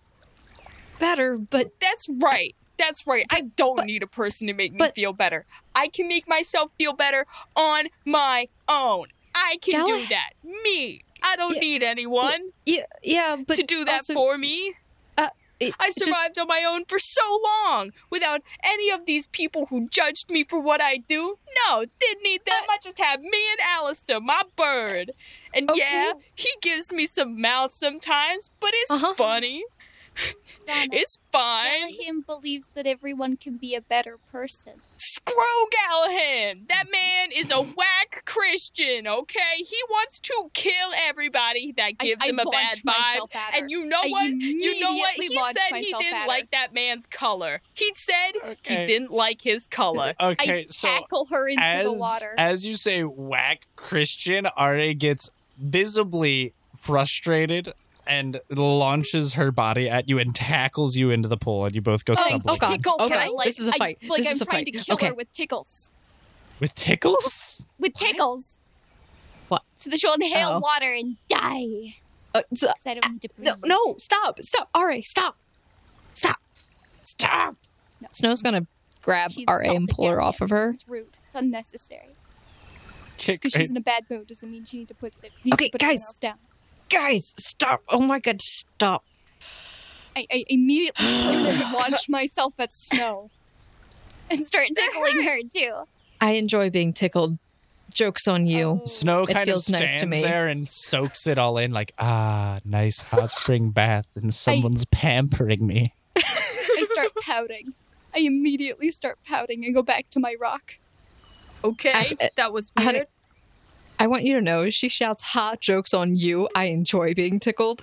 Speaker 2: better, but
Speaker 8: That's right. That's right. I don't need a person to make me
Speaker 2: but-
Speaker 8: feel better. I can make myself feel better on my own. I can do
Speaker 2: Galahad-
Speaker 8: that. Me. I don't
Speaker 2: Yeah,
Speaker 8: need anyone
Speaker 2: yeah, yeah, but
Speaker 8: to do that
Speaker 2: also,
Speaker 8: for me.
Speaker 2: it-
Speaker 8: I
Speaker 2: it just-
Speaker 8: survived on my own for so long without any of these people who judged me for what I do. No, didn't need them. I just had me and Alistair, my bird. And
Speaker 2: Okay.
Speaker 8: yeah, he gives me some mouth sometimes, but it's
Speaker 2: Uh-huh.
Speaker 8: funny.
Speaker 10: Zana,
Speaker 8: It's fine.
Speaker 10: Callahan believes that everyone can be a better person.
Speaker 8: Screw Gallahan! That man is a whack Christian, okay? He wants to kill everybody that
Speaker 10: I-
Speaker 8: gives
Speaker 10: I
Speaker 8: him a bad
Speaker 10: launched
Speaker 8: vibe.
Speaker 10: myself at her.
Speaker 8: And you know
Speaker 10: I
Speaker 8: what? You know what?
Speaker 10: immediately
Speaker 8: He
Speaker 10: launched
Speaker 8: said he
Speaker 10: myself at
Speaker 8: didn't
Speaker 10: her.
Speaker 8: like that man's color. He said
Speaker 3: Okay.
Speaker 8: he didn't like his color.
Speaker 3: Okay,
Speaker 10: I
Speaker 3: so
Speaker 10: tackle her into
Speaker 3: as
Speaker 10: the water.
Speaker 3: as you say, whack Christian, Ari gets visibly frustrated and launches her body at you and tackles you into the pool, and you both go
Speaker 10: I
Speaker 3: stumbling
Speaker 2: God.
Speaker 10: tickle
Speaker 2: Okay,
Speaker 10: her like
Speaker 2: this is a
Speaker 10: I-
Speaker 2: fight.
Speaker 10: like
Speaker 2: This
Speaker 10: I'm
Speaker 2: is a
Speaker 10: trying
Speaker 2: fight.
Speaker 10: to kill
Speaker 2: Okay.
Speaker 10: her with tickles.
Speaker 3: with tickles.
Speaker 10: With tickles.
Speaker 2: What?
Speaker 10: So that she'll inhale
Speaker 2: Oh.
Speaker 10: water and die.
Speaker 2: uh, Z-
Speaker 10: 'Cause I don't need to breathe.
Speaker 2: no, no, stop, stop, Ari, stop, stop, stop. Snow's gonna grab
Speaker 10: She
Speaker 2: Ari and
Speaker 10: insulted
Speaker 2: pull her
Speaker 10: Gabrielle.
Speaker 2: off of her.
Speaker 10: It's rude. It's unnecessary. Just
Speaker 3: Kick,
Speaker 10: because she's in a bad mood doesn't mean she need to put, needs
Speaker 2: Okay,
Speaker 10: to put
Speaker 2: guys.
Speaker 10: everyone else down.
Speaker 2: Guys, stop! Oh my God, stop!
Speaker 10: I, I immediately turn and launch myself at snow. And start tickling her too.
Speaker 2: I enjoy being tickled Joke's on you.
Speaker 3: Snow
Speaker 2: it
Speaker 3: kind
Speaker 2: feels
Speaker 3: of stands
Speaker 2: nice to me.
Speaker 3: there and soaks it all in, like ah, nice hot spring bath, and someone's pampering me.
Speaker 10: I start pouting. I immediately start pouting and go back to my rock.
Speaker 8: Okay,
Speaker 2: I-
Speaker 8: that was
Speaker 2: I had-
Speaker 8: weird.
Speaker 2: I want you to know she shouts hot jokes on you. I enjoy being tickled.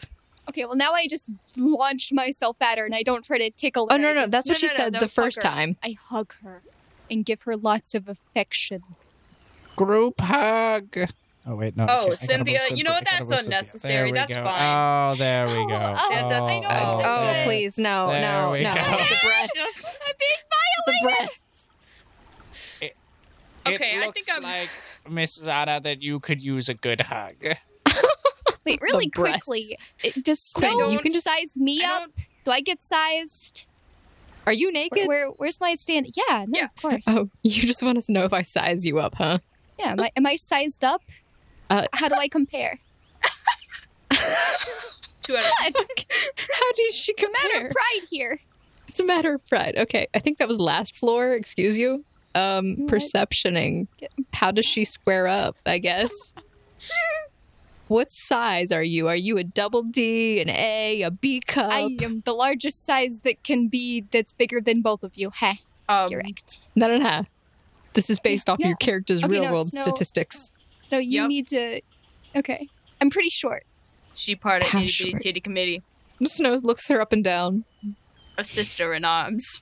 Speaker 10: Okay, well now I just launch myself at her and I don't try to tickle.
Speaker 2: Oh,
Speaker 10: her,
Speaker 2: no,
Speaker 10: I
Speaker 2: no,
Speaker 10: just-
Speaker 2: that's what she said
Speaker 10: no,
Speaker 2: the
Speaker 10: hug
Speaker 2: first
Speaker 10: her.
Speaker 2: time.
Speaker 10: I hug her and give her lots of affection.
Speaker 3: Group hug. Oh wait, no. I can't- I
Speaker 8: Oh,
Speaker 3: gotta vote
Speaker 8: Cynthia, you know what?
Speaker 3: I gotta
Speaker 8: That's
Speaker 3: vote Cynthia.
Speaker 8: unnecessary.
Speaker 3: There we
Speaker 8: That's
Speaker 3: go.
Speaker 8: fine.
Speaker 3: Oh, there we go.
Speaker 10: oh,
Speaker 8: Yeah, that's- I know.
Speaker 3: oh,
Speaker 2: Oh,
Speaker 3: there.
Speaker 2: please, no,
Speaker 3: There
Speaker 2: no,
Speaker 3: we
Speaker 2: no.
Speaker 3: go.
Speaker 2: The breasts.
Speaker 10: I'm being
Speaker 2: The
Speaker 10: violated.
Speaker 2: breasts.
Speaker 8: Okay,
Speaker 3: it
Speaker 8: I
Speaker 3: looks
Speaker 8: think I'm-
Speaker 3: like Miss Zana that you could use a good hug.
Speaker 10: Wait, really
Speaker 2: breasts.
Speaker 10: quickly. It, does
Speaker 2: Quick,
Speaker 10: Snow
Speaker 2: you can just-
Speaker 10: size me
Speaker 8: I
Speaker 10: up? Do I get sized?
Speaker 2: Are you
Speaker 10: Where,
Speaker 2: naked?
Speaker 10: where, where's my stand? Yeah, no,
Speaker 8: Yeah.
Speaker 10: of course.
Speaker 2: Oh, you just want us to know if I size you up, huh?
Speaker 10: Yeah, am I, am I sized up?
Speaker 2: Uh,
Speaker 10: How do I compare?
Speaker 8: Two out of
Speaker 2: How does she
Speaker 10: The matter
Speaker 2: compare?
Speaker 10: of pride here.
Speaker 2: It's a matter of pride. Okay, I think that was last floor. Excuse you. Um,
Speaker 10: What?
Speaker 2: perceptioning. How does she square up? I guess. What size are you? Are you a double D, an A, a B cup?
Speaker 10: I am the largest size that can be that's bigger than both of you. Heh,
Speaker 35: Um,
Speaker 10: correct.
Speaker 2: No, no, no. This is based off
Speaker 10: Yeah.
Speaker 2: your character's
Speaker 10: Okay,
Speaker 2: real
Speaker 10: no,
Speaker 2: world
Speaker 10: Snow-
Speaker 2: statistics.
Speaker 10: So you
Speaker 8: Yep.
Speaker 10: need to. Okay. I'm pretty short.
Speaker 8: She part of
Speaker 2: How
Speaker 8: itty bitty
Speaker 2: short?
Speaker 8: titty committee
Speaker 2: Snow looks her up and down.
Speaker 8: of sister in arms.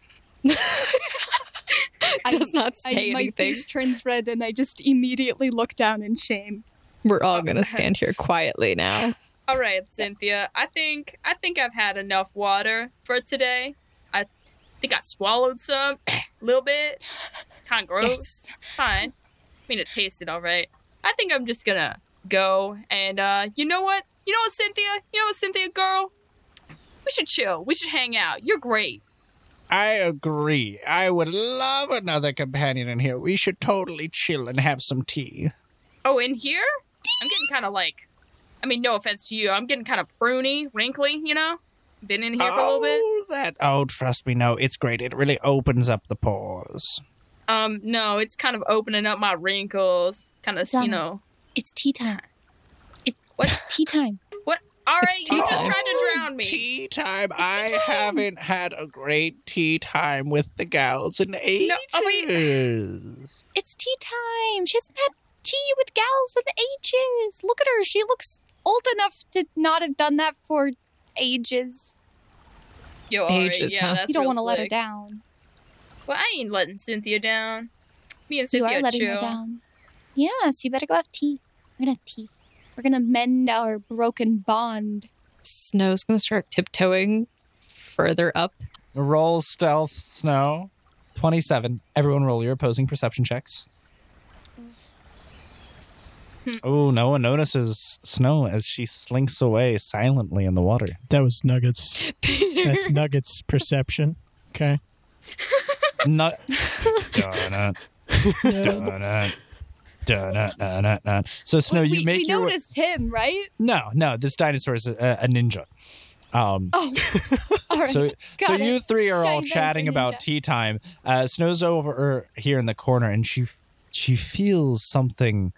Speaker 10: I-
Speaker 2: Does not say
Speaker 10: I, my
Speaker 2: anything.
Speaker 10: face turns red and I just immediately look down in shame.
Speaker 2: We're
Speaker 10: Oh,
Speaker 2: all gonna stand here quietly now.
Speaker 8: All right, Cynthia. I think I think I've had enough water for today. I think I swallowed some, a little bit. Kind of gross. Fine. I mean, it tasted all right. I think I'm just gonna go and uh, you know what? You know what, Cynthia? You know what, Cynthia girl? We should chill. We should hang out. You're great.
Speaker 3: I agree. I would love another companion in here. We should totally chill and have some tea.
Speaker 8: Oh, in here? I'm getting kind of like, I mean, no offense to you, I'm getting kind of pruny, wrinkly. You know, been in here for a little bit.
Speaker 3: Oh, that. Oh, trust me, no, it's great. It really opens up the pores.
Speaker 8: Um, no, it's kind of opening up my wrinkles. Kind
Speaker 10: um,
Speaker 8: of, you
Speaker 36: Donna.
Speaker 8: know.
Speaker 36: It's tea time. It, what's tea time?
Speaker 8: All right,
Speaker 2: It's
Speaker 8: you
Speaker 2: tea
Speaker 8: just
Speaker 2: time.
Speaker 8: tried to drown me.
Speaker 3: Tea time. I haven't had a great tea time with the gals in ages.
Speaker 8: No, oh, wait.
Speaker 36: It's tea time. She hasn't had tea with gals and ages. Look at her. She looks
Speaker 10: Old enough to not have done that for ages.
Speaker 8: Yo, all right,
Speaker 2: Ages,
Speaker 8: yeah,
Speaker 2: huh?
Speaker 8: that's
Speaker 10: you don't
Speaker 8: want to
Speaker 10: let her down.
Speaker 8: Well, I ain't letting Cynthia down. Me and
Speaker 36: you
Speaker 8: Cynthia
Speaker 36: are letting
Speaker 8: chill.
Speaker 36: her down. Yeah, so you better go have tea. We're gonna have tea.
Speaker 10: We're gonna mend our broken bond.
Speaker 2: Snow's gonna start tiptoeing further up.
Speaker 3: Roll stealth, Snow. 27. Everyone roll your opposing perception checks.
Speaker 10: Hmm.
Speaker 3: Oh, no one notices Snow as she slinks away silently in the water.
Speaker 7: That was Nuggets.
Speaker 2: Peter,
Speaker 7: That's Nuggets' perception. Okay.
Speaker 3: No. Donut. Donut. Donut. Donut. Donut. So, Snow,
Speaker 10: we
Speaker 3: you
Speaker 10: we,
Speaker 3: make
Speaker 10: we
Speaker 3: your way-
Speaker 10: noticed him, right?
Speaker 3: No, no, this dinosaur is a, a ninja. Um,
Speaker 10: Oh, all right.
Speaker 3: so, so
Speaker 10: got
Speaker 3: you
Speaker 10: it.
Speaker 3: three are all
Speaker 10: Giant
Speaker 3: chatting
Speaker 10: dinosaur
Speaker 3: about
Speaker 10: ninja.
Speaker 3: tea time. Uh, Snow's over here in the corner, and she f- she feels something,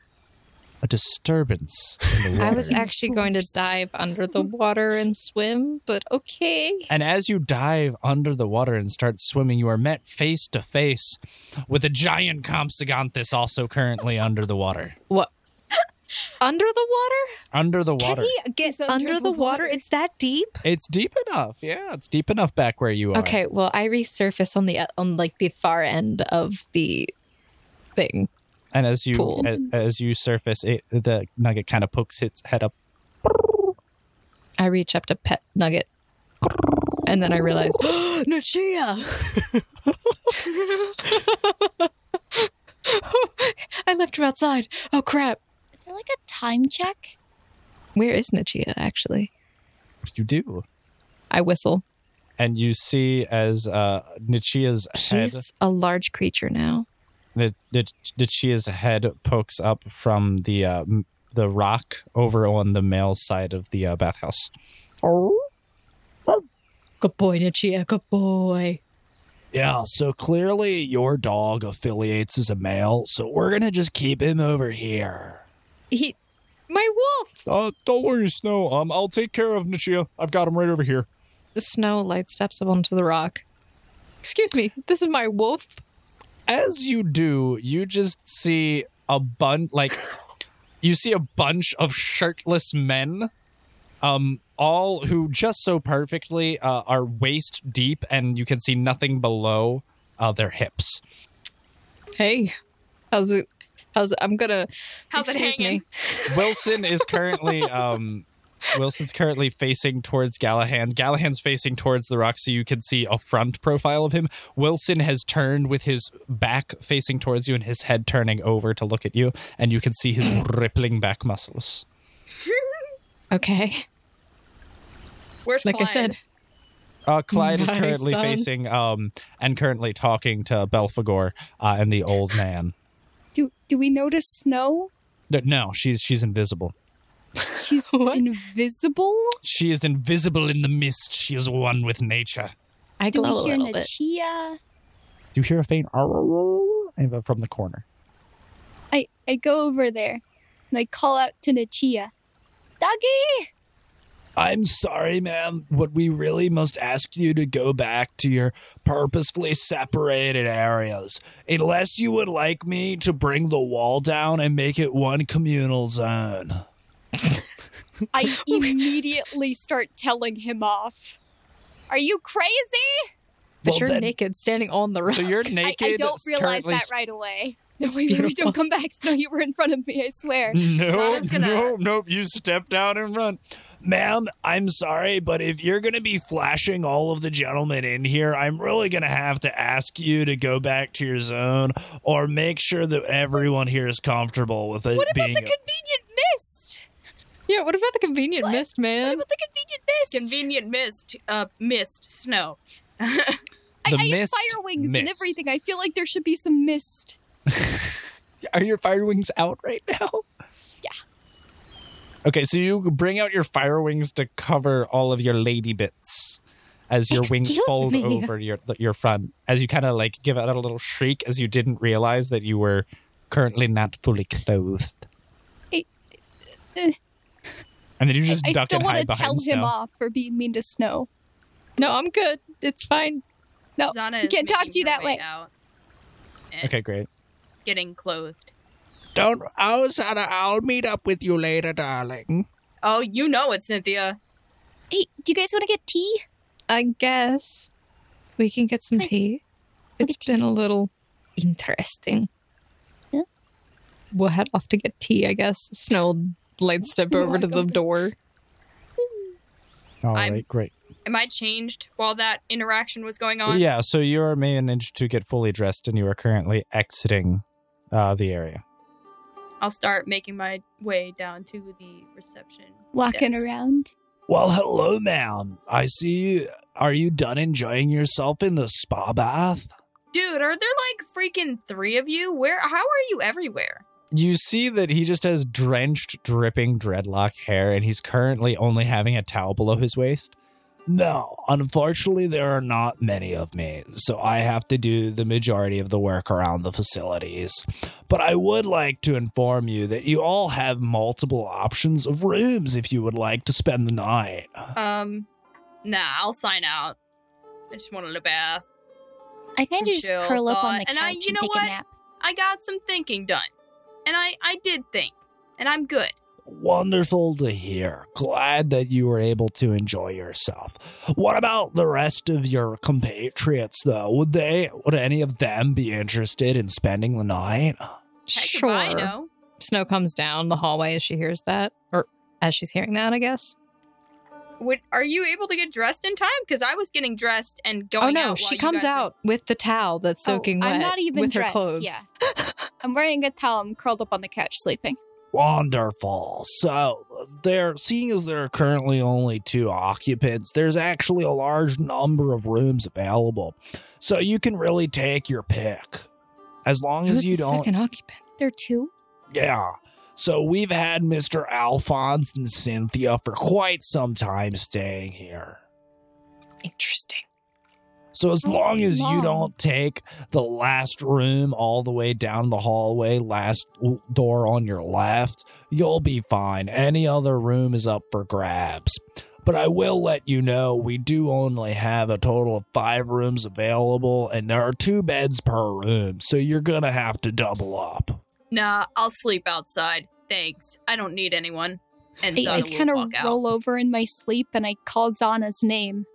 Speaker 3: a disturbance in the water.
Speaker 2: I was e- actually going to dive under the water and swim, but okay.
Speaker 3: and as you dive under the water and start swimming, you are met face to face with a giant Compsognathus also currently under the water.
Speaker 2: What? Under the water?
Speaker 3: Under the water.
Speaker 2: Can he get under, the, water? It's that deep?
Speaker 3: It's deep enough. Yeah, it's deep enough back where you are.
Speaker 2: Okay, well, I resurface on the uh, on like the far end of the thing.
Speaker 3: And as you
Speaker 2: Pool.
Speaker 3: as, as you surface, it the nugget kind of pokes its head up.
Speaker 2: I reach up to pet Nugget. And then I realize, Nachia! I left him outside. Oh, crap.
Speaker 36: Is there like a time check?
Speaker 2: Where is Nachia, actually?
Speaker 3: What do you do?
Speaker 2: I whistle.
Speaker 3: And you see as uh, Nichia's head,
Speaker 2: She's a large creature now.
Speaker 3: Ni- Ni- Nichia's head pokes up from the uh, m- the rock over on the male side of the uh, bathhouse.
Speaker 2: Good boy, Nichia. Good boy.
Speaker 7: Yeah, so clearly your dog affiliates as a male, so we're gonna just keep him over here.
Speaker 2: He, my wolf.
Speaker 37: Uh, don't worry, Snow. Um, I'll take care of Nichia. I've got him right over here.
Speaker 2: The snow light steps up onto the rock. Excuse me, this is my wolf.
Speaker 3: As you do, you just see a bunch like you see a bunch of shirtless men um all who just so perfectly uh, are waist deep and you can see nothing below uh, their hips.
Speaker 2: Hey, how's it? How's it? I'm gonna.
Speaker 38: How's it
Speaker 2: excuse
Speaker 38: hanging?
Speaker 2: me.
Speaker 3: Wilson is currently um Wilson's currently facing towards Gallahan. Gallahan's facing towards the rock, so you can see a front profile of him. Wilson has turned with his back facing towards you and his head turning over to look at you, and you can see his rippling back muscles.
Speaker 2: Okay,
Speaker 38: Where's
Speaker 2: like
Speaker 38: Clyde?
Speaker 2: I said,
Speaker 3: Uh, Clyde is
Speaker 2: My
Speaker 3: currently
Speaker 2: son.
Speaker 3: facing um and currently talking to Belphegor uh, and the old man.
Speaker 10: Do do we notice snow?
Speaker 3: No, No, she's she's invisible.
Speaker 10: She's invisible.
Speaker 3: She is invisible in the mist. She is one with nature.
Speaker 2: I
Speaker 10: Do
Speaker 2: glow
Speaker 10: we
Speaker 2: a
Speaker 10: hear
Speaker 2: little bit.
Speaker 10: Nachia?
Speaker 3: You hear a faint "Arr-arr-arr" from the corner.
Speaker 10: I I go over there and I call out to Nachia. Doggy,
Speaker 7: I'm sorry, ma'am, but we really must ask you to go back to your purposefully separated areas. Unless you would like me to bring the wall down and make it one communal zone.
Speaker 10: I immediately start telling him off. Are you crazy?
Speaker 2: But
Speaker 7: Well,
Speaker 2: you're
Speaker 7: then-
Speaker 2: naked, standing on the rock.
Speaker 3: So you're
Speaker 10: I,
Speaker 3: naked.
Speaker 10: I don't realize
Speaker 3: currently
Speaker 10: that right away. No, wait, wait, wait,
Speaker 2: beautiful.
Speaker 10: don't come back. Snow, you were in front of me, I swear.
Speaker 7: No,
Speaker 8: Zana's gonna-
Speaker 7: no, no. You step down and run. Ma'am, I'm sorry, but if you're going to be flashing all of the gentlemen in here, I'm really going to have to ask you to go back to your zone or make sure that everyone here is comfortable with it
Speaker 10: What about
Speaker 7: being.
Speaker 10: the convenient mist?
Speaker 2: Yeah, what about the convenient mist,
Speaker 10: What
Speaker 2: man?
Speaker 10: about the convenient mist?
Speaker 8: Convenient mist, uh, mist, snow.
Speaker 10: I,
Speaker 3: The
Speaker 10: I
Speaker 3: mist
Speaker 10: have fire wings and
Speaker 3: mist.
Speaker 10: everything. I feel like there should be some mist.
Speaker 3: Are your fire wings out right now?
Speaker 10: Yeah.
Speaker 3: Okay, so you bring out your fire wings to cover all of your lady bits as your wings
Speaker 2: Excuse
Speaker 3: fold
Speaker 2: me.
Speaker 3: over your your front. As you kind of like give out a little shriek as you didn't realize that you were currently not fully clothed.
Speaker 10: I- uh,
Speaker 3: and then you just
Speaker 10: I
Speaker 3: duck
Speaker 10: still
Speaker 3: and
Speaker 10: want
Speaker 3: hide
Speaker 10: to
Speaker 3: behind
Speaker 10: tell him
Speaker 3: snow.
Speaker 10: off for being mean to Snow.
Speaker 2: No, I'm good. It's fine.
Speaker 10: No,
Speaker 8: Zana
Speaker 10: Oh, he
Speaker 8: is
Speaker 10: can't talk
Speaker 8: making
Speaker 10: to you
Speaker 8: her
Speaker 10: that way.
Speaker 8: Out,
Speaker 3: Okay, great.
Speaker 8: getting clothed.
Speaker 7: Don't. Oh, Santa, I'll meet up with you later, darling.
Speaker 8: Oh, you know it, Cynthia.
Speaker 39: Hey, do you guys want to get tea?
Speaker 2: I guess we can get some tea. It's been a little interesting.
Speaker 39: Yeah.
Speaker 2: We'll head off to get tea, I guess. Snow light step over to the door.
Speaker 3: All
Speaker 8: I'm-
Speaker 3: right, great.
Speaker 8: Am I changed while that interaction was going on?
Speaker 3: Yeah, so you are managed to get fully dressed and you are currently exiting uh, the area.
Speaker 8: I'll start making my way down to the reception.
Speaker 10: Walking
Speaker 8: desk.
Speaker 10: around.
Speaker 7: Well, hello, ma'am. I see you. Are you done enjoying yourself in the spa bath?
Speaker 8: Dude, are there like freaking three of you? Where? How are you everywhere?
Speaker 3: you see that he just has drenched, dripping dreadlock hair, and he's currently only having a towel below his waist.
Speaker 7: No, unfortunately, there are not many of me, so I have to do the majority of the work around the facilities. But I would like to inform you that you all have multiple options of rooms if you would like to spend the night.
Speaker 8: Um, nah, I'll sign out. I just wanted a bath.
Speaker 39: I kind
Speaker 8: Some
Speaker 39: of just
Speaker 8: chill
Speaker 39: curl up on
Speaker 8: thought,
Speaker 39: the couch
Speaker 8: and
Speaker 39: and,
Speaker 8: I- you know
Speaker 39: take
Speaker 8: what?
Speaker 39: a nap.
Speaker 8: I got some thinking done, and I I did think, and I'm good.
Speaker 7: Wonderful to hear. Glad that you were able to enjoy yourself. What about the rest of your compatriots, though? Would they, would any of them be interested in spending the night?
Speaker 8: Heck if
Speaker 2: sure.
Speaker 8: I know.
Speaker 2: Snow comes down the hallway as she hears that, or as she's hearing that, I guess.
Speaker 8: Would are you able to get dressed in time? Because I was getting dressed and going.
Speaker 2: oh no,
Speaker 8: out while
Speaker 2: she
Speaker 8: you
Speaker 2: comes
Speaker 8: guys were-
Speaker 2: out with the towel that's
Speaker 10: Oh,
Speaker 2: soaking wet
Speaker 10: I'm not even
Speaker 2: with
Speaker 10: dressed,
Speaker 2: her clothes.
Speaker 10: yeah. I'm wearing a towel. I'm curled up on the couch sleeping.
Speaker 7: Wonderful. So there seeing as there are currently only two occupants, there's actually a large number of rooms available. So you can really take your pick. As long
Speaker 2: Who's
Speaker 7: as you
Speaker 2: the
Speaker 7: don't
Speaker 2: second occupant?
Speaker 10: There are two.
Speaker 7: yeah. So we've had Mr. Alphonse and Cynthia for quite some time staying here.
Speaker 2: Interesting.
Speaker 3: So as long as you don't take the last room all the way down the hallway, last l- door on your left, you'll be fine. Any other room is up for grabs. But I will let you know we do only have a total of five rooms available, and there are two beds per room, so you're gonna have to double up.
Speaker 8: Nah, I'll sleep outside. Thanks. I don't need anyone. And
Speaker 10: I, I
Speaker 8: Zana will
Speaker 10: kind of
Speaker 8: walk out.
Speaker 10: roll over in my sleep and I call Zana's name.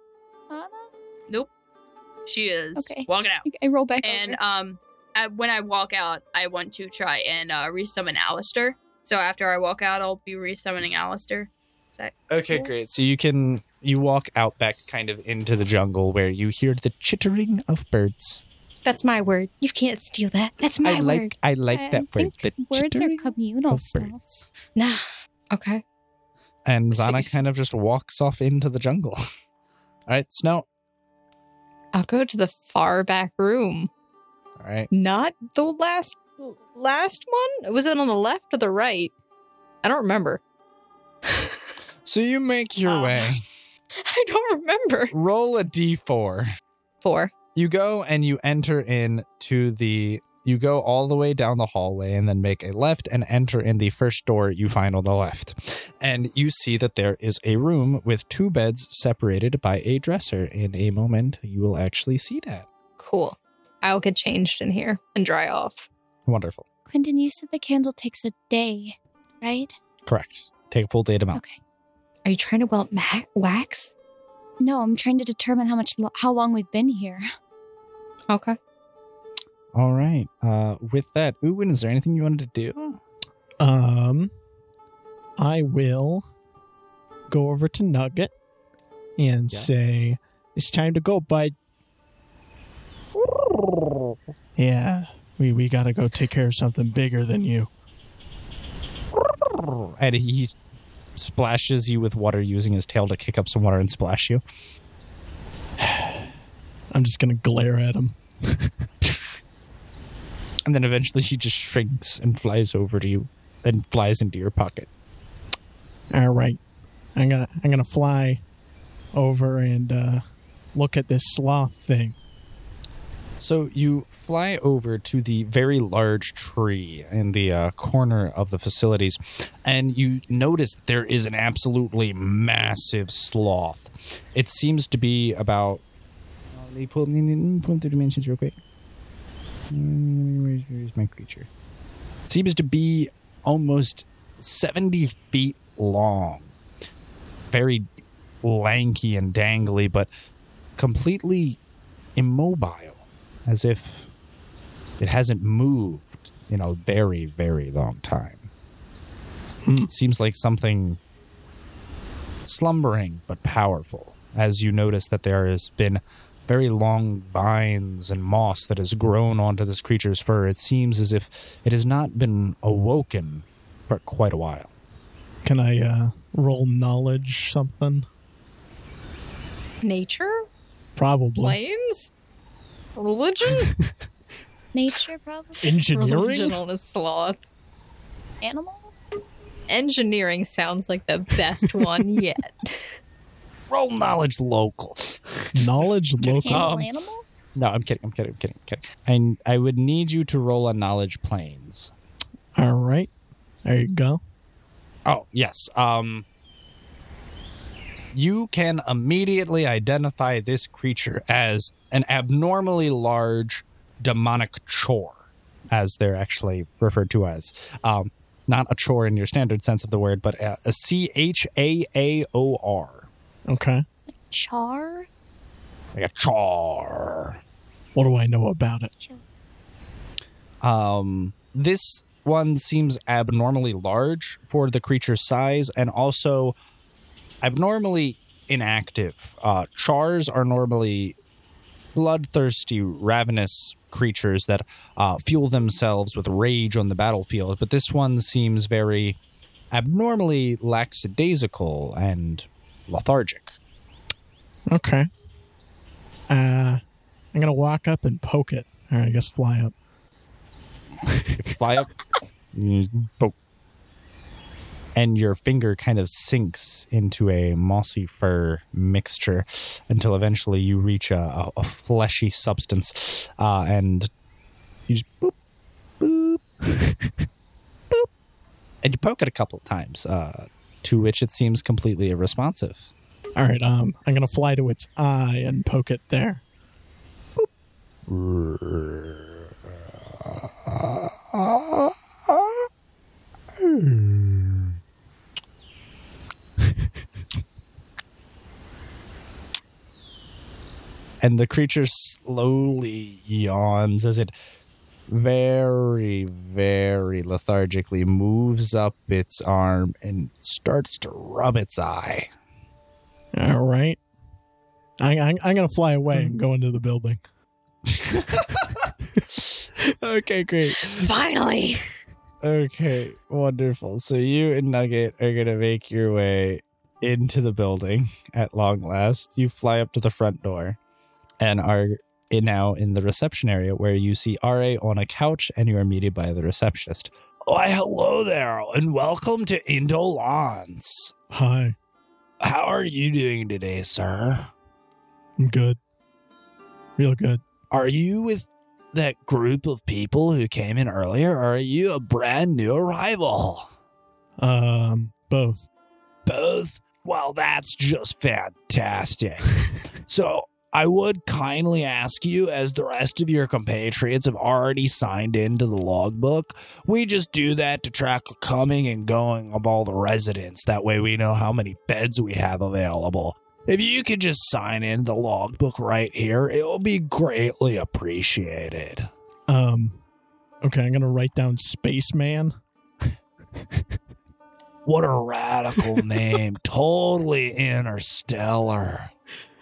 Speaker 10: Zana?
Speaker 8: She is
Speaker 10: Okay.
Speaker 8: walking out.
Speaker 10: I roll back
Speaker 8: And um, I, when I walk out, I want to try and uh, resummon Alistair. So after I walk out, I'll be resummoning Alistair. Is that
Speaker 13: Okay,
Speaker 8: cool?
Speaker 13: great. So you can you walk out back kind of into the jungle where you hear the chittering of birds.
Speaker 2: That's my word. You can't steal that. That's my
Speaker 13: I like
Speaker 2: word.
Speaker 13: I like
Speaker 10: I
Speaker 13: that word.
Speaker 10: think
Speaker 13: the
Speaker 10: words are
Speaker 13: chittering.
Speaker 10: communal
Speaker 13: of birds.
Speaker 10: smells.
Speaker 2: Nah. Okay.
Speaker 13: And
Speaker 2: So you
Speaker 13: Zana
Speaker 2: s-
Speaker 13: kind of just walks off into the jungle. All right, Snow.
Speaker 2: I'll go to the far back room.
Speaker 13: All right.
Speaker 2: Not the last last one? Was it on the left or the right? I don't remember.
Speaker 13: So you make your
Speaker 2: Oh.
Speaker 13: way.
Speaker 2: I don't remember.
Speaker 13: Roll a d4.
Speaker 2: Four.
Speaker 13: You go and you enter in to the you go all the way down the hallway and then make a left and enter in the first door you find on the left. And you see that there is a room with two beds separated by a dresser. In a moment, you will actually see that.
Speaker 2: Cool. I'll get changed in here and dry off.
Speaker 13: Wonderful.
Speaker 10: Quentin, you said the candle takes a day, right?
Speaker 13: Correct. Take a full day to melt.
Speaker 10: Okay.
Speaker 2: Are you trying to welt ma- wax?
Speaker 10: No, I'm trying to determine how much lo- how long we've been here.
Speaker 2: Okay.
Speaker 13: All right. Uh, with that, Uwin, is there anything you wanted to do?
Speaker 7: Um, I will go over to Nugget and
Speaker 13: Yeah.
Speaker 7: say, "It's time to go, bud." Yeah, we we gotta go take care of something bigger than you.
Speaker 13: And he splashes you with water using his tail to kick up some water and splash you.
Speaker 7: I'm just gonna glare at him.
Speaker 13: And then eventually he just shrinks and flies over to you and flies into your pocket.
Speaker 7: All right, I'm gonna I'm gonna fly over and uh, look at this sloth thing.
Speaker 13: So you fly over to the very large tree in the uh, corner of the facilities, and you notice there is an absolutely massive sloth. It seems to be about. Uh, Let me pull, let me pull the dimensions real quick. Mm, Where's, where's my creature? It seems to be almost 70 feet long. Very lanky and dangly, but completely immobile, as if it hasn't moved in a very, very long time.
Speaker 7: Hmm.
Speaker 13: Seems like something slumbering but powerful, as you notice that there has been very long vines and moss that has grown onto this creature's fur. It seems as if it has not been awoken for quite a while.
Speaker 7: Can I uh, roll knowledge something?
Speaker 2: Nature?
Speaker 7: Probably
Speaker 2: Planes? Religion?
Speaker 10: Nature, probably.
Speaker 7: engineering.
Speaker 2: Religion on a sloth.
Speaker 10: Animal.
Speaker 2: Engineering sounds like the best one yet.
Speaker 3: Roll knowledge local.
Speaker 7: knowledge local.
Speaker 10: Handle
Speaker 13: Um,
Speaker 10: animal.
Speaker 13: No, I'm kidding. I'm kidding. I'm kidding. I'm kidding. And I would need you to roll a knowledge planes.
Speaker 7: All right, there you go.
Speaker 13: Oh, yes. Um you can immediately identify this creature as an abnormally large demonic chore, as they're actually referred to as. Um, not a chore in your standard sense of the word, but a a C H A A O R.
Speaker 7: Okay,
Speaker 10: Char.
Speaker 13: Like a chore.
Speaker 7: what do I know about it?
Speaker 13: Um, this one seems abnormally large for the creature's size and also abnormally inactive. Uh, chars are normally bloodthirsty, ravenous creatures that uh, fuel themselves with rage on the battlefield, but this one seems very abnormally lackadaisical and lethargic.
Speaker 7: Okay. Uh, I'm gonna walk up and poke it. Or I guess fly up.
Speaker 13: If you fly up, you poke. mm-hmm. and your finger kind of sinks into a mossy fur mixture until eventually you reach a, a, a fleshy substance uh, and you just boop, boop, boop, and you poke it a couple of times, uh, to which it seems completely irresponsive.
Speaker 7: All right, um, I'm gonna fly to its eye and poke it there.
Speaker 13: and the creature slowly yawns as it very, very lethargically moves up its arm and starts to rub its eye.
Speaker 7: All right, I, I, I'm gonna fly away and go into the building.
Speaker 13: Okay, great.
Speaker 2: Finally.
Speaker 13: Okay, wonderful. So you and Nugget are going to make your way into the building at long last. You fly up to the front door and are in- now in the reception area where you see RA on a couch and you are meted by the receptionist.
Speaker 29: Why, hello there, and welcome to Indo Lawns.
Speaker 7: Hi,
Speaker 29: How are you doing today, sir?
Speaker 7: I'm good. Real good.
Speaker 29: Are you with that group of people who came in earlier, or are you a brand new arrival?
Speaker 7: Um, both.
Speaker 29: both? Well, that's just fantastic. so, I would kindly ask you, as the rest of your compatriots have already signed into the logbook, we just do that to track the coming and going of all the residents. That way, we know how many beds we have available. If you could just sign in the logbook right here, it will be greatly appreciated.
Speaker 7: Um, okay, I'm gonna write down Spaceman.
Speaker 29: What a radical name. totally interstellar.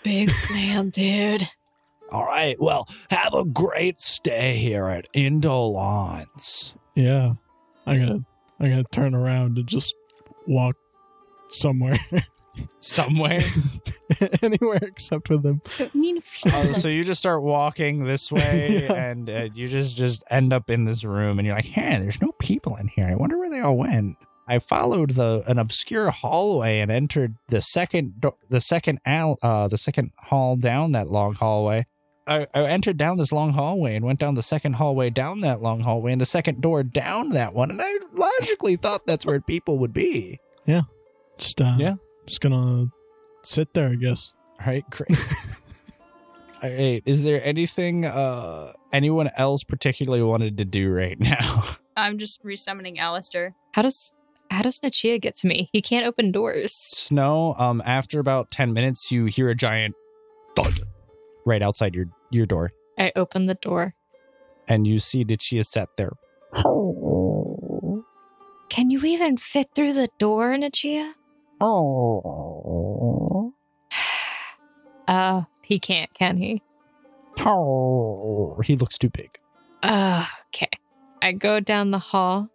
Speaker 2: Big slam, dude.
Speaker 29: All right. Well, have a great stay here at Indolons.
Speaker 7: Yeah, I'm gonna I'm gonna turn around and just walk somewhere,
Speaker 13: Somewhere.
Speaker 7: anywhere except with them.
Speaker 10: I mean,
Speaker 13: Oh, so you just start walking this way,
Speaker 7: Yeah.
Speaker 13: and uh, you just just end up in this room, and you're like, "Hey, there's no people in here. I wonder where they all went." I followed the an obscure hallway and entered the second do- the second al- uh, the second hall down that long hallway. I, I entered down this long hallway and went down the second hallway down that long hallway and the second door down that one, and I logically thought that's where people would be.
Speaker 7: Just uh,
Speaker 13: Yeah.
Speaker 7: just gonna sit there, I guess.
Speaker 13: All right, great. All right, is there anything uh anyone else particularly wanted to do right now?
Speaker 8: I'm just resummoning Alistair.
Speaker 2: How does how does Nachia get to me? He can't open doors.
Speaker 13: Snow, um after about 10 minutes you hear a giant thud right outside your your door
Speaker 2: I open the door.
Speaker 13: and you see that she is sat there.
Speaker 2: Oh. Can you even fit through the door, Nachia?
Speaker 29: Oh.
Speaker 2: Uh, he can't, can he?
Speaker 13: Or He looks too big.
Speaker 2: Uh, okay. I go down the hall.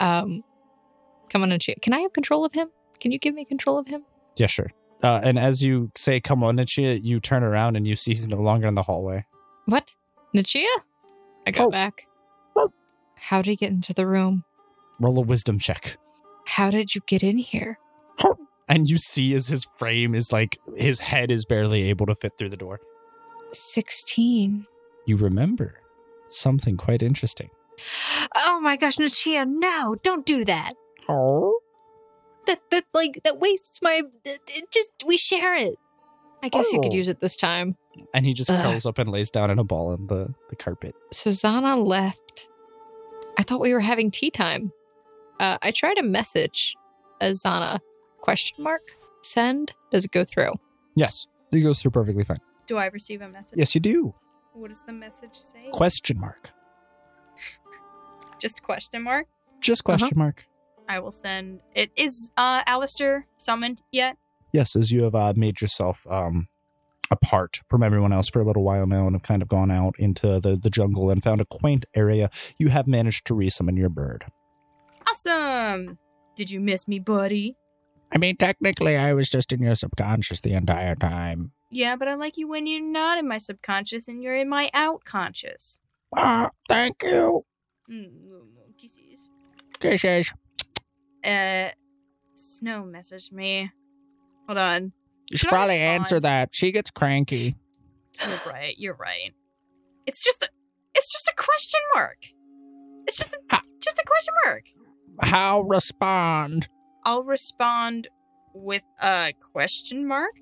Speaker 2: Um, come on, Nachia. Can I have control of him? Can you give me control of him?
Speaker 13: Yeah, sure. Uh, and as you say, come on, Nichia, you turn around and you see he's no longer in the hallway.
Speaker 2: What? Nachia? I go
Speaker 29: Oh.
Speaker 2: back.
Speaker 29: Oh.
Speaker 2: How did he get into the room?
Speaker 13: Roll a wisdom check.
Speaker 2: How did you get in here?
Speaker 13: And you see as his frame is like, his head is barely able to fit through the door.
Speaker 2: 16.
Speaker 13: You remember something quite interesting.
Speaker 2: Oh my gosh, Nachia, no, don't do that.
Speaker 29: Oh.
Speaker 2: That that like that wastes my it, it just we share it. I guess you could
Speaker 29: Oh.
Speaker 2: use it this time.
Speaker 13: And he just
Speaker 2: Ugh.
Speaker 13: curls up and lays down in a ball on the, the carpet.
Speaker 2: Susanna left. I thought we were having tea time. Uh, I tried to message Azana. Question mark? Send? Does it go through?
Speaker 13: Yes. It goes through perfectly fine.
Speaker 8: Do I receive a message?
Speaker 13: Yes, you do.
Speaker 8: What does the message say?
Speaker 13: Question mark.
Speaker 8: Just question mark.
Speaker 13: Just question mark.
Speaker 8: I will send. It is uh Alistair summoned yet?
Speaker 13: Yes, as you have uh, made yourself um, apart from everyone else for a little while now and have kind of gone out into the, the jungle and found a quaint area, you have managed to resummon your bird.
Speaker 8: Awesome. Did you miss me, buddy?
Speaker 29: I mean, technically, I was just in your subconscious the entire time.
Speaker 8: Yeah, but I like you when you're not in my subconscious and you're in my outconscious. Hmm,
Speaker 29: Ah, thank you.
Speaker 8: Mm, little kisses.
Speaker 29: Kisses.
Speaker 8: Uh, Snow messaged me. Hold on.
Speaker 29: You
Speaker 8: Should
Speaker 29: should
Speaker 8: I
Speaker 29: probably
Speaker 8: respond?
Speaker 29: answer that. She gets cranky.
Speaker 8: You're right. You're right. It's just a, it's just a question mark. It's just a, just a question mark.
Speaker 29: How respond?
Speaker 8: I'll respond with a question mark,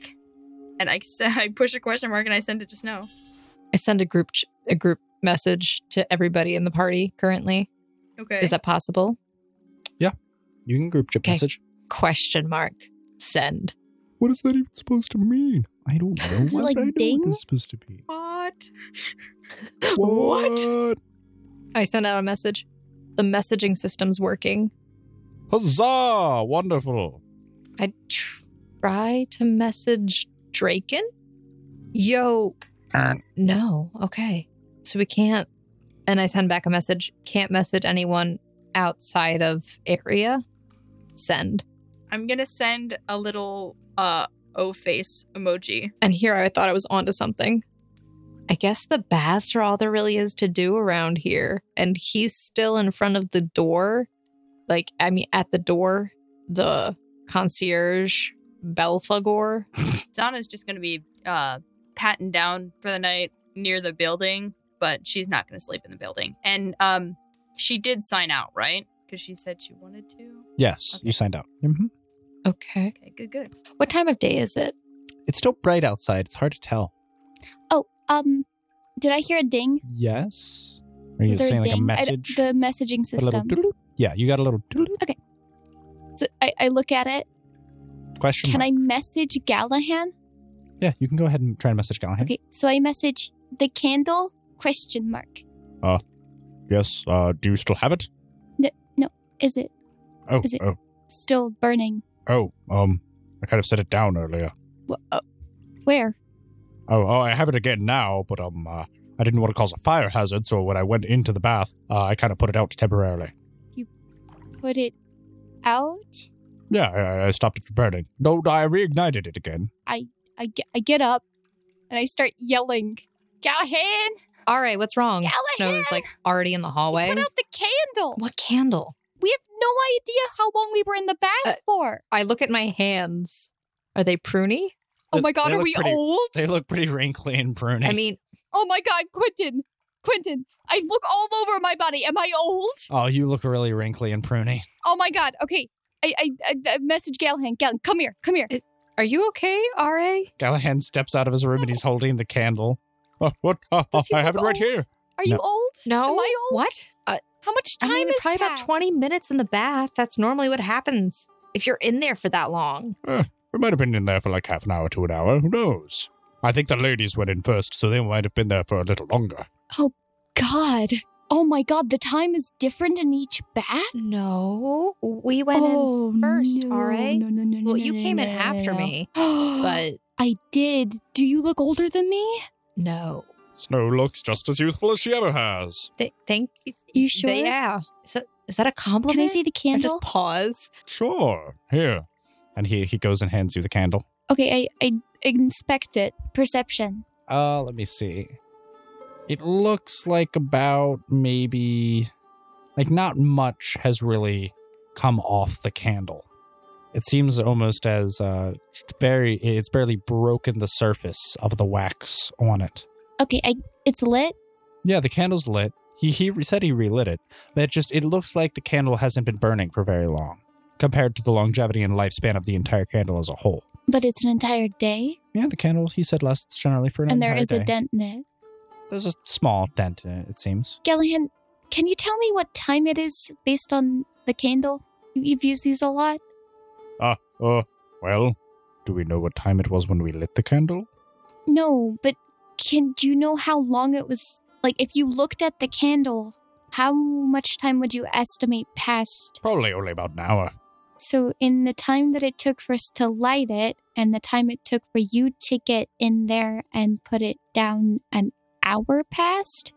Speaker 8: and I s- I push a question mark and I send it to Snow.
Speaker 2: I send a group ch- a group message to everybody in the party currently.
Speaker 8: Okay.
Speaker 2: Is that possible?
Speaker 40: You can group chip
Speaker 2: Okay.
Speaker 40: message.
Speaker 2: Question mark. Send.
Speaker 13: What is that even supposed to mean? I don't know.
Speaker 10: Is it
Speaker 13: what
Speaker 10: like
Speaker 13: I know
Speaker 10: ding?
Speaker 13: what this is supposed to be.
Speaker 8: What?
Speaker 13: What?
Speaker 2: I send out a message. The messaging system's working.
Speaker 13: Huzzah! Wonderful.
Speaker 2: I try to message Draken. Yo, no. Okay. So we can't. And I send back a message. Can't message anyone outside of area. Send.
Speaker 8: I'm gonna send a little uh O face emoji.
Speaker 2: And here I thought I was onto something. I guess the baths are all there really is to do around here. And he's still in front of the door. Like, I mean, at the door, the concierge, Belfagor.
Speaker 8: Donna's just gonna be uh patting down for the night near the building, but she's not gonna sleep in the building. And um, she did sign out, right? Because she said she wanted to.
Speaker 40: Yes, you signed out.
Speaker 13: Mm-hmm.
Speaker 2: Okay.
Speaker 8: Okay, good, good.
Speaker 2: What time of day is it?
Speaker 40: It's still bright outside. It's hard to tell.
Speaker 10: Oh, um, did I hear a ding?
Speaker 40: Yes. Are you
Speaker 10: Was there
Speaker 40: saying
Speaker 10: a
Speaker 40: like
Speaker 10: ding?
Speaker 40: a
Speaker 10: I d-
Speaker 40: message?
Speaker 10: the messaging
Speaker 40: A little
Speaker 10: system.
Speaker 40: doodle-doo? Yeah, you got a little doodle-doo
Speaker 10: So I, I look at it.
Speaker 40: question.
Speaker 10: Can
Speaker 40: mark.
Speaker 10: I message Gallahan?
Speaker 40: Yeah, you can go ahead and try and message Callahan.
Speaker 10: Okay, so I message the candle question mark.
Speaker 13: Yes, uh, do you still have it?
Speaker 10: Is it
Speaker 13: Oh,
Speaker 10: Is it-
Speaker 13: oh,
Speaker 10: still burning?
Speaker 13: oh, um, I kind of set it down earlier.
Speaker 10: Wh- uh, Where?
Speaker 13: Oh, oh, I have it again now, but, um, uh, I didn't want to cause a fire hazard, so when I went into the bath, uh, I kind of put it out temporarily.
Speaker 10: Put it out.
Speaker 13: Yeah, I, I stopped it from burning. No, I reignited it again.
Speaker 10: I get, I get up and I start yelling, Gallahan,
Speaker 2: All right, what's wrong?
Speaker 10: Callahan!
Speaker 2: Snow's like already in the hallway.
Speaker 10: put out the candle.
Speaker 2: What candle?
Speaker 10: We have no idea how long we were in the bath
Speaker 2: Uh,
Speaker 10: for.
Speaker 2: I look at my hands. Are they pruny?
Speaker 40: Oh my god, are we
Speaker 2: old?
Speaker 40: They look pretty wrinkly and pruny.
Speaker 2: I mean,
Speaker 10: Oh my God, Quentin, Quentin, I look all over my body. Am I old?
Speaker 40: oh, you look really wrinkly and pruny.
Speaker 10: Oh my God. Okay. I, I, I, I message Gallahan. Gallahan, come here. Come here.
Speaker 2: are you okay, RA?
Speaker 40: Callahan steps out of his room and he's holding the candle.
Speaker 13: Oh, what? Oh, oh,
Speaker 10: Does he
Speaker 13: I have it
Speaker 10: look
Speaker 13: right
Speaker 10: old?
Speaker 13: here.
Speaker 10: Are you
Speaker 40: No.
Speaker 10: old?
Speaker 2: No.
Speaker 10: Am I old?
Speaker 2: What? Uh,
Speaker 10: How much
Speaker 2: I
Speaker 10: time
Speaker 2: mean,
Speaker 10: has
Speaker 2: probably about
Speaker 10: passed?
Speaker 2: 20 minutes in the bath. That's normally what happens if you're in there for that long.
Speaker 13: We might have been in there for like half an hour to an hour. Who knows? I think the ladies went in first, so they might have been there for a little longer.
Speaker 10: God. Oh my God. The time is different in each bath.
Speaker 2: No, we went
Speaker 10: oh,
Speaker 2: in first,
Speaker 10: no,
Speaker 2: RA.
Speaker 10: No, no, no, no.
Speaker 2: Well,
Speaker 10: no,
Speaker 2: you
Speaker 10: no,
Speaker 2: came in
Speaker 10: no, no,
Speaker 2: after
Speaker 10: no.
Speaker 2: me,
Speaker 10: but
Speaker 2: but
Speaker 10: I did. Do you look older than me?
Speaker 2: no.
Speaker 13: Snow looks just as youthful as she ever has.
Speaker 2: Th- thank you.
Speaker 10: You sure?
Speaker 2: yeah. Is that, is that a compliment?
Speaker 10: Can I see the
Speaker 2: Or
Speaker 10: candle?
Speaker 2: just pause.
Speaker 13: Sure. Here.
Speaker 40: And he he goes and hands you the candle.
Speaker 10: Okay, I, I inspect it. Perception.
Speaker 40: Uh, let me see. It looks like about maybe like not much has really come off the candle. It seems almost as uh very it's barely broken the surface of the wax on it.
Speaker 10: Okay, I it's lit.
Speaker 40: Yeah, the candle's lit. He he said he relit it, but it just it looks like the candle hasn't been burning for very long compared to the longevity and lifespan of the entire candle as a whole.
Speaker 10: But it's an entire day,
Speaker 40: Yeah, the candle he said lasts generally for an
Speaker 10: and there
Speaker 40: entire
Speaker 10: is
Speaker 40: day.
Speaker 10: a dent in it.
Speaker 40: There's a small dent in it. It seems.
Speaker 10: Gallahan, can you tell me what time it is based on the candle? You- You've used these a lot.
Speaker 13: Ah, uh, well, do we know what time it was when we lit the candle?
Speaker 10: No, but can do you know how long it was? Like, if you looked at the candle, how much time would you estimate passed?
Speaker 13: Probably only about an hour.
Speaker 10: So, in the time that it took for us to light it, and the time it took for you to get in there and put it down, an hour passed.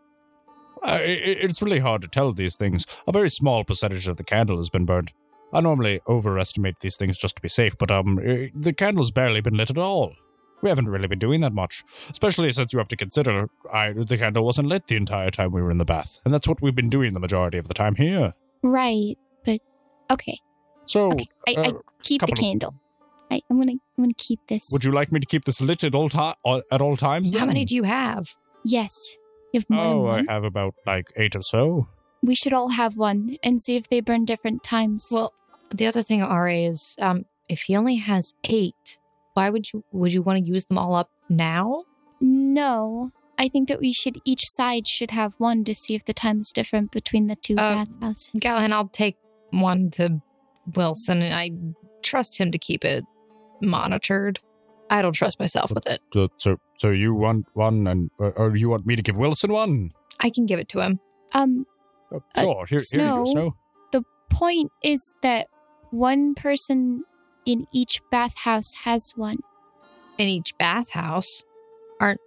Speaker 13: Uh, i i- it's really hard to tell these things. A very small percentage of the candle has been burned. I normally overestimate these things just to be safe, but um, i- the candle's barely been lit at all. We haven't really been doing that much, especially since you have to consider I, the candle wasn't lit the entire time we were in the bath, and that's what we've been doing the majority of the time here.
Speaker 10: Right, but okay.
Speaker 13: So,
Speaker 10: Okay, I, I
Speaker 13: uh,
Speaker 10: keep the
Speaker 13: couple of-
Speaker 10: candle. I, I'm gonna I'm gonna keep this.
Speaker 13: would you like me to keep this lit at all ti- uh, at all times?
Speaker 2: How
Speaker 13: then?
Speaker 2: many do you have?
Speaker 10: Yes. You have more than
Speaker 13: Oh, I
Speaker 10: one.
Speaker 13: have about like eight or so.
Speaker 10: We should all have one and see if they burn different times.
Speaker 2: Well, the other thing, Ra, is um, if he only has eight, why would you would you want to use them all up now?
Speaker 10: no. I think that we should each side should have one to see if the time is different between the two
Speaker 2: Uh,
Speaker 10: bathhouses.
Speaker 2: Callahan, I'll take one to Wilson, and I trust him to keep it monitored. I don't trust myself with it.
Speaker 13: So, so, so you want one, and uh, or you want me to give Wilson one?
Speaker 2: I can give it to him.
Speaker 10: um,
Speaker 13: Oh,
Speaker 10: Uh,
Speaker 13: sure. here, here you go,
Speaker 10: Snow.
Speaker 13: Snow.
Speaker 10: the point is that one person in each bathhouse has one.
Speaker 2: In each bathhouse, aren't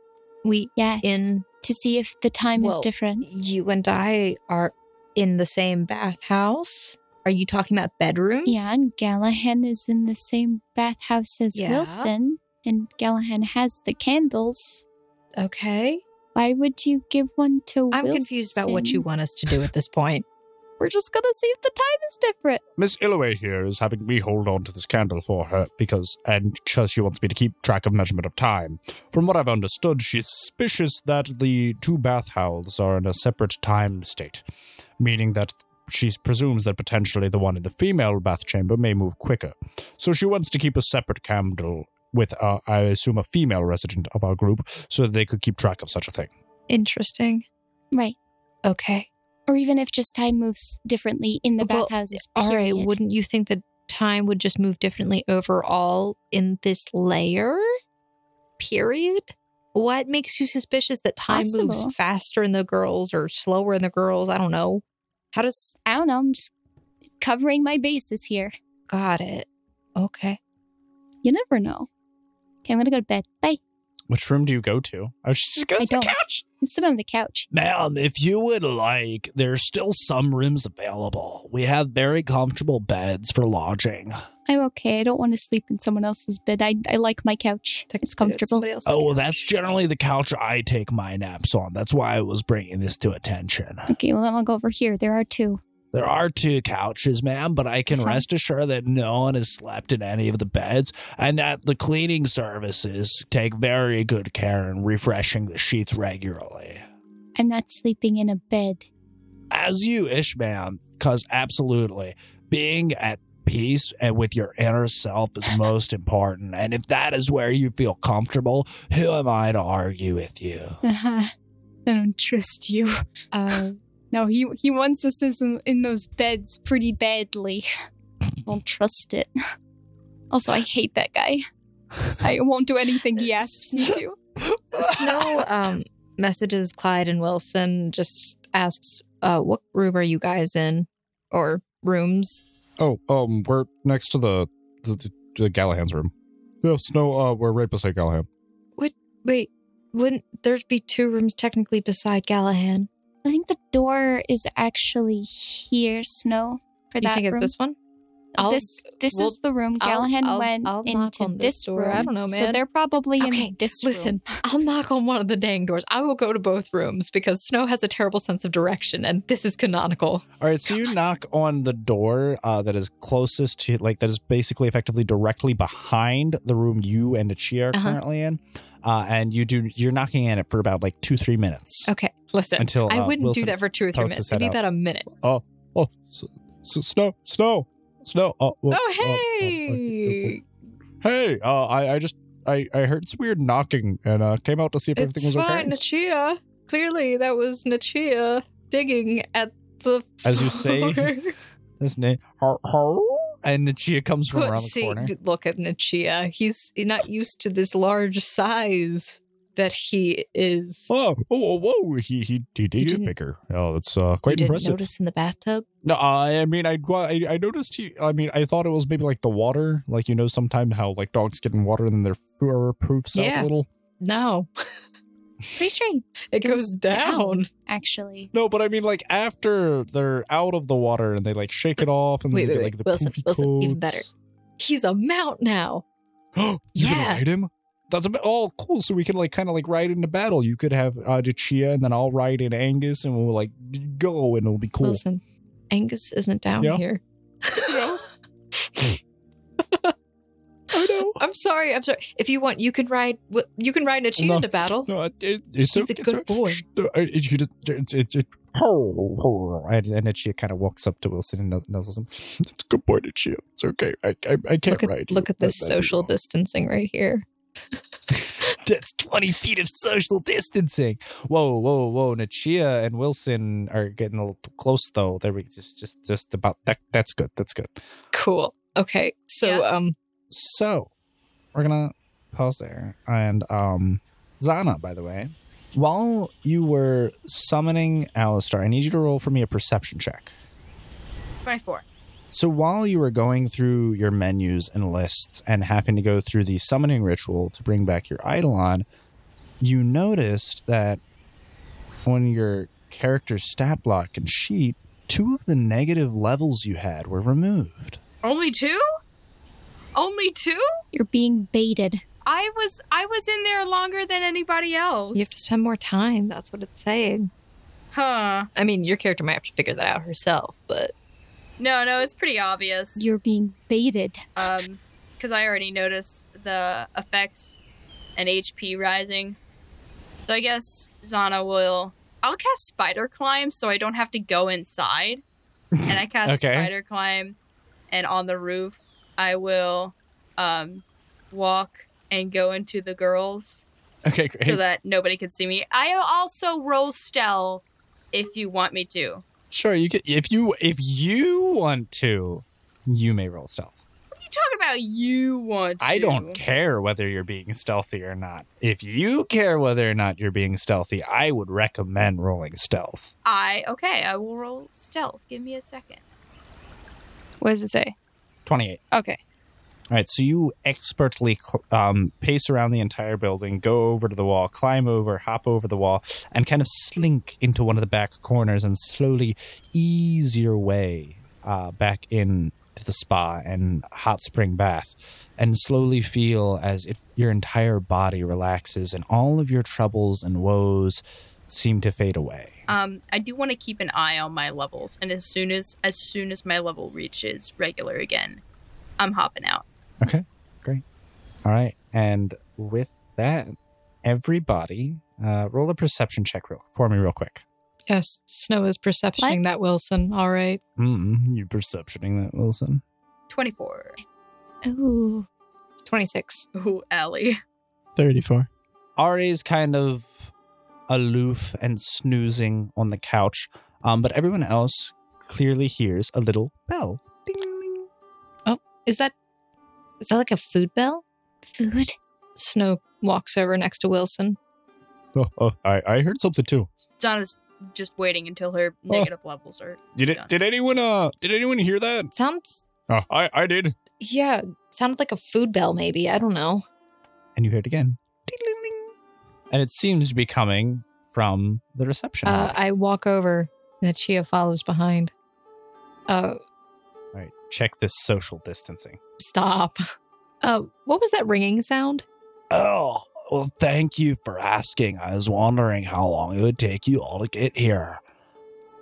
Speaker 2: we
Speaker 10: Yes.
Speaker 2: in?
Speaker 10: to see if the time is
Speaker 2: Well,
Speaker 10: different.
Speaker 2: You and I are in the same bathhouse. Are you talking about bedrooms?
Speaker 10: Yeah, and Gallahan is in the same bathhouse as
Speaker 2: Yeah.
Speaker 10: Wilson, and Gallahan has the candles.
Speaker 2: Okay.
Speaker 10: Why would you give one to
Speaker 2: I'm confused about what you
Speaker 10: Wilson?
Speaker 2: want us to do at this point.
Speaker 10: We're just gonna see if the time is different.
Speaker 13: Miss Illoway here is having me hold on to this candle for her because, and because she wants me to keep track of measurement of time. From what I've understood, she's suspicious that the two bathhouses are in a separate time state, meaning that she presumes that potentially the one in the female bath chamber may move quicker. So she wants to keep a separate candle with, uh, I assume, a female resident of our group so that they could keep track of such a thing.
Speaker 2: Interesting.
Speaker 10: Right.
Speaker 2: Okay.
Speaker 10: Or even if just time moves differently in the
Speaker 2: Well,
Speaker 10: bathhouses.
Speaker 2: All right.
Speaker 10: period.
Speaker 2: Wouldn't you think that time would just move differently overall in this layer? Period. What makes you suspicious that time
Speaker 10: Possible.
Speaker 2: moves faster in the girls or slower in the girls? I don't know. How does.
Speaker 10: I don't know. I'm just covering my bases here.
Speaker 2: Got it. Okay.
Speaker 10: You never know. Okay, I'm gonna go to bed. Bye.
Speaker 29: Which room do you go to? Oh, she just
Speaker 10: I
Speaker 29: goes to the
Speaker 10: don't.
Speaker 29: couch.
Speaker 10: I'm still on the couch.
Speaker 3: Ma'am, if you would like, there's still some rooms available. We have very comfortable beds for lodging.
Speaker 10: I'm okay. I don't want to sleep in someone else's bed. I, I like my couch. It's comfortable.
Speaker 2: Somebody else's
Speaker 3: Oh, well,
Speaker 2: couch.
Speaker 3: that's generally the couch I take my naps on. That's why I was bringing this to attention.
Speaker 10: Okay, well then I'll go over here. There are two.
Speaker 3: There are two couches, ma'am, but I can rest assured that no one has slept in any of the beds and that the cleaning services take very good care in refreshing the sheets regularly.
Speaker 10: I'm not sleeping in a bed.
Speaker 3: As you ish, ma'am, because absolutely being at peace and with your inner self is most important. And if that is where you feel comfortable, who am I to argue with you?
Speaker 41: I don't trust you.
Speaker 2: Uh,
Speaker 41: No, he he wants us in, in those beds pretty badly.
Speaker 10: Don't trust it. Also, I hate that guy.
Speaker 41: I won't do anything he asks me to.
Speaker 2: Snow um, messages Clyde and Wilson, just asks, uh, what room are you guys in? Or rooms?
Speaker 13: Oh, um, we're next to the the, the, Gallahan's room. Yes, no, uh, we're right beside Gallahan.
Speaker 2: Wait, wouldn't there be two rooms technically beside Gallahan?
Speaker 10: I think the door is actually here, Snow. For
Speaker 2: you
Speaker 10: that
Speaker 2: think
Speaker 10: room.
Speaker 2: it's this one?
Speaker 10: this this
Speaker 2: we'll-
Speaker 10: is the room
Speaker 2: I'll-
Speaker 10: Gallahan
Speaker 2: I'll-
Speaker 10: went
Speaker 2: I'll knock
Speaker 10: into
Speaker 2: on this
Speaker 10: this
Speaker 2: door. I
Speaker 10: room.
Speaker 2: don't know,
Speaker 10: So
Speaker 2: man.
Speaker 10: they're probably
Speaker 2: Okay,
Speaker 10: in this room.
Speaker 2: Listen, I'll knock on one of the dang doors. I will go to both rooms because Snow has a terrible sense of direction, and this is canonical.
Speaker 29: All right, so you knock on the door uh, that is closest to, like, that is basically effectively directly behind the room you and Achia are
Speaker 2: Uh-huh.
Speaker 29: currently in, uh, and you do you're knocking at it for about like two three minutes.
Speaker 2: Okay, listen.
Speaker 29: Until,
Speaker 2: I
Speaker 29: uh,
Speaker 2: wouldn't
Speaker 29: Wilson
Speaker 2: do that for two or three
Speaker 29: pokes
Speaker 2: minutes.
Speaker 29: his head
Speaker 2: Maybe
Speaker 29: out.
Speaker 2: about a minute.
Speaker 13: Oh, s s- snow, snow, snow. Oh, well,
Speaker 2: Oh,
Speaker 13: uh,
Speaker 2: hey!
Speaker 13: uh, hey, uh, I, I just, I, I heard some weird knocking and uh, came out to see if everything
Speaker 2: it's
Speaker 13: was
Speaker 2: fine,
Speaker 13: okay.
Speaker 2: Nachia. Clearly, that was Nachia digging at the
Speaker 29: As you say,
Speaker 2: floor.
Speaker 29: This name, har, har, and Achia comes from around the
Speaker 2: See,
Speaker 29: corner.
Speaker 2: Look at Nachia. He's not used to this large size that he is.
Speaker 13: Oh, oh, whoa, whoa! He, he, he did get
Speaker 2: didn't-
Speaker 13: bigger. Oh, that's uh, quite
Speaker 2: you didn't
Speaker 13: impressive.
Speaker 2: notice in the bathtub.
Speaker 13: No, I I mean, I, well, I, I noticed he. I mean, I thought it was maybe like the water. Like you know, sometimes how like dogs get in water and then their fur proofs out
Speaker 2: Yeah.
Speaker 13: a little.
Speaker 2: No,
Speaker 10: Pretty sure he-
Speaker 2: it goes down.
Speaker 10: actually.
Speaker 13: No, but I mean, like after they're out of the water and they like shake it off and
Speaker 2: Wait,
Speaker 13: they
Speaker 2: wait, wait.
Speaker 13: get, like the
Speaker 2: Wilson,
Speaker 13: poofy
Speaker 2: Wilson, even
Speaker 13: coats.
Speaker 2: He's a mount now.
Speaker 13: you can
Speaker 2: Yeah.
Speaker 13: ride him. That's a bit, oh cool. So we can like kind of like ride into battle. You could have uh, Dachia and then I'll ride in Angus and we'll like go and it'll be cool.
Speaker 2: Wilson, Angus isn't down
Speaker 13: Yeah.
Speaker 2: here. oh no! I'm sorry. I'm sorry. If you want, you can ride. wi- You can ride a cheetah
Speaker 42: No.
Speaker 2: to battle.
Speaker 42: No, it, it, it's
Speaker 2: He's a
Speaker 42: okay,
Speaker 2: good
Speaker 42: it's-
Speaker 2: boy.
Speaker 42: Shh, no, it- it- you just, it's- it's- it- oh, oh, and, and then she kind of walks up to Wilson and nu- nuzzles him. It's a good boy to cheer. It's okay. I, I, I can't
Speaker 2: Look
Speaker 42: ride.
Speaker 2: at, look at this social distancing right here.
Speaker 13: That's 20 feet of social distancing. Whoa, whoa, whoa. Nachia and Wilson are getting a little too close though. There we just just just about that that's good. That's good.
Speaker 2: Cool. Okay. So um,
Speaker 13: So we're gonna pause there. And um Zana, by the way. While you were summoning Alistar, I need you to roll for me a perception check.
Speaker 8: 24.
Speaker 13: So while you were going through your menus and lists and having to go through the summoning ritual to bring back your Eidolon, you noticed that on your character's stat block and sheet, two of the negative levels you had were removed.
Speaker 43: Only two? Only two?
Speaker 10: You're being baited.
Speaker 43: I was I was in there longer than anybody else.
Speaker 2: you have to spend more time. That's what it's saying.
Speaker 43: Huh.
Speaker 2: I mean, your character might have to figure that out herself, but
Speaker 8: No, no, it's pretty obvious.
Speaker 10: You're being baited.
Speaker 8: Um, because I already noticed the effects and HP rising. So I guess Zana will. I'll cast Spider Climb so I don't have to go inside. And I cast
Speaker 13: Okay.
Speaker 8: Spider Climb, and on the roof, I will um, walk and go into the girls
Speaker 13: Okay, great.
Speaker 8: so that nobody can see me. I also roll stealth if you want me to.
Speaker 13: sure, you can if you if you want to, you may roll stealth.
Speaker 8: What are you talking about? You want to?
Speaker 13: I don't care whether you're being stealthy or not. If you care whether or not you're being stealthy, I would recommend rolling stealth.
Speaker 8: I okay. I will roll stealth. Give me a second.
Speaker 43: What does it say?
Speaker 13: 28.
Speaker 43: Okay.
Speaker 13: All right, so you expertly cl- um, pace around the entire building, go over to the wall, climb over, hop over the wall, and kind of slink into one of the back corners and slowly ease your way uh, back in to the spa and hot spring bath, and slowly feel as if your entire body relaxes and all of your troubles and woes seem to fade away.
Speaker 8: Um, I do want to keep an eye on my levels, and as soon as as soon as my level reaches regular again, I'm hopping out.
Speaker 13: Okay, great. All right, and with that, everybody, uh, roll a perception check real, for me, real quick.
Speaker 2: yes, Snow is perceptioning
Speaker 10: What?
Speaker 2: that Wilson. All right.
Speaker 42: Mm-hmm.
Speaker 13: Mm, you perceptioning that, Wilson?
Speaker 8: Twenty four.
Speaker 10: Ooh.
Speaker 2: 26.
Speaker 8: Ooh, Ellie.
Speaker 44: 34.
Speaker 13: Ari's kind of aloof and snoozing on the couch, um, but everyone else clearly hears a little bell.
Speaker 2: Is that is that like a food bell?
Speaker 10: Food?
Speaker 2: Snow walks over next to Wilson.
Speaker 42: Oh, oh, I, I heard something too.
Speaker 8: Donna's just waiting until her
Speaker 13: Oh.
Speaker 8: negative levels are.
Speaker 42: Did it?
Speaker 8: done.
Speaker 42: Did anyone? Uh, did anyone hear that?
Speaker 2: Sounds
Speaker 13: Oh.
Speaker 42: Uh, I I did.
Speaker 2: yeah, sounded like a food bell maybe. I don't know.
Speaker 13: And you hear it again. And it seems to be coming from the reception.
Speaker 2: Uh,
Speaker 13: lobby.
Speaker 2: I walk over. Nachia follows behind. Uh,
Speaker 13: All right, check this social distancing.
Speaker 2: stop. Uh, what was that ringing sound?
Speaker 3: Oh, well, thank you for asking. I was wondering how long it would take you all to get here.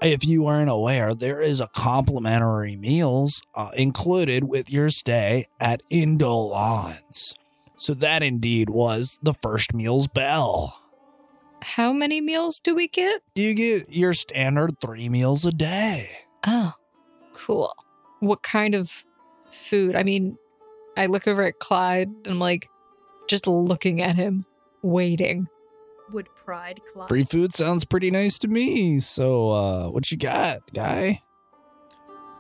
Speaker 3: If you weren't aware, there is a complimentary meals uh, included with your stay at Indolence. So that indeed was the first meal's bell.
Speaker 2: How many meals do we get?
Speaker 3: You get your standard three meals a day.
Speaker 2: Oh, cool. What kind of food? I mean, I look over at Clyde and I'm like, just looking at him, waiting.
Speaker 8: Would pride climb?
Speaker 45: Free food sounds pretty nice to me. So, uh, what you got, guy?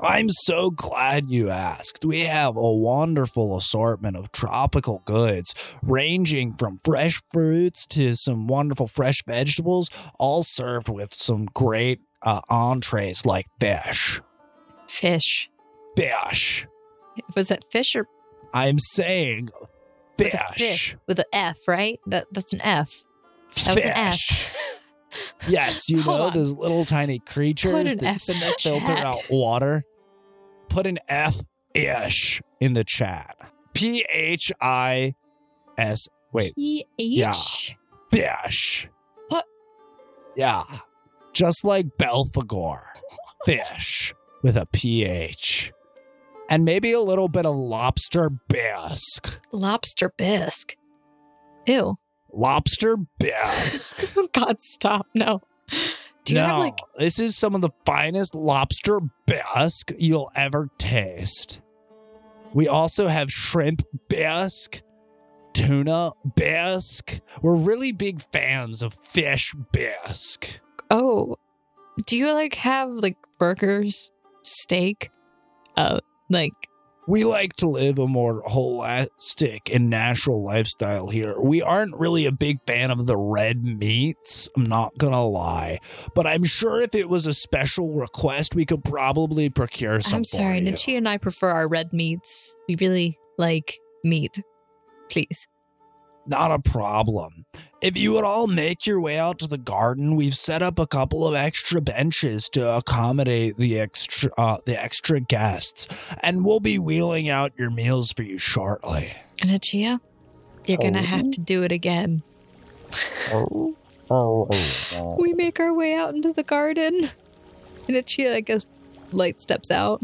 Speaker 3: I'm so glad you asked. We have a wonderful assortment of tropical goods, ranging from fresh fruits to some wonderful fresh vegetables, all served with some great uh, entrees like fish.
Speaker 2: Fish.
Speaker 3: Fish.
Speaker 2: Was that fish or
Speaker 3: I'm saying
Speaker 2: with a
Speaker 3: fish.
Speaker 2: fish with an F? Right. That that's an F. That was an F.
Speaker 3: yes, you
Speaker 2: Hold
Speaker 3: know
Speaker 2: on.
Speaker 3: those little tiny
Speaker 2: Put
Speaker 3: creatures
Speaker 2: an
Speaker 3: that
Speaker 2: F in the
Speaker 3: filter
Speaker 2: chat.
Speaker 3: out water. Put an F ish in the chat. P H I S Wait.
Speaker 10: P H.
Speaker 3: Yeah. fish.
Speaker 2: What?
Speaker 3: Yeah. Just like Belphegor. fish with a PH. and maybe a little bit of lobster bisque.
Speaker 2: Lobster bisque. Ew.
Speaker 3: Lobster bisque.
Speaker 2: God, stop. No. Do you
Speaker 3: no,
Speaker 2: have like
Speaker 3: this is some of the finest lobster bisque you'll ever taste. We also have shrimp bisque, tuna bisque. We're really big fans of fish bisque.
Speaker 2: oh do you like have like burgers, steak? Uh like
Speaker 3: We like to live a more holistic and natural lifestyle here. We aren't really a big fan of the red meats, I'm not gonna lie. But I'm sure if it was a special request, we could probably procure some.
Speaker 2: I'm sorry,
Speaker 3: for you.
Speaker 2: Nichi and I prefer our red meats. We really like meat. Please.
Speaker 3: Not a problem. If you would all make your way out to the garden, we've set up a couple of extra benches to accommodate the extra uh, the extra guests, and we'll be wheeling out your meals for you shortly.
Speaker 2: Anachia, you're gonna have to do it again. We make our way out into the garden. Anachia, I guess, light steps out.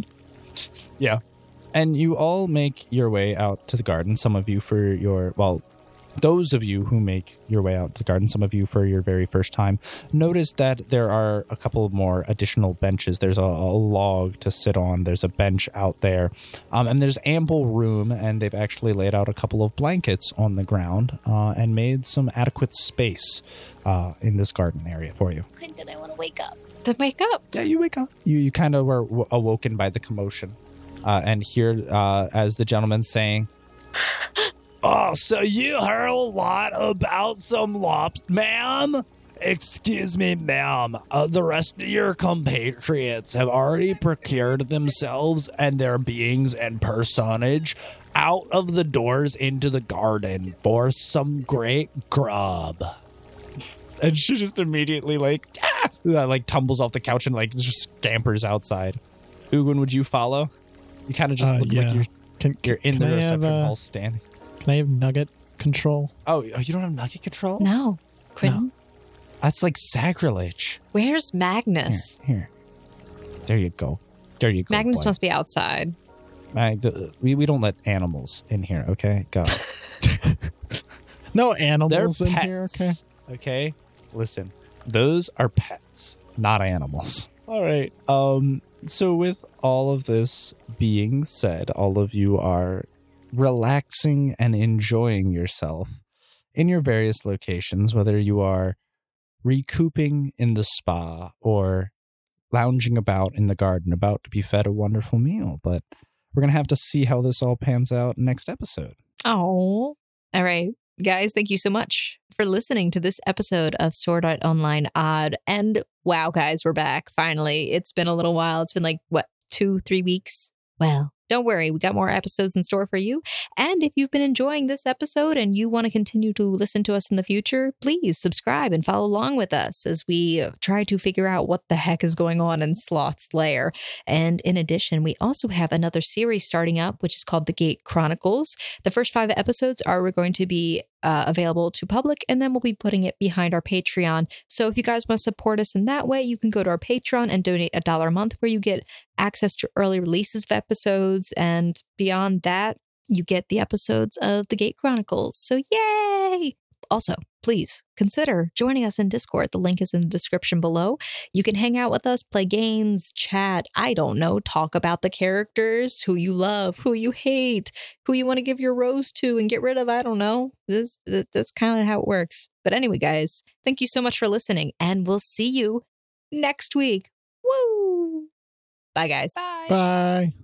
Speaker 13: Yeah. And you all make your way out to the garden. Some of you for your, well, those of you who make your way out to the garden, some of you for your very first time, notice that there are a couple more additional benches. There's a, a log to sit on, there's a bench out there, um, and there's ample room, and they've actually laid out a couple of blankets on the ground uh, and made some adequate space uh, in this garden area for you.
Speaker 10: Clinton, I want to wake up.
Speaker 2: Then wake up.
Speaker 13: Yeah, you wake up. You you kind of were w- awoken by the commotion, uh, and here uh, as the gentleman's saying,
Speaker 29: Oh, so you heard a lot about some lobster, ma'am? Excuse me, ma'am. Uh, the rest of your compatriots have already procured themselves and their beings and personage out of the doors into the garden for some great grub.
Speaker 13: and she just immediately like "Ah!" Uh, like tumbles off the couch and like just scampers outside. Ugwin, would you follow? You kind of just
Speaker 7: Uh,
Speaker 13: look
Speaker 7: yeah.
Speaker 13: like you're
Speaker 7: Can,
Speaker 13: you're in
Speaker 7: can
Speaker 13: the
Speaker 7: I have,
Speaker 13: reception
Speaker 7: uh,
Speaker 13: hall standing.
Speaker 7: Can I have nugget control?
Speaker 13: Oh, you don't have nugget control?
Speaker 2: No. Quentin,
Speaker 13: That's like sacrilege.
Speaker 2: where's Magnus?
Speaker 13: Here, there you go. There you go.
Speaker 2: Magnus
Speaker 13: boy.
Speaker 2: must be outside.
Speaker 13: Mag- the- we we don't let animals in here. Okay, go.
Speaker 7: No
Speaker 13: They're
Speaker 7: animals in
Speaker 13: pets.
Speaker 7: here. Okay.
Speaker 13: Okay. Listen, those are pets, not animals. All right. Um. So with all of this being said, all of you are relaxing and enjoying yourself in your various locations, whether you are recouping in the spa or lounging about in the garden, about to be fed a wonderful meal. But we're gonna have to see how this all pans out next episode.
Speaker 2: Oh. All right. Guys, thank you so much for listening to this episode of Sword Art Online Odd. And wow, guys, we're back finally. It's been a little while. It's been like, what, two, three weeks? Well, don't worry. We got more episodes in store for you. And if you've been enjoying this episode and you want to continue to listen to us in the future, please subscribe and follow along with us as we uh, try to figure out what the heck is going on in Sloth's Lair. And in addition, we also have another series starting up, which is called The Gate Chronicles. The first five episodes are going to be uh, available to public, and then we'll be putting it behind our Patreon. So if you guys want to support us in that way, you can go to our Patreon and donate a dollar a month, where you get access to early releases of episodes. And beyond that, you get the episodes of The Gate Chronicles. So yay! Also, please consider joining us in Discord. The link is in the description below. You can hang out with us, play games, chat, I don't know, talk about the characters, who you love, who you hate, who you want to give your rose to and get rid of. I don't know. This th- that's kind of how it works. But anyway, guys, thank you so much for listening, and we'll see you next week. Woo! Bye, guys.
Speaker 7: Bye.